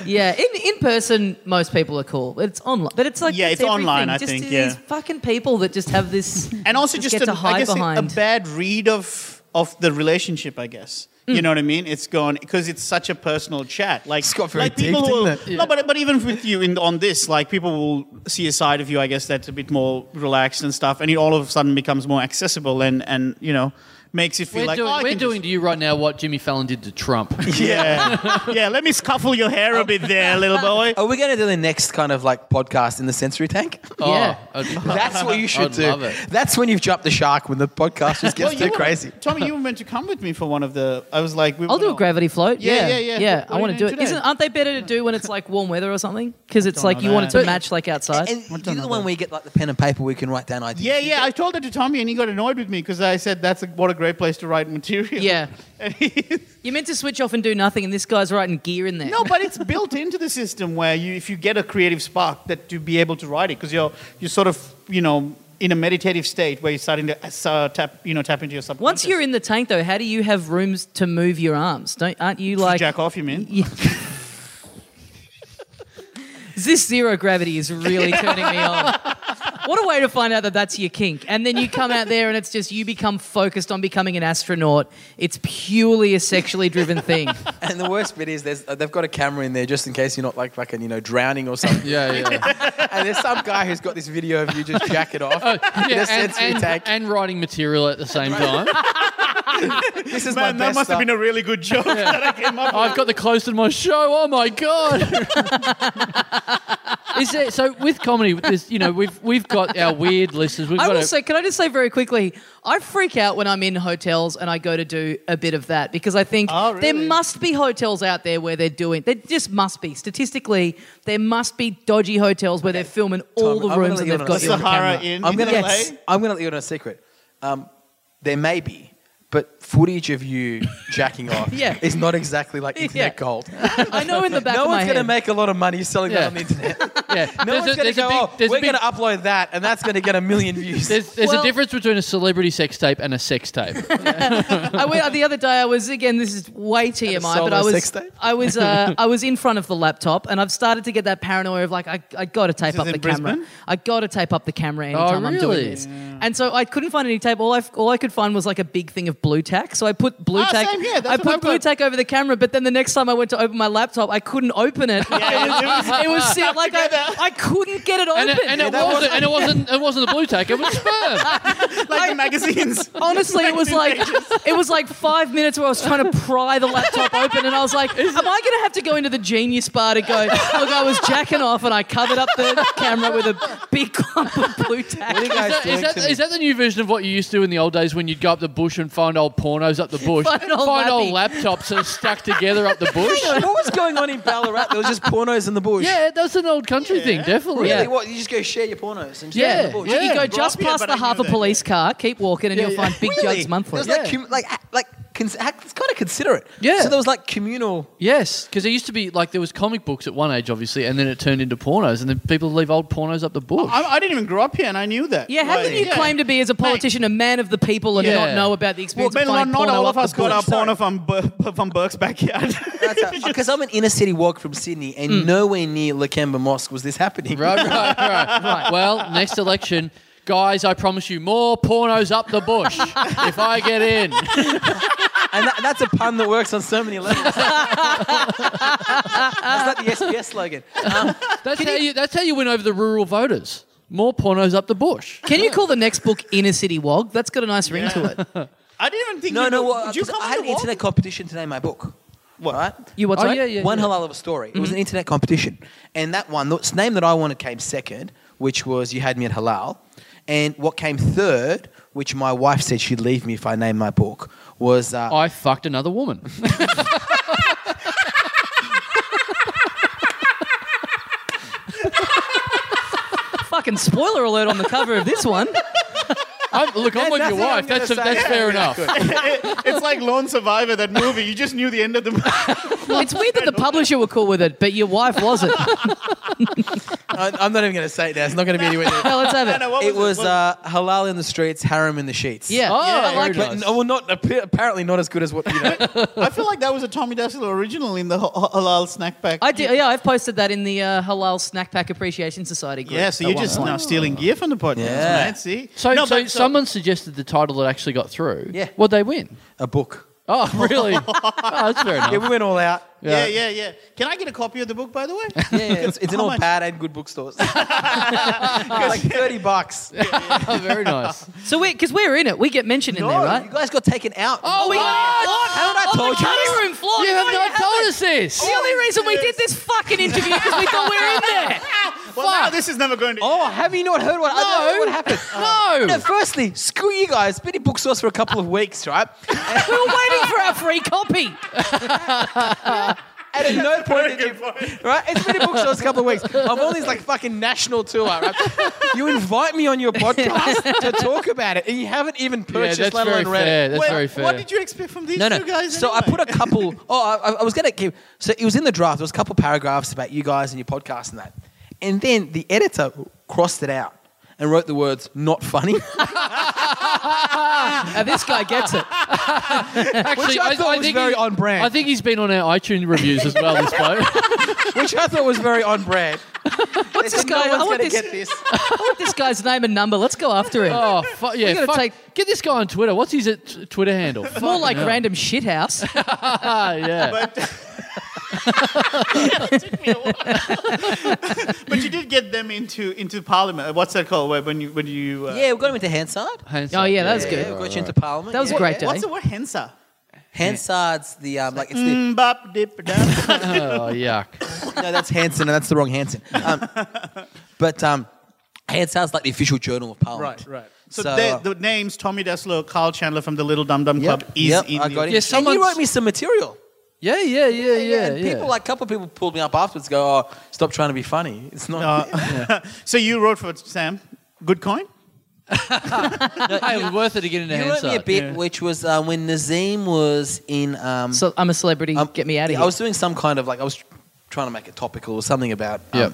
Speaker 3: Yeah, in, in person, most people are cool. It's online, but it's like
Speaker 5: Yeah, it's
Speaker 3: everything.
Speaker 5: online, I
Speaker 3: just
Speaker 5: think,
Speaker 3: these
Speaker 5: yeah.
Speaker 3: fucking people that just have this
Speaker 5: (laughs) and also
Speaker 3: just,
Speaker 5: just,
Speaker 3: get
Speaker 5: a,
Speaker 3: to hide
Speaker 5: I guess a- a
Speaker 3: behind.
Speaker 5: bad read of of the relationship, I guess. You know what I mean? It's gone because it's such a personal chat. Like,
Speaker 6: It's got very
Speaker 5: like people
Speaker 6: deep,
Speaker 5: will
Speaker 6: didn't
Speaker 5: no, but but even with you in on this, like people will see a side of you, I guess that's a bit more relaxed and stuff, and it all of a sudden becomes more accessible and and you know makes you feel
Speaker 4: We're
Speaker 5: like
Speaker 4: doing,
Speaker 5: oh, I
Speaker 4: we're
Speaker 5: can
Speaker 4: doing
Speaker 5: (laughs) just-
Speaker 4: to you right now what Jimmy Fallon did to Trump.
Speaker 5: yeah yeah. Let me scuffle your hair a bit there, little
Speaker 6: (laughs)
Speaker 5: boy.
Speaker 6: are we going to do the next kind of like podcast in the sensory tank?
Speaker 3: Yeah.
Speaker 4: Oh, I'd-
Speaker 6: That's what you
Speaker 4: I'd
Speaker 6: should do.
Speaker 4: love it.
Speaker 6: That's when you've jumped the shark when the podcast just
Speaker 5: Well,
Speaker 6: gets
Speaker 5: you
Speaker 6: too
Speaker 5: were-
Speaker 6: crazy.
Speaker 5: Tommy, you were meant to come with me for one of the. I was like, we
Speaker 3: I'll
Speaker 5: were
Speaker 3: do a
Speaker 5: not-
Speaker 3: Oh, gravity float.
Speaker 5: Yeah,
Speaker 3: Yeah,
Speaker 5: yeah, yeah.
Speaker 3: yeah.
Speaker 5: What
Speaker 3: I
Speaker 5: are
Speaker 3: want to
Speaker 5: you
Speaker 3: do
Speaker 5: doing
Speaker 3: it.
Speaker 5: today?
Speaker 3: Isn't aren't they better to do when it's like warm weather or something? Because it's
Speaker 5: Don't
Speaker 3: like
Speaker 5: know
Speaker 3: you want it
Speaker 5: that.
Speaker 3: to match like outside.
Speaker 6: And you're
Speaker 5: done
Speaker 6: the
Speaker 5: that.
Speaker 6: one where you get like the pen and paper where you can write down ideas.
Speaker 5: Yeah, yeah. I told that to Tommy, and he got annoyed with me because I said that's a, what a great place to write material. (laughs)
Speaker 3: Yeah.
Speaker 5: And he-
Speaker 3: You're meant to switch off and do nothing, and this guy's writing gear in there.
Speaker 5: no, but it's built into the system where you, if you get a creative spark, that to be able to write it because you're you're sort of you know in a meditative state where you're starting to uh, tap you know tap into your subconscious.
Speaker 3: Once you're in the tank, though, how do you have rooms to move your arms? Don't aren't you like
Speaker 5: jack off, you mean?
Speaker 3: Yeah. this zero gravity is
Speaker 6: (laughs)
Speaker 3: really turning me on. What a way to find out that that's your kink. And then you come out there and it's just you become focused on becoming an astronaut. It's purely a sexually driven
Speaker 6: (laughs)
Speaker 3: thing.
Speaker 6: And the worst bit is there's, uh, they've got a camera in there just in case you're not like fucking, you know, drowning or something.
Speaker 4: Yeah, yeah.
Speaker 6: and there's some guy who's got this video of you just jack it off. in
Speaker 4: yeah
Speaker 6: a
Speaker 4: and,
Speaker 6: sensory
Speaker 4: and,
Speaker 6: tank.
Speaker 4: and writing material at the same time.
Speaker 6: this is
Speaker 5: Man,
Speaker 6: my
Speaker 5: that must
Speaker 6: best
Speaker 5: have
Speaker 6: stuff.
Speaker 5: been a really good (laughs) joke that I came up
Speaker 4: I've got the clothes in my show. Oh my god! Is there, so with comedy? There's, you know, we've we've got our weird listeners. We've
Speaker 3: I
Speaker 4: got
Speaker 3: will
Speaker 4: a-
Speaker 3: say, can I just say very quickly, I freak out when I'm in hotels and I go to do a bit of that because I think
Speaker 5: Oh,
Speaker 3: there
Speaker 5: really?
Speaker 3: must be hotels out there where they're doing, there just must be. Statistically, there must be dodgy hotels where they're filming all
Speaker 6: Tom,
Speaker 3: the
Speaker 6: I'm
Speaker 3: rooms
Speaker 6: gonna
Speaker 3: and
Speaker 6: leave
Speaker 3: they've
Speaker 6: it on
Speaker 3: got
Speaker 6: the
Speaker 3: you on
Speaker 5: Sahara
Speaker 3: camera.
Speaker 5: in,
Speaker 6: I'm gonna,
Speaker 5: in
Speaker 3: Yes.
Speaker 5: LA.
Speaker 6: I'm gonna let you in a secret. Um, there may be, but footage of you
Speaker 4: (laughs)
Speaker 6: jacking off
Speaker 3: Yeah.
Speaker 6: is not exactly like
Speaker 3: Yeah.
Speaker 6: internet gold.
Speaker 3: I know in the back
Speaker 6: no
Speaker 3: of my
Speaker 6: one's gonna
Speaker 3: head.
Speaker 6: make a lot of money selling
Speaker 4: Yeah.
Speaker 6: that on the
Speaker 4: (laughs)
Speaker 6: internet.
Speaker 4: yeah,
Speaker 6: No one's gonna go. oh,
Speaker 4: there's
Speaker 6: we're
Speaker 4: a big-
Speaker 6: gonna upload that, and that's gonna get a million views.
Speaker 4: there's, there's
Speaker 3: Well-
Speaker 4: a difference between a celebrity sex tape and a sex tape.
Speaker 3: I went, the other day. I was again. This is way TMI, but
Speaker 6: solo
Speaker 3: I
Speaker 6: sex
Speaker 3: was
Speaker 6: tape?
Speaker 3: I was
Speaker 5: (laughs)
Speaker 3: uh, I was in front of the laptop, and I've started to get that paranoia of like I I got to tape
Speaker 5: This is
Speaker 3: up the
Speaker 5: in
Speaker 3: camera.
Speaker 5: Brisbane? Oh,
Speaker 3: I got to tape up the camera anytime I'm
Speaker 4: Oh, really?
Speaker 3: doing this. And so I couldn't find any tape. All I all I could find was like a big thing of get blue tack, so I put blue
Speaker 5: Ah,
Speaker 3: tack.
Speaker 5: same here. That's
Speaker 3: I
Speaker 5: what
Speaker 3: put
Speaker 5: I've
Speaker 3: blue
Speaker 5: got.
Speaker 3: tack over the camera, but then the next time I went to open my laptop, I couldn't open it. (laughs) it was, it
Speaker 5: (laughs)
Speaker 3: was si- like I, I couldn't get it open.
Speaker 4: And it, and, it wasn't, and it wasn't it wasn't the blue tack. It was sperm.
Speaker 5: like the magazines.
Speaker 3: Honestly, it was like it was like five minutes where I was trying to pry the laptop open, and I was like, "Am I going to have to go into the genius bar to go? Look, I was jacking off, and I covered up the camera with a big clump of blue
Speaker 6: What are
Speaker 3: tack."
Speaker 6: you guys
Speaker 4: Is
Speaker 6: doing
Speaker 4: that,
Speaker 6: to me?
Speaker 4: is that the new version of what you used to do in the old days when you'd go up the bush and find old pornos up the bush?
Speaker 3: Find old
Speaker 4: laptops that are stuck together up the bush?
Speaker 6: (laughs) what was going on in Ballarat? There was just pornos in the bush.
Speaker 4: yeah, that's an old country thing, definitely.
Speaker 6: Really?
Speaker 4: Yeah.
Speaker 6: What? You just go share your pornos and
Speaker 4: Yeah.
Speaker 6: share in the bush.
Speaker 4: Yeah.
Speaker 3: You go just
Speaker 5: Grew up here,
Speaker 3: past
Speaker 5: but
Speaker 3: the
Speaker 5: I knew
Speaker 3: Harper
Speaker 5: that,
Speaker 3: police car, keep walking, and you'll
Speaker 4: yeah.
Speaker 3: find Big Jugs Monthly.
Speaker 6: There's
Speaker 4: Yeah.
Speaker 6: like, cum- like, like, cons- act- it's kind of considerate.
Speaker 4: Yeah.
Speaker 6: So there was like communal.
Speaker 4: Yes, because there used to be like there was comic books at one age, obviously, and then it turned into pornos, and then people would leave old pornos up the bush.
Speaker 5: (laughs) I, I didn't even grow up here, and I knew that.
Speaker 3: Yeah, how can
Speaker 5: Like-
Speaker 3: you claim to be as a politician a man of the people and
Speaker 4: Yeah.
Speaker 3: not know about the
Speaker 5: Well,
Speaker 3: experience
Speaker 5: Ben,
Speaker 3: of
Speaker 5: not,
Speaker 3: finding
Speaker 5: not
Speaker 3: porno
Speaker 5: all of
Speaker 3: up
Speaker 5: us
Speaker 3: the
Speaker 5: got
Speaker 3: bush?
Speaker 5: our porno from, Bur- (laughs) from Burke's (laughs) backyard.
Speaker 6: (laughs) Because I'm an inner city walk from Sydney, and nowhere near Lakemba Mosque was this happening.
Speaker 4: Hmm. Right, right, (laughs) right, Well, next election, guys, I promise you more pornos up the bush if I get in.
Speaker 6: And that, that's a pun that works on so
Speaker 4: (laughs)
Speaker 6: many levels. that's like the
Speaker 5: (laughs)
Speaker 6: SBS slogan. Um,
Speaker 4: That's how you. That's how you win over the rural voters. More pornos up the bush.
Speaker 3: Can you call the next book Inner City Wog? That's got a nice ring to it.
Speaker 5: I didn't even think.
Speaker 6: no,
Speaker 5: you
Speaker 6: no,
Speaker 5: could-
Speaker 6: what,
Speaker 5: Would you
Speaker 6: 'cause
Speaker 5: come
Speaker 6: I had
Speaker 5: to
Speaker 6: an
Speaker 5: walk?
Speaker 6: internet competition today, my book. What? Right?
Speaker 3: You what's
Speaker 4: Oh,
Speaker 3: right?
Speaker 4: yeah, yeah.
Speaker 6: one halal of a story. It was an internet competition, and that one, the name that I wanted came second, which was "You Had Me at Halal," and what came third, which my wife said she'd leave me if I named my book, was uh,
Speaker 4: I fucked another woman.
Speaker 3: Fucking spoiler alert on the cover of this one.
Speaker 4: I'm, look, I'm with your
Speaker 6: nothing I'm
Speaker 4: wife.
Speaker 6: gonna
Speaker 4: That's a,
Speaker 6: say.
Speaker 4: that's fair enough.
Speaker 5: (laughs) it's like Lone Survivor, that movie. You just knew the end of
Speaker 6: (laughs)
Speaker 5: the movie.
Speaker 3: It's weird that the publisher were cool with it, but your wife wasn't.
Speaker 6: I, I'm not even going to say it now. It's not going to be anywhere. Near.
Speaker 3: Well, let's have it.
Speaker 5: No, what
Speaker 6: It was
Speaker 5: What-
Speaker 6: uh, halal in the streets, harem in the sheets.
Speaker 3: Yeah,
Speaker 4: Oh,
Speaker 3: I like
Speaker 4: very
Speaker 3: it.
Speaker 6: But
Speaker 4: nice.
Speaker 6: no, well, not apparently not as good as what you know.
Speaker 5: I feel like that was a Tommy Dassler original in the ho- ho- halal snack pack.
Speaker 3: I do, yeah, I've posted that in the uh, Halal Snack Pack Appreciation Society group.
Speaker 5: Yeah, so
Speaker 3: at
Speaker 5: you're
Speaker 3: one
Speaker 5: just
Speaker 3: point.
Speaker 5: now stealing gear from the podcast,
Speaker 6: Yeah.
Speaker 5: man. See,
Speaker 4: So,
Speaker 5: No,
Speaker 4: so
Speaker 5: but-
Speaker 4: someone suggested the title that actually got through.
Speaker 6: Yeah.
Speaker 4: What'd they win?
Speaker 6: a book.
Speaker 4: Oh, really? oh, that's fair
Speaker 6: (laughs) Yeah,
Speaker 4: enough.
Speaker 6: we went all out.
Speaker 5: Yeah, yeah, yeah. Can I get a copy of the book,
Speaker 4: (laughs)
Speaker 5: by the way?
Speaker 6: Yeah, yeah, it's, it's in
Speaker 5: How
Speaker 6: all
Speaker 5: much?
Speaker 6: bad and good bookstores. (laughs) like thirty bucks.
Speaker 4: Oh, very nice.
Speaker 3: So we, because we're in it, we get mentioned in there, right? Oh,
Speaker 6: you guys got taken out.
Speaker 4: Oh, we-
Speaker 6: Haven't I told you? this?
Speaker 3: Cutting room floor.
Speaker 4: you
Speaker 3: no,
Speaker 4: have not told us this.
Speaker 3: The only reason we did this fucking interview because we thought we were in there.
Speaker 5: well, now this is never going to.
Speaker 6: Oh, have you not heard what? I don't know (laughs) what happened.
Speaker 4: (laughs) No.
Speaker 6: No, firstly, screw you guys. Been in bookstores for a couple of weeks, right?
Speaker 3: We were waiting for our free copy.
Speaker 6: And at no point
Speaker 5: Very
Speaker 6: did you,
Speaker 5: good point.
Speaker 6: right? It's been in bookstores a couple of weeks. I'm on this like fucking national tour, right? You invite me on your podcast to talk about it, and you haven't even
Speaker 4: Yeah,
Speaker 6: purchased,
Speaker 4: that's
Speaker 6: let
Speaker 4: very
Speaker 6: alone read
Speaker 4: fair.
Speaker 6: it.
Speaker 4: That's
Speaker 5: Wait,
Speaker 4: very fair.
Speaker 5: What did you expect from these
Speaker 6: No, no.
Speaker 5: two guys?
Speaker 6: so I
Speaker 5: anyway?
Speaker 6: put a couple. Oh, I, I was going to give. So it was in the draft. There was a couple paragraphs about you guys and your podcast and that. And then the editor crossed it out and wrote the words "not funny," (laughs) which
Speaker 3: Now this guy gets it.
Speaker 4: Actually,
Speaker 6: I thought was
Speaker 4: think
Speaker 6: very
Speaker 4: he-
Speaker 6: on brand.
Speaker 4: I think he's been on our iTunes reviews as well. This bloke.
Speaker 6: which I thought was very on brand.
Speaker 3: What's this
Speaker 6: No
Speaker 3: guy? I
Speaker 6: one's
Speaker 3: want
Speaker 6: going to
Speaker 3: this,
Speaker 6: get this.
Speaker 3: I want this guy's name and number. Let's go after him.
Speaker 4: Oh, fu- yeah.
Speaker 3: gotta
Speaker 4: Fuck.
Speaker 3: take-
Speaker 4: Get this guy on Twitter. What's his uh, t- Twitter handle?
Speaker 3: More like random shithouse.
Speaker 4: (laughs) Ah, yeah.
Speaker 5: But It took me a while. but you did get them into into parliament. What's that called? Where, when you when you uh,
Speaker 6: (laughs) Yeah, we got him into Hansard.
Speaker 4: Hands
Speaker 3: Oh,
Speaker 4: up,
Speaker 3: yeah, that's
Speaker 6: Yeah,
Speaker 3: good.
Speaker 6: we got you into Parliament.
Speaker 3: That was
Speaker 6: yeah.
Speaker 3: a great day.
Speaker 5: What's the word Hensa?
Speaker 6: Hansard's the um, like it's the
Speaker 5: Mm, bop, dip, da.
Speaker 4: Oh, yuck.
Speaker 6: no, that's Hanson, and that's the wrong Hanson. (laughs) Um, but um, Hansard's like the official journal of Parliament.
Speaker 5: So,
Speaker 6: So,
Speaker 5: they,
Speaker 6: uh,
Speaker 5: the names Tommy Daslow, Carl Chandler from the Little Dum Dum
Speaker 6: Yep,
Speaker 5: Club is
Speaker 6: yep,
Speaker 5: in
Speaker 6: I
Speaker 5: the-
Speaker 6: got it.
Speaker 4: Yeah,
Speaker 6: and
Speaker 4: someone's-
Speaker 6: you wrote me some material.
Speaker 4: Yeah, yeah, yeah, yeah.
Speaker 6: and
Speaker 4: yeah.
Speaker 6: people, like a couple of people pulled me up afterwards, go, "Oh, stop trying to be funny. It's not."
Speaker 5: Uh, (laughs) So you wrote for Sam. Good coin.
Speaker 4: (laughs) hey, it was worth it to get into
Speaker 6: (laughs) you wrote me a
Speaker 4: Hansard.
Speaker 6: bit, which was uh, when Nazim was in. Um,
Speaker 3: So I'm a celebrity.
Speaker 6: um,
Speaker 3: Get me out of
Speaker 6: yeah,
Speaker 3: here.
Speaker 6: I was doing some kind of like I was tr- trying to make it topical or something about um,
Speaker 4: Yep.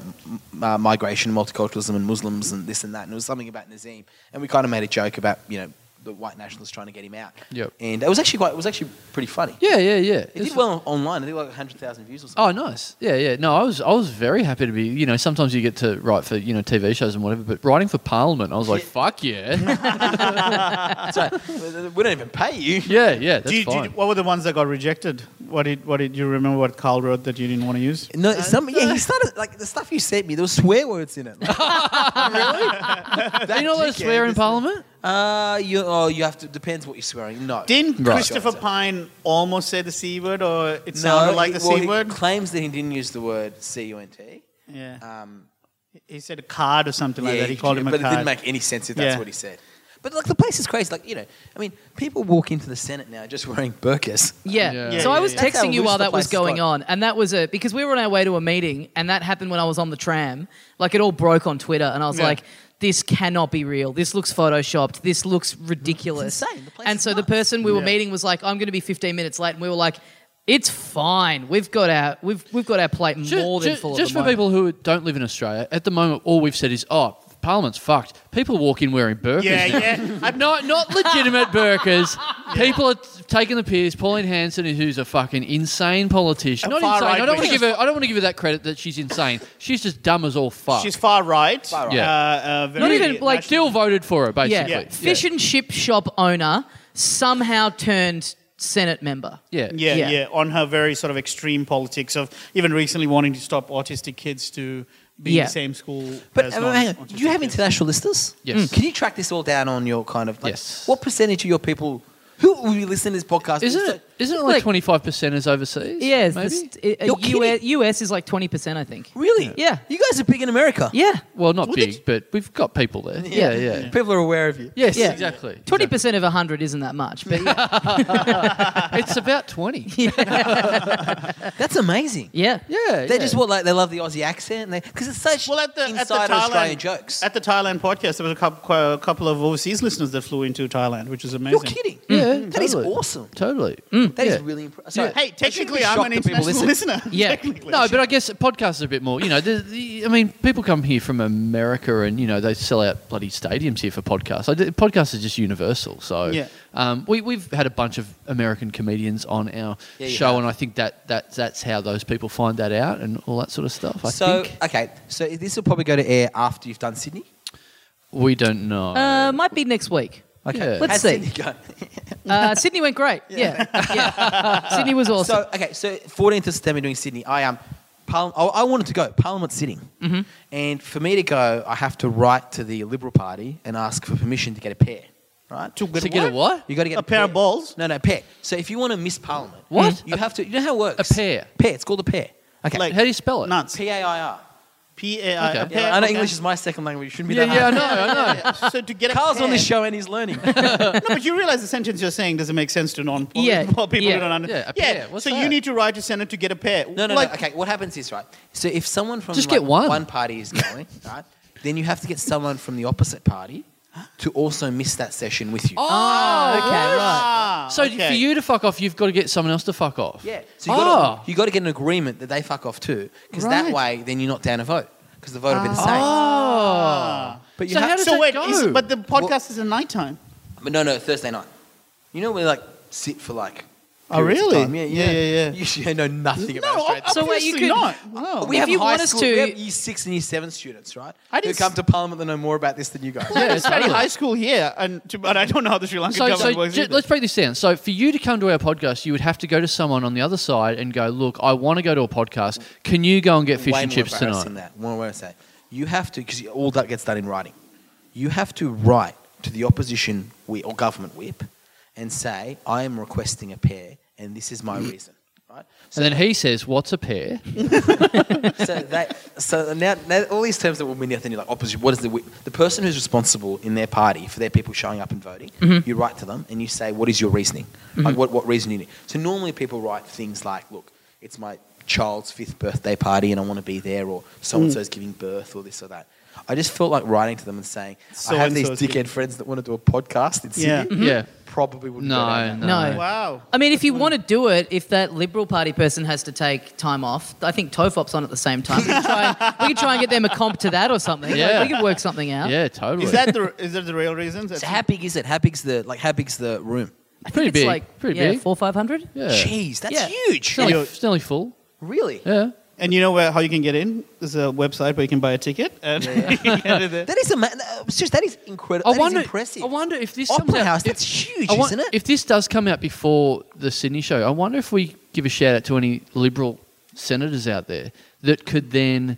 Speaker 6: m- uh, migration, multiculturalism, and Muslims and this and that, and it was something about Nazim, and we kind of made a joke about you know the white nationalists trying to get him out.
Speaker 4: Yep.
Speaker 6: And it was actually quite. It was actually pretty funty.
Speaker 4: Yeah, yeah, yeah.
Speaker 6: It did well online. I think like hundred thousand views or something.
Speaker 4: Oh, nice. Yeah, yeah. No, I was I was very happy to be. You know, sometimes you get to write for you know TV shows and whatever, but writing for Parliament, I was like,
Speaker 6: Yeah.
Speaker 4: fuck yeah,
Speaker 6: That's right. we don't even pay you.
Speaker 4: yeah, yeah. That's
Speaker 5: Do you, do you-
Speaker 4: fine.
Speaker 5: what were the ones that got rejected? What did what did you remember? What Carl wrote that you didn't want to use?
Speaker 6: (laughs) No, some, yeah, he started like the stuff you sent me. There were swear words (laughs) in it. Like,
Speaker 4: Are you not allowed to swear in Parliament?
Speaker 6: uh, you oh, you have to depends what you're swearing. No,
Speaker 5: Didn't
Speaker 4: Right.
Speaker 5: Christopher Pine almost say the c word, or it
Speaker 6: no,
Speaker 5: sounded like the
Speaker 6: he, well,
Speaker 5: c
Speaker 6: he
Speaker 5: word?
Speaker 6: claims that he didn't use the word C U N T.
Speaker 5: Yeah,
Speaker 6: Um,
Speaker 5: he said a card or something like
Speaker 6: yeah,
Speaker 5: that. He called him a
Speaker 6: but it
Speaker 5: card.
Speaker 6: didn't make any sense if that's
Speaker 5: Yeah.
Speaker 6: what he said. But like the place is crazy. Like you know, I mean, people walk into the Senate now just wearing burkas.
Speaker 3: Yeah.
Speaker 4: Yeah.
Speaker 3: so
Speaker 5: Yeah,
Speaker 3: I was
Speaker 5: yeah,
Speaker 6: yeah. That's how
Speaker 3: texting you
Speaker 6: loose
Speaker 3: while
Speaker 6: the
Speaker 3: that was
Speaker 6: place has
Speaker 3: going
Speaker 6: got.
Speaker 3: on, and that was a because we were on our way to a meeting, and that happened when I was on the tram. Like it all broke on Twitter, and I was
Speaker 5: Yeah.
Speaker 3: like, "This cannot be real. This looks photoshopped. This looks ridiculous."
Speaker 6: insane. The place
Speaker 3: and
Speaker 6: is
Speaker 3: so the
Speaker 6: nuts.
Speaker 3: person we were
Speaker 5: Yeah.
Speaker 3: meeting was like, "I'm going to be 15 minutes late," and we were like. It's fine. We've got our we've we've got our plate
Speaker 4: Ju-
Speaker 3: more
Speaker 4: ju-
Speaker 3: than full. at
Speaker 4: just
Speaker 3: the
Speaker 4: for
Speaker 3: moment.
Speaker 4: people who don't live in Australia at the moment, all we've said is, "Oh, Parliament's fucked." People walk in wearing burqas. (laughs)
Speaker 5: yeah,
Speaker 4: now.
Speaker 5: yeah.
Speaker 4: Uh, No, not legitimate burkas. People are t- taking the piss. Pauline Hanson, who's a fucking insane politician, not
Speaker 5: A far
Speaker 4: insane. I
Speaker 5: right
Speaker 4: don't want to
Speaker 5: wing.
Speaker 4: give her. I don't want to give her that credit that she's insane. She's just dumb as all fuck.
Speaker 5: She's far right.
Speaker 6: Far right.
Speaker 4: Yeah.
Speaker 5: Uh, uh, very
Speaker 3: Not even, like,
Speaker 5: national-
Speaker 4: still voted for her
Speaker 3: yeah.
Speaker 4: basically.
Speaker 3: fish and chip shop owner somehow turned Senate member.
Speaker 4: yeah.
Speaker 5: Yeah,
Speaker 3: Yeah.
Speaker 5: yeah, on her very sort of extreme politics of even recently wanting to stop autistic kids to be
Speaker 3: Yeah.
Speaker 5: in the same school.
Speaker 6: But
Speaker 5: as
Speaker 6: uh, hang on,
Speaker 5: non-autistic
Speaker 6: do you have
Speaker 5: kids.
Speaker 6: international listeners?
Speaker 4: Yes. Mm.
Speaker 6: Can you track this all down on your kind of like,
Speaker 4: Yes.
Speaker 6: What percentage of your people who will be listening to this podcast?
Speaker 4: Isn't
Speaker 6: also-
Speaker 4: it? Isn't it like
Speaker 3: like-
Speaker 4: twenty five percent is overseas?
Speaker 3: Yes,
Speaker 4: maybe.
Speaker 3: uh,
Speaker 6: You're
Speaker 3: US, US is like 20%, I think.
Speaker 6: Really?
Speaker 3: Yeah.
Speaker 6: You guys are big in America. (laughs)
Speaker 3: Yeah.
Speaker 4: well, not
Speaker 6: Well,
Speaker 4: big,
Speaker 6: did you-
Speaker 4: but we've got people there. Yeah,
Speaker 3: Yeah.
Speaker 4: yeah.
Speaker 6: People are aware of you.
Speaker 4: Yes,
Speaker 3: Yeah.
Speaker 6: (laughs)
Speaker 4: exactly.
Speaker 3: Twenty percent of hundred isn't that much, but yeah,
Speaker 4: Exactly. It's about twenty.
Speaker 6: That's amazing.
Speaker 3: (laughs) yeah.
Speaker 4: Yeah,
Speaker 6: They
Speaker 4: yeah.
Speaker 6: just what like they love the Aussie accent and because it's such
Speaker 5: Well, at the,
Speaker 6: inside
Speaker 5: at the Thailand,
Speaker 6: Australian jokes.
Speaker 5: At the Thailand podcast, there was a couple, a couple of overseas listeners that flew into Thailand, which is amazing.
Speaker 6: You're kidding.
Speaker 5: Mm.
Speaker 4: Yeah,
Speaker 6: That is
Speaker 4: totally.
Speaker 6: awesome.
Speaker 4: Totally.
Speaker 6: That is
Speaker 4: Yeah.
Speaker 6: really impressive.
Speaker 5: Hey, technically, I'm an international listener.
Speaker 3: Yeah.
Speaker 5: (laughs) Technically.
Speaker 4: No, but I guess podcasts are a bit more. You know, the, the, I mean, people come here from America, and you know they sell out bloody stadiums here for podcasts. I, d- podcasts are just universal. So
Speaker 5: Yeah.
Speaker 4: um, we we've had a bunch of American comedians on our
Speaker 6: Yeah, you
Speaker 4: show,
Speaker 6: have.
Speaker 4: and I think that, that that's how those people find that out and all that sort of stuff. I
Speaker 6: (laughs) So
Speaker 4: think
Speaker 6: okay, so this will probably go to air after you've done Sydney.
Speaker 4: we don't know.
Speaker 3: Uh, might be next week.
Speaker 6: Okay,
Speaker 4: Yeah.
Speaker 3: Let's
Speaker 6: How's
Speaker 3: see.
Speaker 6: Sydney (laughs) go?
Speaker 3: Uh, Sydney went great. Yeah, yeah. Sydney was awesome.
Speaker 6: So okay, so 14th of September doing Sydney. I um, Parliament, I, I wanted to go. Parliament's sitting, mm-hmm. and for me to go, I have to write to the Liberal Party and ask for permission to get a pair. Right?
Speaker 5: To get
Speaker 4: to get a what?
Speaker 6: You got to get
Speaker 5: A pair of balls?
Speaker 6: No, no, pair. So if you want to miss Parliament, Mm.
Speaker 4: What?
Speaker 6: you have to. You know how it works.
Speaker 4: A pair.
Speaker 6: Pair. It's called a pair. Okay.
Speaker 5: Like-
Speaker 4: How do you spell it?
Speaker 5: Nuts.
Speaker 6: P A I R.
Speaker 5: P
Speaker 4: Okay.
Speaker 5: A I. a
Speaker 4: Yeah,
Speaker 6: Yeah,
Speaker 5: pair-
Speaker 6: I know
Speaker 5: okay.
Speaker 6: English is my second language. It shouldn't be
Speaker 4: Yeah,
Speaker 6: that
Speaker 4: yeah, I
Speaker 6: hard.
Speaker 4: know, I know.
Speaker 5: (laughs) So to get a
Speaker 6: Carl's on
Speaker 5: pair-
Speaker 6: this show and he's (laughs) learning.
Speaker 5: No, but you realize the sentence you're saying doesn't make sense to non
Speaker 3: Yeah,
Speaker 5: (laughs) people
Speaker 3: yeah,
Speaker 5: who don't
Speaker 4: yeah, a
Speaker 5: understand.
Speaker 4: pair. What's
Speaker 5: so
Speaker 4: that?
Speaker 5: you need to write to Senate to get a pair.
Speaker 6: No, no,
Speaker 5: like,
Speaker 6: no. Okay, what happens is right. So if someone from
Speaker 4: Just
Speaker 6: like,
Speaker 4: get one.
Speaker 6: party is going, right, then you have to get someone from the opposite party to also miss that session with you.
Speaker 4: Oh,
Speaker 3: okay, right.
Speaker 5: Ah,
Speaker 4: so
Speaker 5: (laughs) okay.
Speaker 4: for you to fuck off, you've got to get someone else to fuck off.
Speaker 6: Yeah. So you
Speaker 4: oh.
Speaker 6: got to you got to get an agreement that they fuck off too, because
Speaker 4: Right.
Speaker 6: that way then you're not down a vote, because the vote will be the same. But you
Speaker 4: So
Speaker 6: have
Speaker 4: how does
Speaker 5: so
Speaker 4: that
Speaker 5: wait,
Speaker 4: go?
Speaker 5: is- but the podcast is at nighttime.
Speaker 6: But no, no, Thursday night. You know we like sit for like.
Speaker 5: Oh,
Speaker 6: periods of
Speaker 5: really?
Speaker 6: time. Yeah,
Speaker 5: Yeah,
Speaker 6: yeah,
Speaker 5: yeah, yeah.
Speaker 6: You should know nothing
Speaker 5: No,
Speaker 6: about Australia.
Speaker 3: So wait, you
Speaker 5: obviously
Speaker 3: could-
Speaker 5: not. Wow.
Speaker 6: Oh. we
Speaker 3: if
Speaker 6: have
Speaker 3: you
Speaker 6: high
Speaker 3: want us
Speaker 6: school,
Speaker 3: to-
Speaker 6: we have year six and year seven students, right?
Speaker 5: I
Speaker 6: Who
Speaker 5: didn't
Speaker 6: come
Speaker 5: s-
Speaker 6: to Parliament that know more about this than you guys.
Speaker 5: I
Speaker 4: Yeah,
Speaker 5: (laughs) studied
Speaker 4: totally.
Speaker 5: high school here, and to, but I don't know how the Sri Lankan
Speaker 4: So,
Speaker 5: government
Speaker 4: so
Speaker 5: works.
Speaker 4: ju-
Speaker 5: either.
Speaker 4: let's break this down. So, for you to come to our podcast, you would have to go to someone on the other side and go, "Look, I want to go to a podcast. Can you go and get fish
Speaker 6: Way
Speaker 4: and
Speaker 6: more
Speaker 4: chips
Speaker 6: embarrassing
Speaker 4: tonight?"
Speaker 6: That one word I say, you have to because all that gets done in writing. You have to write to the opposition whi- or government whip and say, "I am requesting a pair, and this is
Speaker 4: Mm.
Speaker 6: my reason." Right? So,
Speaker 4: And then he says, "What's a
Speaker 6: (laughs)
Speaker 4: pair?"
Speaker 6: so, they, so now, now all these terms that will mean nothing. You're like opposition. What is the whip? The person who's responsible in their party for their people showing up and voting.
Speaker 4: Mm-hmm.
Speaker 6: You write to them and you say, "What is your reasoning? Like, what what reason you need?" So normally people write things like, "Look,
Speaker 4: Mm.
Speaker 6: it's my child's fifth birthday party and I want to be there," or "So and so's giving birth," or this or that. I just felt like writing to them and saying, I have these
Speaker 5: So-and-so's
Speaker 6: dickhead
Speaker 5: getting-
Speaker 6: friends that want to do a podcast. It's
Speaker 5: Yeah.
Speaker 4: Yeah. Mm-hmm.
Speaker 6: Probably wouldn't. go
Speaker 4: No,
Speaker 6: down that.
Speaker 4: no.
Speaker 3: No.
Speaker 5: Wow.
Speaker 3: I mean, if you want to do it, if that Liberal Party person has to take time off, I think Tofop's on at the same time. We can try and, we can try and get them a comp to that or something. Like,
Speaker 4: Yeah.
Speaker 3: we could work something out.
Speaker 4: Yeah, totally.
Speaker 5: Is that the is that the real reason?
Speaker 6: So how big is it? How big's the like? How big's the room?
Speaker 3: I think
Speaker 4: Pretty
Speaker 3: it's
Speaker 4: big.
Speaker 3: Like,
Speaker 4: Pretty
Speaker 3: yeah,
Speaker 4: big.
Speaker 3: Four five hundred.
Speaker 4: Yeah.
Speaker 6: Jeez, that's
Speaker 3: Yeah.
Speaker 6: huge.
Speaker 4: It's nearly,
Speaker 5: You-
Speaker 4: it's nearly full.
Speaker 6: Really?
Speaker 4: Yeah.
Speaker 5: And you know where, how you can get in? There's a website where you can buy a ticket. And (laughs) you get in there.
Speaker 6: That is a man. Seriously, that is incredible.
Speaker 4: I
Speaker 6: That is
Speaker 4: wonder.
Speaker 6: impressive.
Speaker 4: I wonder if this comes
Speaker 6: Opera
Speaker 4: out-
Speaker 6: House.
Speaker 4: if-
Speaker 6: That's huge,
Speaker 4: I wa-
Speaker 6: isn't it?
Speaker 4: If this does come out before the Sydney show, I wonder if we give a shout out to any Liberal senators out there that could then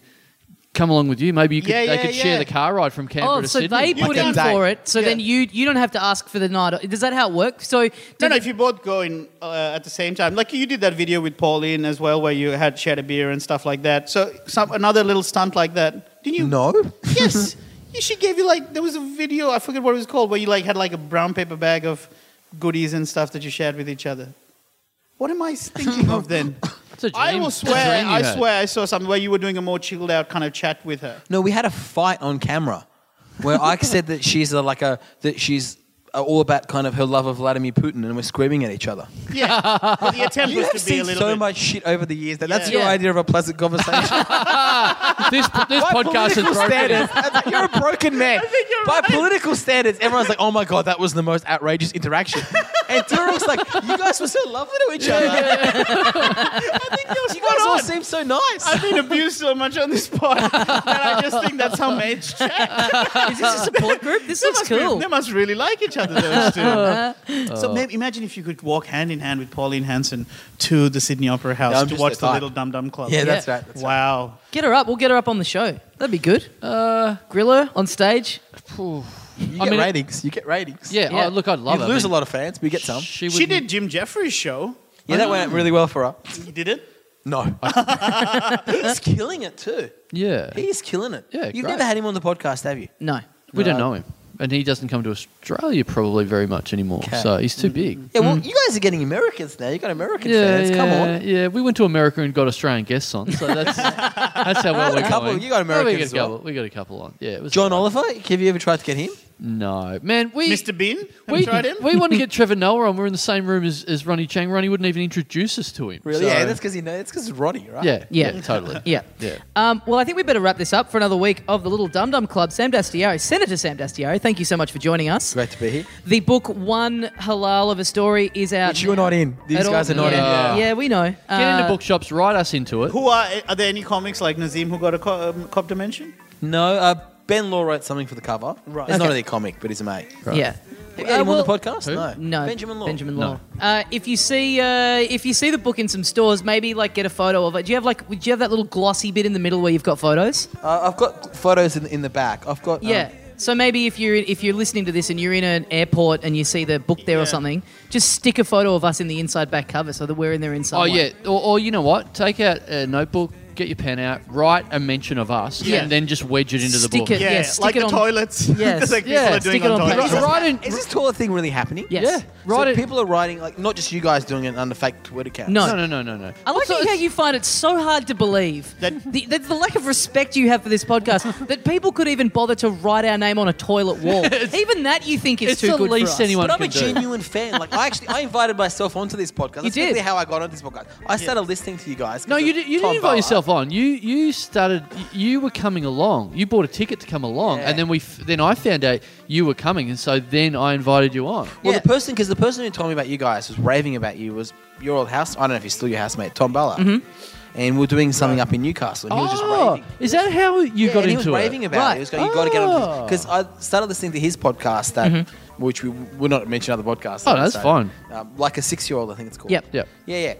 Speaker 4: come along with you. Maybe you could,
Speaker 5: Yeah,
Speaker 4: they
Speaker 5: yeah,
Speaker 4: could share
Speaker 5: yeah.
Speaker 4: the car ride from Canberra
Speaker 3: Oh,
Speaker 4: to
Speaker 3: so
Speaker 4: Sydney.
Speaker 3: they put
Speaker 6: a
Speaker 3: in
Speaker 6: day.
Speaker 3: for it. So then you you don't have to ask for the night. Does that how it works? So
Speaker 5: No, no.
Speaker 3: (laughs)
Speaker 5: If you both go in uh, at the same time, like you did that video with Pauline as well, where you had shared a beer and stuff like that. So some another little stunt like that. Didn't you?
Speaker 6: no.
Speaker 5: Yes. You- she gave you like there was a video. I forget what it was called, where you like had like a brown paper bag of goodies and stuff that you shared with each other. What am I thinking of
Speaker 6: (laughs)
Speaker 5: then?
Speaker 4: It's a
Speaker 5: I
Speaker 4: dream-
Speaker 5: will
Speaker 4: it's a
Speaker 5: swear.
Speaker 4: dream you
Speaker 5: I
Speaker 4: had.
Speaker 5: swear I saw something where you were doing a more chilled out kind of chat with her.
Speaker 6: (laughs) No, we had a fight on camera where I (laughs) said that she's a, like a that she's uh, all about kind of her love of Vladimir Putin, and we're screaming at each other.
Speaker 5: Yeah. but
Speaker 6: (laughs)
Speaker 5: the attempt
Speaker 6: You
Speaker 5: was
Speaker 6: have
Speaker 5: to be a
Speaker 6: seen
Speaker 5: little
Speaker 6: so
Speaker 5: bit.
Speaker 6: much shit over the years that that's
Speaker 5: Yeah.
Speaker 6: your
Speaker 3: Yeah.
Speaker 6: idea of a pleasant conversation.
Speaker 4: This, this
Speaker 6: By
Speaker 4: podcast is
Speaker 6: political
Speaker 4: broken.
Speaker 6: standards, that's like, you're a broken man. By political standards, everyone's like, "Oh my god, that was the most outrageous interaction." (laughs) and Turok's like, "You guys were so lovely to each other. (laughs) you guys all seem so nice."
Speaker 5: I've been
Speaker 6: (laughs)
Speaker 5: abused so much on this pod that I just think that's how mates chat.
Speaker 3: is this a support group?
Speaker 4: (laughs)
Speaker 3: This looks
Speaker 5: must re-
Speaker 3: cool.
Speaker 5: they must really like each other, those
Speaker 6: (laughs) Uh-huh.
Speaker 5: two. so maybe, imagine if you could walk hand in hand with Pauline Hanson to the Sydney Opera House
Speaker 6: Yeah, I'm
Speaker 5: to
Speaker 6: just
Speaker 5: watch
Speaker 6: a
Speaker 5: the
Speaker 6: type.
Speaker 5: Little Dum Dum Club.
Speaker 6: Yeah, that's
Speaker 3: Yeah.
Speaker 6: right. That's right.
Speaker 5: Wow.
Speaker 3: Get her up. We'll get her up on the show. That'd be good.
Speaker 4: Uh,
Speaker 3: Grillo on stage.
Speaker 4: phew.
Speaker 6: You
Speaker 4: I
Speaker 6: get
Speaker 4: mean,
Speaker 6: ratings. You get ratings.
Speaker 4: yeah,
Speaker 3: Yeah.
Speaker 4: Oh, look, I'd
Speaker 6: you
Speaker 4: love it.
Speaker 6: lose a lot of fans, but you get some.
Speaker 4: She,
Speaker 5: She did Jim Jeffries' show.
Speaker 6: Yeah, that went really well for her.
Speaker 5: You did it?
Speaker 6: (laughs) No, he's killing it too.
Speaker 4: Yeah.
Speaker 6: He's killing it.
Speaker 4: Yeah,
Speaker 6: you've
Speaker 4: great.
Speaker 6: never had him on the podcast, have you?
Speaker 3: No.
Speaker 4: we don't know him. And he doesn't come to Australia probably very much anymore.
Speaker 6: Okay.
Speaker 4: So he's too big.
Speaker 6: Yeah, well, you guys are getting Americans now. You got American Mm-hmm. fans.
Speaker 4: Mm. yeah,
Speaker 6: Come on.
Speaker 4: Yeah, we went to America and got Australian guests on, so
Speaker 6: (laughs)
Speaker 4: that's that's how well
Speaker 6: Well,
Speaker 4: we're
Speaker 6: a couple-
Speaker 4: going.
Speaker 6: you got Americans
Speaker 4: we got,
Speaker 6: as
Speaker 4: a
Speaker 6: well.
Speaker 4: couple, we got a couple on. Yeah, it was
Speaker 6: John
Speaker 4: all right.
Speaker 6: Oliver, have you ever tried to get him?
Speaker 4: No, man, we
Speaker 5: Mr. Bean? Have
Speaker 4: we
Speaker 5: you tried him?
Speaker 4: we wanted to
Speaker 6: (laughs)
Speaker 4: get Trevor Noah on. We're in the same room as, as Ronnie Chang. Ronnie wouldn't even introduce us to him. so-
Speaker 6: yeah, that's because you know, it's because Ronnie, right?
Speaker 4: yeah,
Speaker 3: Yeah.
Speaker 4: yeah, totally.
Speaker 3: (laughs) Yeah.
Speaker 4: Yeah.
Speaker 3: Um, well, I think we better wrap this up for another week of the Little Dum Dum Club. Sam Dastiaro, Senator Sam Dastiaro, thank you so much for joining us.
Speaker 6: Great to be here.
Speaker 3: The book One Halal of a Story is out.
Speaker 6: Which you're not in. These
Speaker 3: At all-
Speaker 6: guys are not
Speaker 3: yeah.
Speaker 4: in.
Speaker 3: Yeah, we know. Uh,
Speaker 4: Get into bookshops, write us into it.
Speaker 5: Who are, are there any comics like Nazim who got a co- um, cop dimension?
Speaker 6: in. No, uh, Ben Law wrote something for the cover.
Speaker 5: Right.
Speaker 6: It's not
Speaker 3: Okay.
Speaker 6: really a comic, but he's a mate.
Speaker 3: Yeah.
Speaker 6: Have you
Speaker 3: Uh,
Speaker 6: had him
Speaker 3: well-
Speaker 6: on the podcast?
Speaker 4: Who?
Speaker 6: No.
Speaker 3: No,
Speaker 6: Benjamin Law.
Speaker 3: Benjamin
Speaker 4: No.
Speaker 3: Law. Uh, if you see, uh, if you see the book in some stores, maybe like get a photo of it. Do you have like, do you have that little glossy bit in the middle where you've got photos?
Speaker 6: Uh, I've got photos in, in the back. I've got. um,
Speaker 3: Yeah. So maybe if you're if you're listening to this and you're in an airport and you see the book there
Speaker 5: Yeah.
Speaker 3: or something, just stick a photo of us in the inside back cover so that we're in there in some
Speaker 4: Oh
Speaker 3: way.
Speaker 4: yeah, or, or you know what? Take out a notebook, get your pen out, write a mention of us,
Speaker 3: Yeah.
Speaker 4: and then just wedge it into the
Speaker 3: Stick
Speaker 4: book.
Speaker 3: it-
Speaker 5: Yeah,
Speaker 3: yeah, stick
Speaker 5: like
Speaker 3: it
Speaker 5: the
Speaker 3: on-
Speaker 5: toilets.
Speaker 3: (laughs)
Speaker 5: (laughs)
Speaker 3: Yes.
Speaker 5: like
Speaker 4: Yeah,
Speaker 5: people are doing
Speaker 3: stick it
Speaker 5: on
Speaker 3: on
Speaker 5: toilets.
Speaker 3: paper.
Speaker 4: Ri- Write in.
Speaker 6: Is this taller thing really happening?
Speaker 3: Yes.
Speaker 4: Yeah,
Speaker 6: Right.
Speaker 4: write
Speaker 6: So
Speaker 4: it.
Speaker 6: people are writing, like, not just you guys doing it under fake Twitter accounts.
Speaker 3: No.
Speaker 4: No, no, no, no, no.
Speaker 3: I like
Speaker 4: So
Speaker 3: how
Speaker 4: it's-
Speaker 3: you find it so hard to believe
Speaker 5: That-
Speaker 3: the, that's the lack of respect you have for this podcast that people could even bother to write our name on a toilet
Speaker 4: (laughs)
Speaker 3: wall. even that you think is
Speaker 4: it's
Speaker 3: too
Speaker 4: the
Speaker 3: good for
Speaker 4: least
Speaker 3: us.
Speaker 4: anyone
Speaker 6: But I'm a
Speaker 4: can do.
Speaker 6: genuine fan. Like I actually, I invited myself onto this podcast. That's
Speaker 3: did.
Speaker 6: basically how I got onto this podcast. I started listening to you guys. 'cause
Speaker 4: No, you,
Speaker 6: of
Speaker 4: did, you
Speaker 6: Tom
Speaker 4: didn't invite
Speaker 6: Bella.
Speaker 4: yourself on. You you started. You were coming along. You bought a ticket to come along,
Speaker 6: Yeah.
Speaker 4: and then we f- then I found out you were coming, and so then I invited you on.
Speaker 6: Well,
Speaker 3: Yeah.
Speaker 6: the person, because the person who told me about you guys was raving about you was your old house. I don't know if he's still your housemate, Tom Bella.
Speaker 4: Mm-hmm.
Speaker 6: And we we're doing something up in Newcastle, and he was just raving.
Speaker 4: Oh, is that how you
Speaker 6: Yeah,
Speaker 4: got
Speaker 6: and
Speaker 4: into
Speaker 6: he was
Speaker 4: it?
Speaker 6: raving about it.
Speaker 3: Right.
Speaker 6: He was going, "You got to get on
Speaker 4: Oh.
Speaker 6: because I started listening to his podcast that, which we will not mention other podcasts.
Speaker 4: Mm-hmm. Oh, that's
Speaker 6: so,
Speaker 4: fine.
Speaker 6: Um, like a six-year-old, I think it's called.
Speaker 3: Yep.
Speaker 4: Yep.
Speaker 6: Yeah, yeah.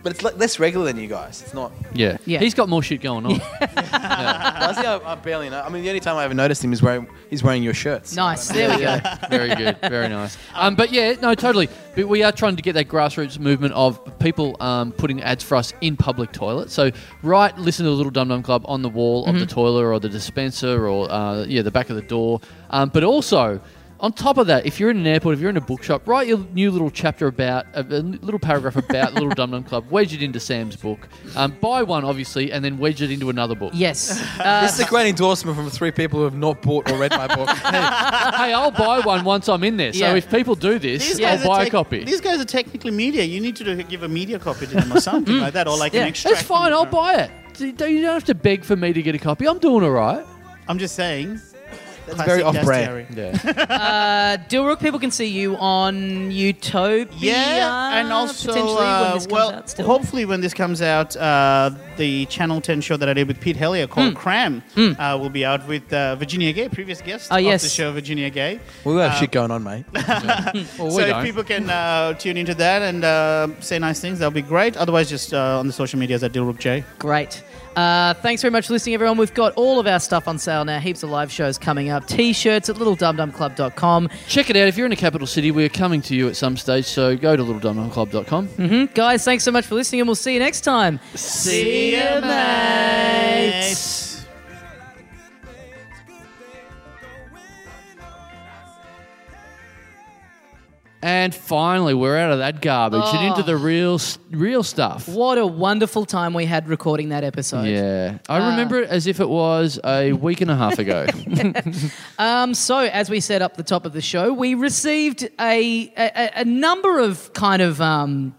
Speaker 6: But it's like less regular than you guys. It's
Speaker 4: (laughs)
Speaker 6: not.
Speaker 4: Yeah.
Speaker 3: Yeah.
Speaker 4: He's got more shit going on.
Speaker 6: Honestly, I, I barely know. I mean, the only time I ever noticed him is wearing he's wearing your shirts.
Speaker 3: Nice. There we go.
Speaker 4: Yeah, very good. Very nice. Um, but yeah, no, totally. But we are trying to get that grassroots movement of people um, putting ads for us in public toilets. So right, listen to the Little Dum Dum Club on
Speaker 5: Mm-hmm.
Speaker 4: the wall of the toilet or the dispenser or uh, yeah, the back of the door. Um, but also. On top of that, if you're in an airport, if you're in a bookshop, write your new little chapter about a, a little paragraph about Little Dum Dum Club. Wedge it into Sam's book. Um, buy one, obviously, and then wedge it into another book.
Speaker 5: (laughs)
Speaker 3: Yes. Uh,
Speaker 6: This is a great endorsement from three people who have not bought or read my
Speaker 4: (laughs)
Speaker 6: book.
Speaker 4: Hey, I'll buy one once I'm in there. So
Speaker 3: Yeah.
Speaker 4: if people do this,
Speaker 5: These
Speaker 4: I'll
Speaker 5: guys are
Speaker 4: buy a
Speaker 5: tec-
Speaker 4: copy.
Speaker 5: These guys are technically media. You need to do- give a media copy to them or something like that, or like
Speaker 3: Yeah,
Speaker 5: an
Speaker 3: that's
Speaker 5: extract.
Speaker 4: That's fine. I'll buy it. You don't you don't have to beg for me to get a copy. I'm doing all right.
Speaker 5: I'm just saying. That's
Speaker 6: very off-brand.
Speaker 4: Yeah.
Speaker 3: uh, Dilrook, people can see you on Utopia.
Speaker 5: Yeah, and also,
Speaker 3: potentially when this comes
Speaker 5: uh, well,
Speaker 3: out still.
Speaker 5: hopefully when this comes out, uh, the Channel 10 show that I did with Pete Hellier called
Speaker 3: Hmm.
Speaker 5: Cram uh, will be out with uh, Virginia Gay, previous guest
Speaker 3: Oh,
Speaker 5: of the
Speaker 3: yes.
Speaker 5: show, Virginia Gay.
Speaker 6: We will have shit going on, mate.
Speaker 4: (laughs) Well, we
Speaker 5: so
Speaker 4: don't.
Speaker 5: if people can uh, tune into that and uh, say nice things, that'll be great. Otherwise, just uh, on the social medias at Dilrook J.
Speaker 3: Great. Uh, thanks very much for listening, everyone. We've got all of our stuff on sale now. Heaps of live shows coming up. T-shirts at littledumdumclub.com.
Speaker 4: Check it out. If you're in a capital city, we're coming to you at some stage. So go to littledumdumclub.com.
Speaker 5: Mm-hmm.
Speaker 3: Guys, thanks so much for listening, and we'll see you next time.
Speaker 5: See you, mates.
Speaker 4: And finally, we're out of that garbage and
Speaker 5: Oh.
Speaker 4: into the real, s- real stuff.
Speaker 3: What a wonderful time we had recording that episode.
Speaker 4: Yeah, I
Speaker 5: Uh.
Speaker 4: remember it as if it was a week and a half ago.
Speaker 5: (laughs)
Speaker 3: Um, so, as we said up the top of the show, we received a, a, a number of kind of, um,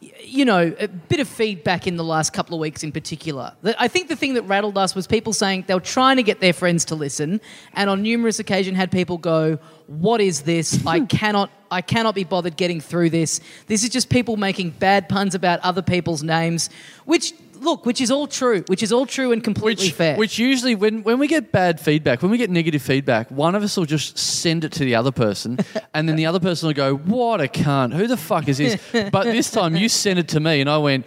Speaker 3: y- you know, a bit of feedback in the last couple of weeks in particular. That- I think the thing that rattled us was people saying they were trying to get their friends to listen, and on numerous occasions had people go, "What is
Speaker 4: (laughs)
Speaker 3: this? I cannot." I cannot be bothered getting through this. This is just people making bad puns about other people's names, which, look, which is all true, which is all true and completely
Speaker 4: which,
Speaker 3: fair.
Speaker 4: which usually, when, when we get bad feedback, when we get negative feedback, one of us will just send it to the other
Speaker 3: (laughs)
Speaker 4: person, and then the other person will go, "What a cunt! Who the fuck
Speaker 3: (laughs)
Speaker 4: is this?" But this time, you sent it to me, and I went,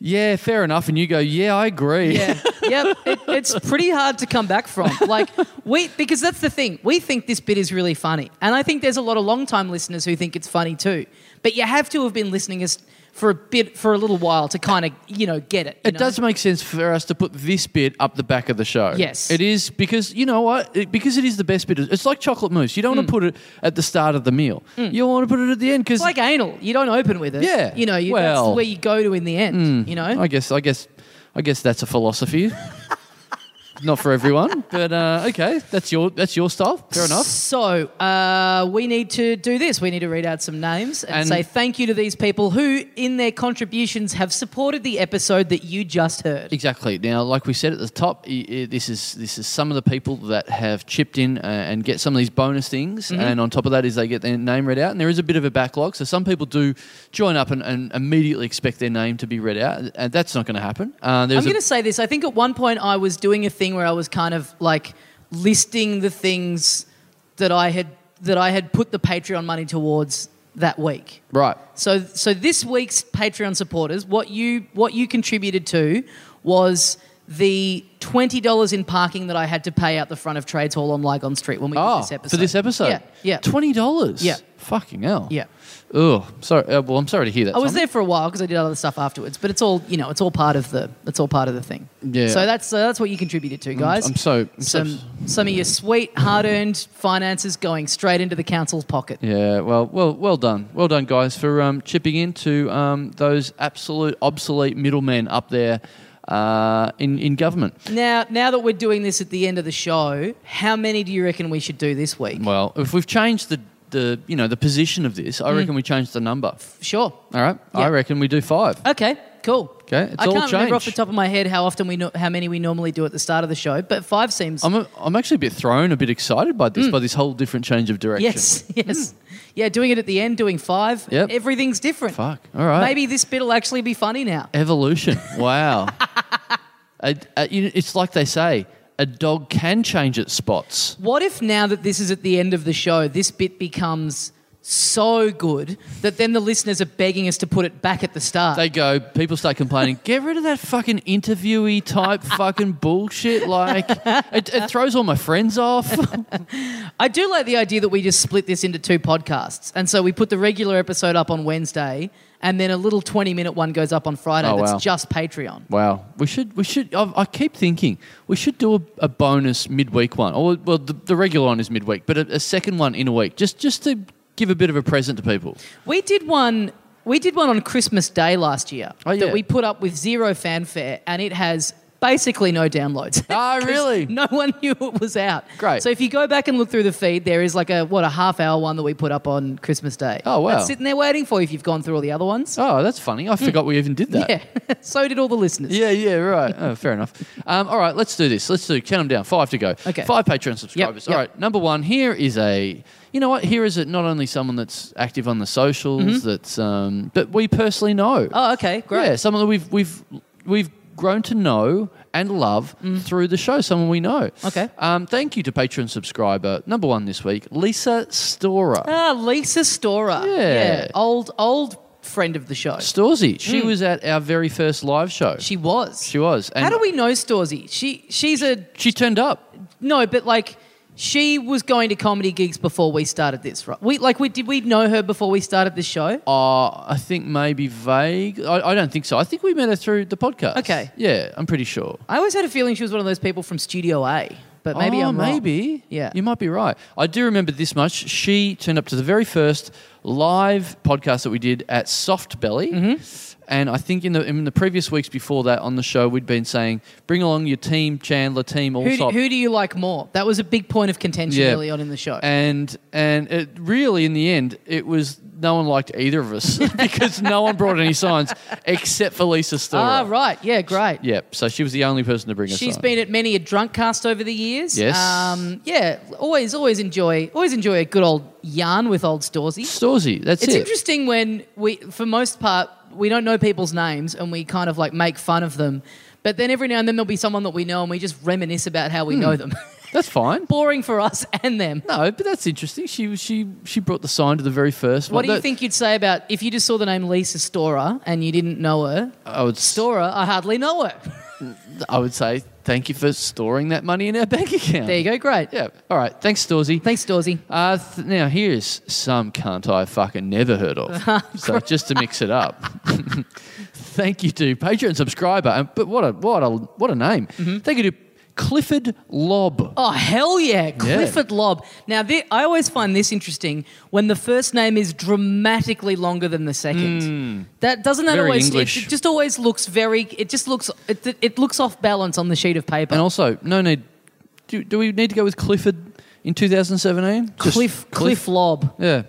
Speaker 4: "Yeah, fair enough," and you go, "Yeah, I agree."
Speaker 3: Yeah, yep. It, it's pretty hard to come back from. Like we, because that's the thing. We think this bit is really funny, and I think there's a lot of long-time listeners who think it's funny too. But you have to have been listening us for a bit, for a little while, to kind of you know get it. you
Speaker 4: (laughs) It
Speaker 3: know?
Speaker 4: does make sense for us to put this bit up the back of the show.
Speaker 3: Yes.
Speaker 4: It is because, you know what? It- because it is the best bit. It's like chocolate mousse. You don't want to put it at the start of the meal. You want to put it at the end because.
Speaker 3: Mm. It's like anal. You don't open with it.
Speaker 4: Yeah,
Speaker 3: You know, you,
Speaker 4: well. hmm.
Speaker 3: that's where you go to in the end. You know.
Speaker 4: I guess, I guess, I guess that's a (laughs) philosophy. Not for everyone, but uh, okay, that's your that's your style. Fair enough.
Speaker 3: So uh, we need to do this. We need to read out some names and,
Speaker 4: And-
Speaker 3: say thank you to these people who, in their contributions, have supported the episode that you just heard.
Speaker 4: Exactly. Now, like we said at the top, i- i- this is this is some of the people that have chipped in uh, and get some of these bonus things, and on top of that is they get their name read out, and there is a bit of a backlog. So some people do join up and, and immediately expect their name to be read out, and that's not going to happen. Uh, there's
Speaker 3: I'm
Speaker 4: a-
Speaker 3: going to say this. I think at one point I was doing a thing where I was kind of like listing the things that I had that I had put the Patreon money towards that week.
Speaker 4: right.
Speaker 3: So so this week's Patreon supporters, what you what you contributed to was the twenty dollars in parking that I had to pay out the front of Trades Hall on Lygon Street when we
Speaker 4: Oh,
Speaker 3: did this episode.
Speaker 4: for this episode,
Speaker 3: Yeah, yeah,
Speaker 4: twenty dollars.
Speaker 3: Yeah.
Speaker 4: fucking hell.
Speaker 3: yeah.
Speaker 4: Oh, sorry. Uh, well, I'm sorry to hear that.
Speaker 3: I was
Speaker 4: Tom.
Speaker 3: there for a while because I did other stuff afterwards, but it's all you know. It's all part of the. It's all part of the thing.
Speaker 4: Yeah.
Speaker 3: So that's uh, that's what you contributed to, guys.
Speaker 4: I'm so- I'm so-
Speaker 3: some some of your sweet hard-earned finances going straight into the council's pocket.
Speaker 4: Yeah, well, well, well done, well done, guys, for um, chipping in to um, those absolute obsolete middlemen up there uh, in in government.
Speaker 3: Now, now that we're doing this at the end of the show, how many do you reckon we should do this week?
Speaker 4: Well, if we've changed the the you know the position of this, I reckon we changed the number.
Speaker 3: Sure.
Speaker 4: All right, I
Speaker 3: Mm. Yeah.
Speaker 4: reckon we do five.
Speaker 3: Okay. Cool.
Speaker 4: Okay, it's
Speaker 3: I
Speaker 4: all
Speaker 3: can't remember off the
Speaker 4: changed.
Speaker 3: top of my head how often we know, how many we normally do at the start of the show, but five seems.
Speaker 4: I'm a, I'm actually a bit thrown, a bit excited by this, by this whole different change of
Speaker 3: (laughs)
Speaker 4: direction.
Speaker 3: Mm. yes. (laughs) Yes. Yeah. Doing it at the end, doing five.
Speaker 4: Yep.
Speaker 3: Everything's different.
Speaker 4: Fuck. All right.
Speaker 3: Maybe this bit'll actually be funny now. (laughs)
Speaker 4: Evolution. Wow. A- a- you know, it's like they say, a dog can change its spots.
Speaker 3: What if now that this is at the end of the show, this bit becomes so good that then the listeners are begging us to put it back at the start.
Speaker 4: They go, people start complaining, get rid of that fucking interviewee type fucking bullshit. Like, it, it throws all my friends off.
Speaker 3: I do like the idea that we just split this into two podcasts. And so we put the regular episode up on Wednesday and then a little 20 minute one goes up on Friday
Speaker 4: Oh,
Speaker 3: that's
Speaker 4: wow.
Speaker 3: just Patreon.
Speaker 4: wow. We should, we should, I, I keep thinking, we should do a, a bonus midweek one. Or, well, the, the regular one is midweek, but a, a second one in a week, just, just to give a bit of a present to people.
Speaker 3: We did one. We did one on Christmas Day last year
Speaker 4: Oh, yeah.
Speaker 3: that we put up with zero fanfare, and it has basically no downloads. (laughs)
Speaker 4: Ah,
Speaker 3: 'Cause
Speaker 4: really?
Speaker 3: No one knew it was out.
Speaker 4: Great.
Speaker 3: So if you go back and look through the feed, there is like a what a half hour one that we put up on Christmas Day.
Speaker 4: Oh, wow.
Speaker 3: That's sitting there waiting for you if you've gone through all the other ones.
Speaker 4: Oh, that's funny. I forgot we even did
Speaker 3: (laughs)
Speaker 4: that.
Speaker 3: yeah. so did all the listeners.
Speaker 4: Yeah, yeah, right. Oh, fair enough. Um, all right, let's do this. Let's do count them down. Five to go.
Speaker 3: Okay.
Speaker 4: Five Patreon subscribers.
Speaker 3: Yep, yep.
Speaker 4: All right. Number one. Here is a. You know what? Here is a, not only someone that's active on the socials. That's um, but we personally know.
Speaker 3: Mm-hmm. Oh, okay, great.
Speaker 4: Yeah, someone that we've we've we've grown to know and love through the show. Someone we know.
Speaker 3: Mm-hmm. Okay.
Speaker 4: Um, thank you to Patreon subscriber number one this week, Lisa Storer.
Speaker 3: Ah, Lisa Storer.
Speaker 4: Yeah.
Speaker 3: Old old friend of the show.
Speaker 4: Storzy. She was at our very first live show.
Speaker 3: mm. she was.
Speaker 4: She was. And
Speaker 3: How do we know Storzy? She she's a
Speaker 4: She turned up.
Speaker 3: No, but like she was going to comedy gigs before we started this, right? We like we did we know her before we started this show?
Speaker 4: Uh, I think maybe vague. I, I don't think so. I think we met her through the podcast.
Speaker 3: Okay.
Speaker 4: Yeah, I'm pretty sure.
Speaker 3: I always had a feeling she was one of those people from Studio A, but maybe
Speaker 4: oh,
Speaker 3: I'm wrong.
Speaker 4: maybe.
Speaker 3: Yeah.
Speaker 4: You might be right. I do remember this much. She turned up to the very first live podcast that we did at Soft Belly.
Speaker 3: Mm-hmm.
Speaker 4: And I think in the in the previous weeks before that on the show we'd been saying bring along your team Chandler team
Speaker 3: Who, do,
Speaker 4: Allsop
Speaker 3: who do you like more? That was a big point of contention
Speaker 4: Yeah.
Speaker 3: early on in the show.
Speaker 4: and and it really in the end it was no one liked either of us (laughs) because no one brought any signs except for Lisa Storer.
Speaker 3: ah, right. Yeah, great.
Speaker 4: Yep. So she was the only person to bring us.
Speaker 3: She's
Speaker 4: on.
Speaker 3: been at many a drunk cast over the years.
Speaker 4: Yes.
Speaker 3: Um, yeah. Always, always enjoy, always enjoy a good old yarn with old Storzy.
Speaker 4: Storzy. That's
Speaker 3: It's
Speaker 4: it.
Speaker 3: interesting when we, for most part, we don't know people's names and we kind of like make fun of them. But then every now and then there'll be someone that we know and we just reminisce about how
Speaker 4: Hmm.
Speaker 3: we know them. (laughs)
Speaker 4: That's fine.
Speaker 3: Boring for us and them.
Speaker 4: No, but that's interesting. She she she brought the sign to the very first.
Speaker 3: What
Speaker 4: one.
Speaker 3: do you
Speaker 4: That-
Speaker 3: think you'd say about if you just saw the name Lisa Storer and you didn't know her?
Speaker 4: I would store.
Speaker 3: Storer, I hardly know her.
Speaker 4: I would say thank you for storing that money in our (laughs) bank account.
Speaker 3: There you go, great.
Speaker 4: Yeah. All right. Thanks, Storzy.
Speaker 3: Thanks, Storzy.
Speaker 4: Uh, th- now here's some cunt I fucking never heard
Speaker 3: (laughs)
Speaker 4: of. so just to mix it up, (laughs) thank you to Patreon subscriber, and but what a what a what a name.
Speaker 3: Mm-hmm.
Speaker 4: Thank you to Clifford Lobb.
Speaker 3: Oh hell yeah, Clifford Lobb. Now thi- I always find this interesting when the first name is dramatically longer than the second. That doesn't that
Speaker 4: Hmm. Very
Speaker 3: always
Speaker 4: English.
Speaker 3: It, it just always looks very. It just looks it, it looks off balance on the sheet of paper.
Speaker 4: And also, no need. Do, do we need to go with Clifford in 2017? Just
Speaker 3: Cliff Cliff Lobb
Speaker 4: Yeah.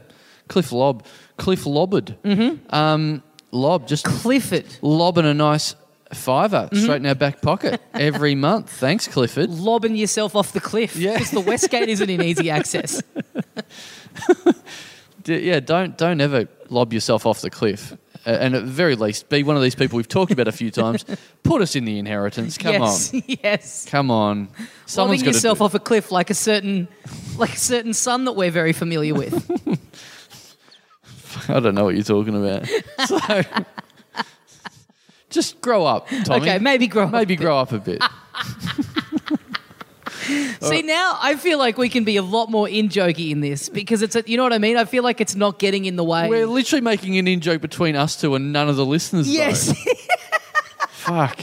Speaker 4: Cliff Lob. Cliff Lobbard. Mm-hmm. Um, lob, just
Speaker 3: Clifford
Speaker 4: lobbing a nice fiver
Speaker 3: Mm-hmm.
Speaker 4: straight in our
Speaker 3: (laughs)
Speaker 4: back pocket every month. Thanks, Clifford.
Speaker 3: lobbing yourself off the cliff
Speaker 4: Yeah.
Speaker 3: because the Westgate isn't in easy access.
Speaker 4: D- yeah, don't don't ever lob yourself off the cliff. Uh, and at very least, be one of these people we've talked about a few
Speaker 3: (laughs)
Speaker 4: times. Put us in the inheritance. (laughs) Come
Speaker 3: yes,
Speaker 4: on.
Speaker 3: (laughs) yes.
Speaker 4: Come on. Someone's
Speaker 3: lobbing
Speaker 4: got
Speaker 3: yourself
Speaker 4: to
Speaker 3: off a cliff like a certain like a certain son that we're very familiar
Speaker 4: (laughs)
Speaker 3: with.
Speaker 4: I don't know what you're
Speaker 3: (laughs)
Speaker 4: talking about. So just grow up, Tommy.
Speaker 3: okay, maybe grow up.
Speaker 4: Maybe grow up
Speaker 3: (laughs)
Speaker 4: a bit.
Speaker 3: See now, I feel like we can be a lot more in jokey in this because it's a, you know what I mean. I feel like it's not getting in the way.
Speaker 4: We're literally making an in joke between us two and none of the listeners.
Speaker 3: yes, (laughs)
Speaker 4: Though. Fuck.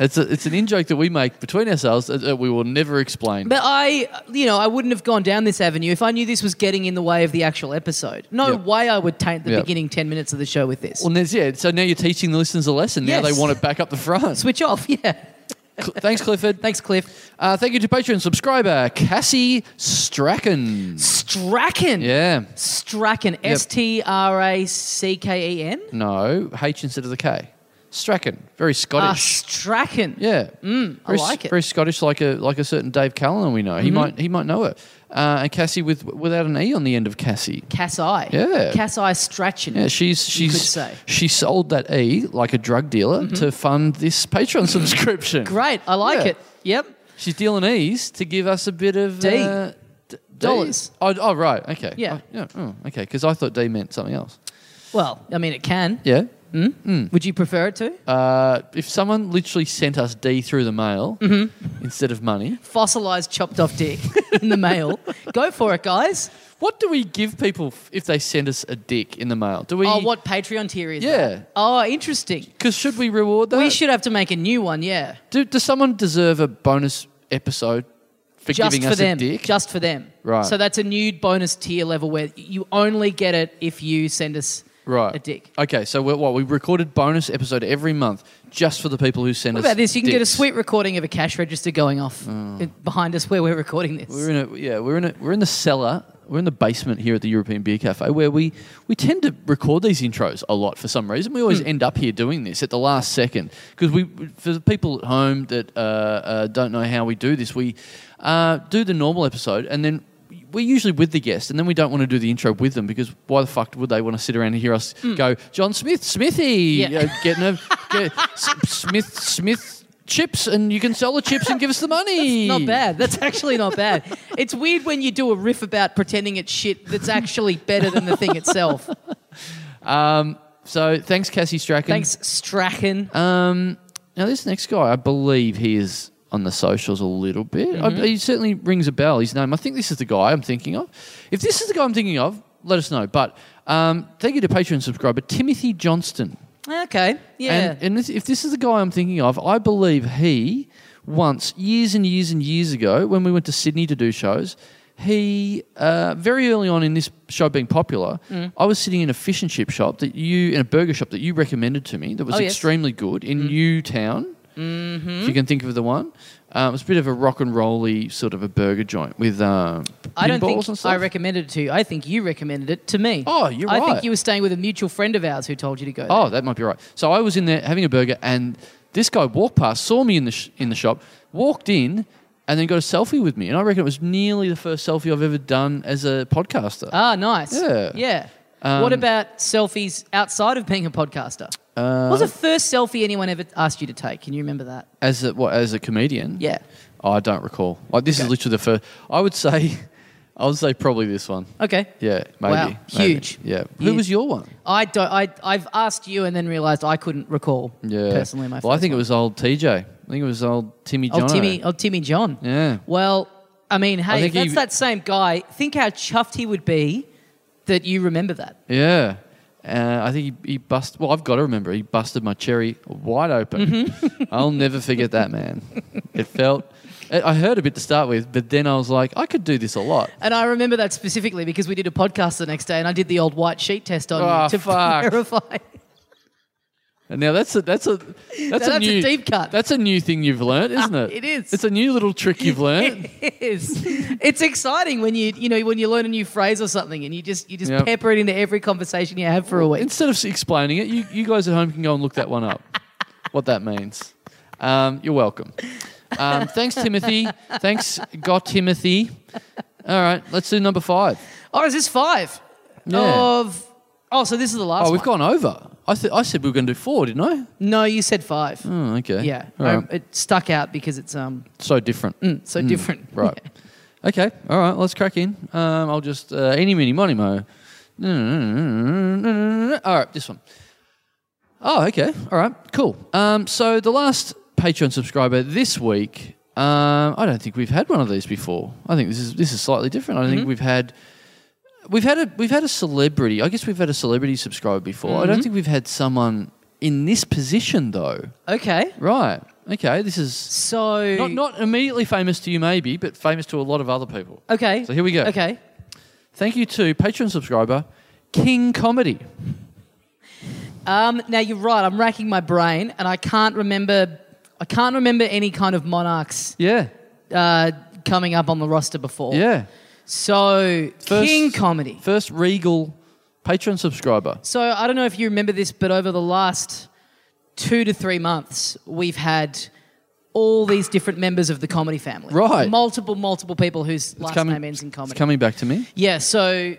Speaker 4: It's, a, it's an in joke that we make between ourselves that, that we will never explain.
Speaker 3: but I, you know, I wouldn't have gone down this avenue if I knew this was getting in the way of the actual episode. No
Speaker 4: Yep.
Speaker 3: way I would taint the
Speaker 4: Yep.
Speaker 3: beginning ten minutes of the show with this.
Speaker 4: well, there's, yeah, so now you're teaching the listeners a lesson. Now
Speaker 3: Yes.
Speaker 4: they want it back up
Speaker 3: (laughs)
Speaker 4: the front.
Speaker 3: Switch off. Yeah.
Speaker 4: Cl- Thanks, Clifford.
Speaker 3: Thanks, Cliff.
Speaker 4: Uh, thank you to Patreon subscriber Cassie Strachan.
Speaker 3: Strachan.
Speaker 4: Yeah.
Speaker 3: Strachan. S T R A C K E N.
Speaker 4: No, H instead of the K. Strachan. Very
Speaker 3: Ah,
Speaker 4: Scottish.
Speaker 3: Strachan.
Speaker 4: Yeah,
Speaker 3: Mm, I
Speaker 4: very,
Speaker 3: like it. Mm-hmm.
Speaker 4: Very Scottish, like a like a certain Dave Callan we know. He might he might know it. Uh, and Cassie with without an e on the end of Cassie.
Speaker 3: Cass I.
Speaker 4: Yeah.
Speaker 3: Cass I Strachan.
Speaker 4: Yeah, she's
Speaker 3: You could
Speaker 4: she's
Speaker 3: say. Mm-hmm.
Speaker 4: she sold that e like a drug dealer to fund this Patreon (laughs) subscription.
Speaker 3: Great. I like
Speaker 4: Yeah.
Speaker 3: it. Yep.
Speaker 4: She's dealing e's to give us a bit of
Speaker 3: D.
Speaker 4: uh,
Speaker 3: Dollars.
Speaker 4: Oh, oh, right. Okay.
Speaker 3: Yeah.
Speaker 4: Oh, yeah. Oh, okay. Because I thought D meant something else.
Speaker 3: Well, I mean, it can.
Speaker 4: Yeah.
Speaker 3: Mm.
Speaker 4: Hmm.
Speaker 3: Would you prefer it to?
Speaker 4: Uh, if someone literally sent us D through the mail
Speaker 3: Mm-hmm.
Speaker 4: instead of money,
Speaker 3: Fossilized chopped off dick in the
Speaker 4: (laughs)
Speaker 3: mail. Go for it, guys.
Speaker 4: what do we give people f- if they send us a dick in the mail? Do we?
Speaker 3: Oh, what Patreon tier is
Speaker 4: Yeah.
Speaker 3: that? Oh, interesting.
Speaker 4: Because should we reward that?
Speaker 3: We should have to make a new one, yeah.
Speaker 4: Do, does someone deserve a bonus episode for
Speaker 3: Just
Speaker 4: giving
Speaker 3: for
Speaker 4: us
Speaker 3: them.
Speaker 4: a dick?
Speaker 3: Just for them.
Speaker 4: Right.
Speaker 3: So that's a new bonus tier level where you only get it if you send us
Speaker 4: right.
Speaker 3: a dick.
Speaker 4: Okay. So we what? We recorded bonus episode every month just for the people who send
Speaker 3: What
Speaker 4: us.
Speaker 3: about this? You can get a
Speaker 4: dicks. Mm.
Speaker 3: sweet recording of a cash register going off in- behind us where we're recording this.
Speaker 4: We're in a yeah. We're in a we're in the cellar. We're in the basement here at the European Beer Cafe, where we we tend to record these intros a lot for some reason. We
Speaker 3: Hmm.
Speaker 4: always end up here doing this at the last second because we for the people at home that uh, uh, don't know how we do this, we uh, do the normal episode and then. We're usually with the guest, and then we don't want to do the intro with them because why the fuck would they want to sit around and hear us go, John Smith, Smithy,
Speaker 3: Hmm. Yeah.
Speaker 4: you know, getting a
Speaker 3: (laughs)
Speaker 4: get, S- Smith, Smith chips, and you can sell the chips and give us the money.
Speaker 3: Not bad. That's actually not
Speaker 4: (laughs)
Speaker 3: bad. it's weird when you do a riff about pretending it's shit that's actually better than the
Speaker 4: (laughs)
Speaker 3: thing itself.
Speaker 4: Um, so thanks, Cassie Strachan.
Speaker 3: Thanks, Strachan.
Speaker 4: Um, now this next guy, I believe he is on the socials a little bit. I, he certainly rings a bell. His name. I think this is the guy I'm thinking of. If this is the guy I'm thinking of, let us know. But um, thank you to Patreon subscriber Timothy Johnston.
Speaker 3: okay. Yeah.
Speaker 4: And, and this, if this is the guy I'm thinking of, I believe he once, years and years and years ago, when we went to Sydney to do shows, he uh, very early on in this show being popular,
Speaker 3: Mm.
Speaker 4: I was sitting in a fish and chip shop that you in a burger shop that you recommended to me that was
Speaker 3: Oh, yes. Mm-hmm.
Speaker 4: extremely good in Newtown. If you can think of the one, uh, it was a bit of a rock and rolly sort of a burger joint with um,
Speaker 3: I don't
Speaker 4: pinballs
Speaker 3: think
Speaker 4: and stuff.
Speaker 3: I recommended it to you. I think you recommended it to me.
Speaker 4: Oh, you're
Speaker 3: I
Speaker 4: right.
Speaker 3: think you were staying with a mutual friend of ours who told you to go.
Speaker 4: Oh, that might be right. So I was in there having a burger, and this guy walked past, saw me in the sh- in the shop, walked in, and then got a selfie with me. And I reckon it was nearly the first selfie I've ever done as a
Speaker 3: there.
Speaker 4: podcaster.
Speaker 3: Ah, nice.
Speaker 4: Yeah. Um,
Speaker 3: Yeah. what about selfies outside of being a podcaster?
Speaker 4: Uh,
Speaker 3: what was the first selfie anyone ever asked you to take? Can you remember that?
Speaker 4: as a, what as a comedian?
Speaker 3: Yeah.
Speaker 4: Oh, I don't recall. Like this is literally the first. I would say, (laughs) I would say probably this one.
Speaker 3: Okay.
Speaker 4: Yeah, maybe.
Speaker 3: Wow,
Speaker 4: maybe.
Speaker 3: huge.
Speaker 4: Yeah. Who
Speaker 3: Huge.
Speaker 4: was your one?
Speaker 3: I don't. I I've asked you and then realised I couldn't recall.
Speaker 4: Yeah.
Speaker 3: Personally, my.
Speaker 4: Well, I
Speaker 3: first
Speaker 4: think it
Speaker 3: one.
Speaker 4: was old TJ. I think it was old Timmy John.
Speaker 3: old Oh, Timmy. Old Timmy John.
Speaker 4: Yeah.
Speaker 3: Well, I mean, hey,
Speaker 4: think
Speaker 3: if that's
Speaker 4: he-
Speaker 3: that same guy. Think how chuffed he would be that you remember that.
Speaker 4: Yeah. Uh, I think he, he bust. Well, I've got to remember he busted my cherry wide open.
Speaker 3: Mm-hmm.
Speaker 4: (laughs) I'll never forget that man. It felt. I I heard a bit to start with, but then I was like, I could do this a lot.
Speaker 3: And I remember that specifically because we did a podcast the next day, and I did the old white sheet test on
Speaker 4: Oh,
Speaker 3: you to
Speaker 4: (laughs) fuck.
Speaker 3: verify.
Speaker 4: And now that's a that's a that's,
Speaker 3: That's
Speaker 4: a,
Speaker 3: a
Speaker 4: new,
Speaker 3: deep cut. Ah,
Speaker 4: That's a new thing you've learnt, isn't it?
Speaker 3: It is.
Speaker 4: It's a new little trick you've learnt.
Speaker 3: (laughs) It is. It's exciting when you you know when you learn a new phrase or something, and you just you just
Speaker 4: Yep.
Speaker 3: pepper it into every conversation you have for a week.
Speaker 4: Instead of s- explaining it, you, you guys at home can go and look that one up. what that means. Um, you're welcome. Um, thanks, Timothy. Thanks, got Timothy. All right, let's do number five.
Speaker 3: Or Oh, is this five?
Speaker 4: Yeah.
Speaker 3: Of oh, so this is the last.
Speaker 4: Oh, we've
Speaker 3: one.
Speaker 4: gone over. I, th- I said we were going to do four, didn't I?
Speaker 3: No, you said five.
Speaker 4: Oh, okay.
Speaker 3: Yeah,
Speaker 4: All
Speaker 3: I-
Speaker 4: right.
Speaker 3: it stuck out because it's um
Speaker 4: So different.
Speaker 3: so different.
Speaker 4: Right. (laughs) Okay. All right. Let's crack in. Um, I'll just uh, any mini money mo. All right. This one. Oh, okay. All right. Cool. Um, so the last Patreon subscriber this week. Um, I don't think we've had one of these before. I think this is this is slightly different. I think we've had we've had a we've had a celebrity. I guess we've had a celebrity subscriber before. I don't think we've had someone in this position though.
Speaker 3: Okay.
Speaker 4: Right. Okay. This is
Speaker 3: So
Speaker 4: not, not immediately famous to you, maybe, but famous to a lot of other people.
Speaker 3: okay.
Speaker 4: So here we go.
Speaker 3: Okay.
Speaker 4: Thank you to Patreon subscriber King Comedy.
Speaker 3: Um, now you're right. I'm racking my brain, and I can't remember. I can't remember any kind of monarchs
Speaker 4: Yeah.
Speaker 3: uh, coming up on the roster before.
Speaker 4: Yeah.
Speaker 3: So
Speaker 4: First-
Speaker 3: King comedy.
Speaker 4: First Regal Patreon subscriber.
Speaker 3: So I don't know if you remember this, but over the last two to three months, we've had all these different members of the comedy family.
Speaker 4: Right.
Speaker 3: Multiple, multiple people whose last
Speaker 4: coming-
Speaker 3: name ends in comedy.
Speaker 4: It's coming back to me.
Speaker 3: Yeah, so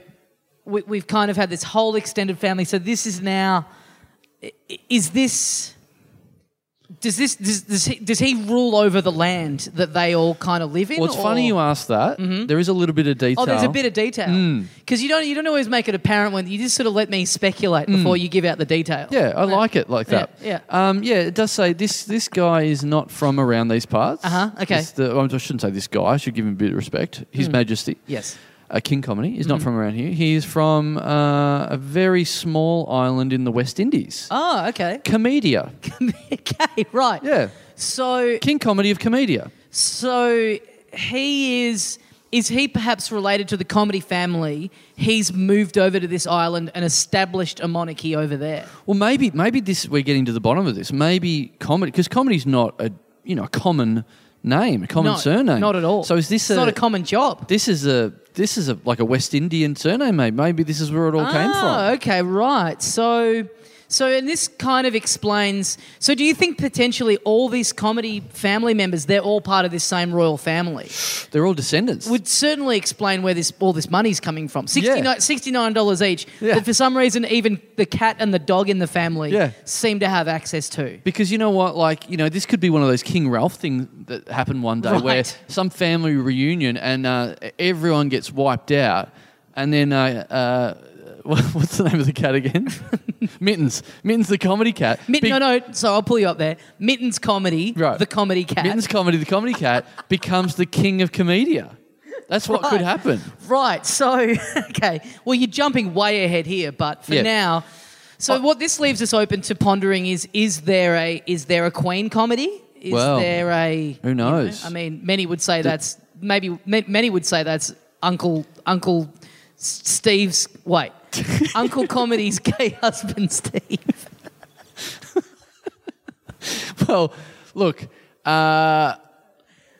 Speaker 3: we, we've kind of had this whole extended family. So this is now. i- Is this. Does this does, does, he, does he rule over the land that they all kind of live in?
Speaker 4: Well, it's funny you
Speaker 3: or-
Speaker 4: ask Hmm. that. There is a little bit of detail.
Speaker 3: Mm-hmm. Oh, there's a bit of detail because you don't you don't always make it apparent when you just sort of let me speculate before you give out the detail.
Speaker 4: Hmm. Yeah, I like it like that.
Speaker 3: yeah.
Speaker 4: Um, yeah, it does say this. This guy is not from around these parts.
Speaker 3: Uh-huh, okay. Hmm.
Speaker 4: This- the- I shouldn't say this guy. I should give him a bit of respect. His Majesty.
Speaker 3: Yes. Mm-hmm.
Speaker 4: A king comedy. He's not from around here. He is from uh, a very small island in the West Indies.
Speaker 3: Oh, okay. (laughs)
Speaker 4: Comedia.
Speaker 3: okay, right.
Speaker 4: Yeah.
Speaker 3: So
Speaker 4: King comedy of Comedia.
Speaker 3: so he is is he perhaps related to the comedy family? He's moved over to this island and established a monarchy over there.
Speaker 4: Well, maybe maybe this we're getting to the bottom of this. Maybe comedy because comedy's not a you know a common name, a common
Speaker 3: No,
Speaker 4: surname.
Speaker 3: Not at all.
Speaker 4: So is this
Speaker 3: It's not a common job?
Speaker 4: This is a this is a like a West Indian surname, mate. Maybe this is where it all came
Speaker 3: Oh,
Speaker 4: from.
Speaker 3: okay, right. So, so and this kind of explains. So, do you think potentially all these comedy family members, they're all part of this same royal family,
Speaker 4: They're all descendants.
Speaker 3: would certainly explain where this all this money's coming from? $69 dollars each.
Speaker 4: Yeah.
Speaker 3: But for some reason, even the cat and the dog in the family
Speaker 4: Yeah.
Speaker 3: seem to have access to.
Speaker 4: because you know what, like you know, this could be one of those King Ralph things that happened one day, where
Speaker 3: Right.
Speaker 4: some family reunion and uh, everyone gets wiped out, and then uh, (laughs) uh, what's the name of the cat again? (laughs) Mittens, Mittens, the comedy cat.
Speaker 3: Mitten,
Speaker 4: Big-
Speaker 3: no, no. So I'll pull you up there. Mittens comedy,
Speaker 4: Right.
Speaker 3: the comedy cat.
Speaker 4: Mittens comedy, the comedy cat becomes the king of comedia. That's what could
Speaker 3: Right.
Speaker 4: happen.
Speaker 3: Right. So, (laughs) okay. Well, you're jumping way ahead here, but for
Speaker 4: Yeah. Oh.
Speaker 3: now, so what this leaves us open to pondering is: is there a is there a Queen comedy? Is
Speaker 4: Well,
Speaker 3: there a
Speaker 4: Who knows?
Speaker 3: I mean, many would say that's maybe ma- many would say that's Uncle Uncle S- Steve's
Speaker 4: (laughs)
Speaker 3: wait, Uncle Comedy's gay husband Steve.
Speaker 4: (laughs) Well, look, uh,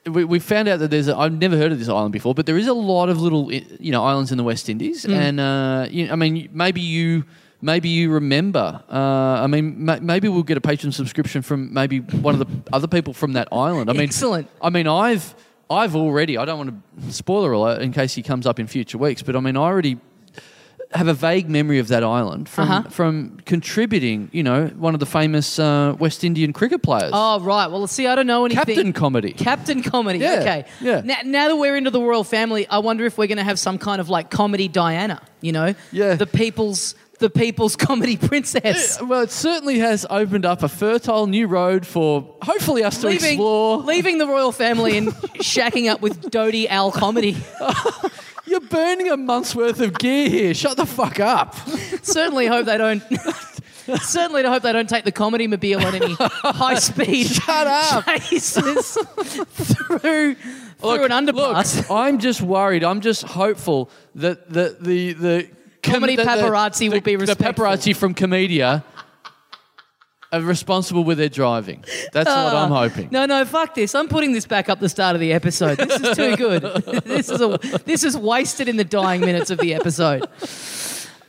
Speaker 4: we, we found out that there's. A, I've never heard of this island before, but there is a lot of little, i- you know, islands in the West Indies,
Speaker 3: Mm.
Speaker 4: and uh, you, I mean, maybe you. Maybe you remember. Uh, I mean, ma- maybe we'll get a patron subscription from maybe one of the (laughs) other people from that island. I mean,
Speaker 3: Excellent.
Speaker 4: I mean, I've I've already. I don't want to spoiler alert in case he comes up in future weeks, but I mean, I already have a vague memory of that island from
Speaker 3: Uh-huh.
Speaker 4: from contributing. You know, one of the famous uh, West Indian cricket players.
Speaker 3: Oh right. Well, see, I don't know anything.
Speaker 4: Captain comedy.
Speaker 3: Captain comedy.
Speaker 4: Yeah,
Speaker 3: Okay.
Speaker 4: yeah.
Speaker 3: Now, now that we're into the royal family, I wonder if we're going to have some kind of like comedy Diana. You know.
Speaker 4: Yeah.
Speaker 3: The people's the people's (laughs) comedy princess.
Speaker 4: well, it certainly has opened up a fertile new road for hopefully us to
Speaker 3: Leaving,
Speaker 4: explore.
Speaker 3: leaving the royal family
Speaker 4: (laughs)
Speaker 3: and shacking up with Dodie Al comedy.
Speaker 4: You're burning a month's worth of gear here. Shut the fuck
Speaker 3: (laughs)
Speaker 4: up.
Speaker 3: certainly hope they
Speaker 4: (laughs)
Speaker 3: don't. certainly hope they don't take the comedy mobile on any high speed
Speaker 4: (laughs) Shut
Speaker 3: (laughs)
Speaker 4: up. (laughs)
Speaker 3: chases through
Speaker 4: Look,
Speaker 3: through an underpass.
Speaker 4: Look, I'm just worried. I'm just hopeful that the the the
Speaker 3: Comedy
Speaker 4: the- the-
Speaker 3: paparazzi will
Speaker 4: the-
Speaker 3: be
Speaker 4: The
Speaker 3: respectful.
Speaker 4: paparazzi from Comedia are responsible with their driving. That's what
Speaker 3: Ah.
Speaker 4: I'm hoping.
Speaker 3: No, no, fuck this. I'm putting this back up the start of the episode. This is too
Speaker 4: (laughs)
Speaker 3: good. this is a, this is wasted in the dying minutes of the episode.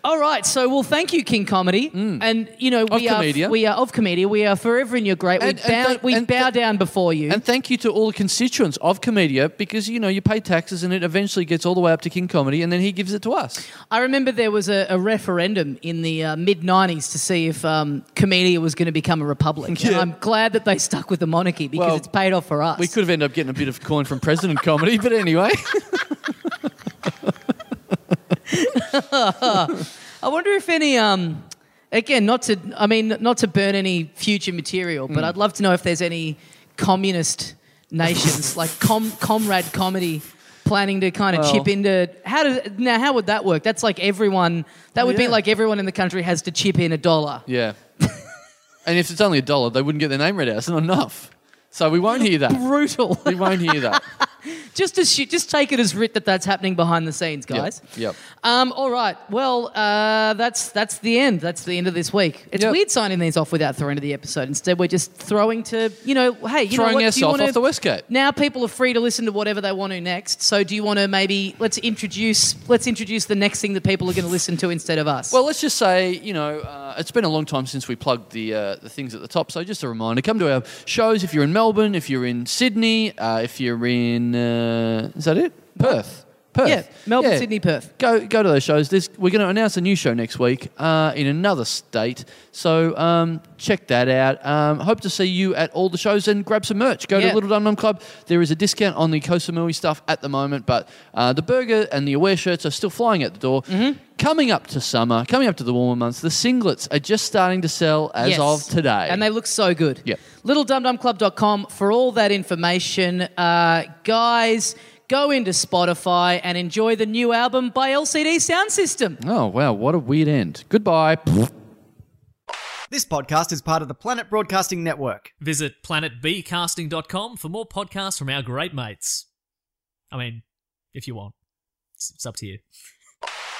Speaker 3: All right, so well, thank you, King Comedy, and you know we
Speaker 4: Mm. Of
Speaker 3: are
Speaker 4: Comedia.
Speaker 3: we are of Comedia. We are forever in your great. We
Speaker 4: And- and
Speaker 3: bow,
Speaker 4: don't-
Speaker 3: we
Speaker 4: and
Speaker 3: bow
Speaker 4: don't-
Speaker 3: down before you.
Speaker 4: And thank you to all the constituents of Comedia because you know you pay taxes and it eventually gets all the way up to King Comedy and then he gives it to us.
Speaker 3: I remember there was a, a referendum in the uh, mid '90s to see if um, Comedia was going to become a republic. And
Speaker 4: Yeah.
Speaker 3: I'm glad that they stuck with the monarchy because
Speaker 4: Well,
Speaker 3: it's paid off for us.
Speaker 4: We could have ended up getting a bit of coin from President Comedy, but anyway.
Speaker 3: I wonder if any um again not to I mean not to burn any future material,
Speaker 4: Hmm.
Speaker 3: but I'd love to know if there's any communist
Speaker 4: (laughs)
Speaker 3: nations like com, comrade comedy planning to kind of
Speaker 4: Well-
Speaker 3: chip into how does now how would that work? That's like everyone that would be
Speaker 4: yeah.
Speaker 3: like everyone in the country has to chip in a
Speaker 4: (laughs)
Speaker 3: dollar.
Speaker 4: (laughs) Yeah. and if it's only a dollar, they wouldn't get their name read out. It's not enough. So we won't hear that.
Speaker 3: Brutal.
Speaker 4: We won't hear (laughs) that.
Speaker 3: (laughs) just as you, just take it as writ that that's happening behind the scenes, guys.
Speaker 4: Yep.
Speaker 3: Um, all right. Well, uh, that's that's the end. That's the end of this week. It's
Speaker 4: Yep.
Speaker 3: weird signing these off without throwing to the episode. Instead, we're just throwing to you know, hey, you know
Speaker 4: Throwing
Speaker 3: what?
Speaker 4: us
Speaker 3: do you
Speaker 4: off
Speaker 3: wanna,
Speaker 4: off the Westgate.
Speaker 3: Now people are free to listen to whatever they want to next. So do you want to maybe let's introduce let's introduce the next thing that people are going to listen to instead of us?
Speaker 4: Well, let's just say, you know, uh, it's been a long time since we plugged the, uh, the things at the top. So just a reminder come to our shows if you're in Melbourne, if you're in Sydney, uh, if you're in. Uh, is that it? Perth. Perth.
Speaker 3: Yeah, Melbourne, Sydney, Perth.
Speaker 4: Go go to those shows. There's, we're going to announce a new show next week uh, in another state. So um, check that out. Um, hope to see you at all the shows and grab some merch. Go
Speaker 3: Yeah.
Speaker 4: to Little Dum Dum Club. There is a discount on the Kosamui stuff at the moment, but uh, the burger and the aware shirts are still flying at the door.
Speaker 3: Mm-hmm.
Speaker 4: Coming up to summer, coming up to the warmer months, the singlets are just starting to sell as
Speaker 3: Yes.
Speaker 4: of today.
Speaker 3: And they look so good.
Speaker 4: Yep.
Speaker 3: LittleDumDumClub.com for all that information. Uh, guys, go into Spotify and enjoy the new album by LCD Sound System.
Speaker 4: oh wow, what a weird end. Goodbye.
Speaker 1: This podcast is part of the Planet Broadcasting Network.
Speaker 2: Visit planetbcasting.com for more podcasts from our great mates. I mean, if you want, it's it's up to you.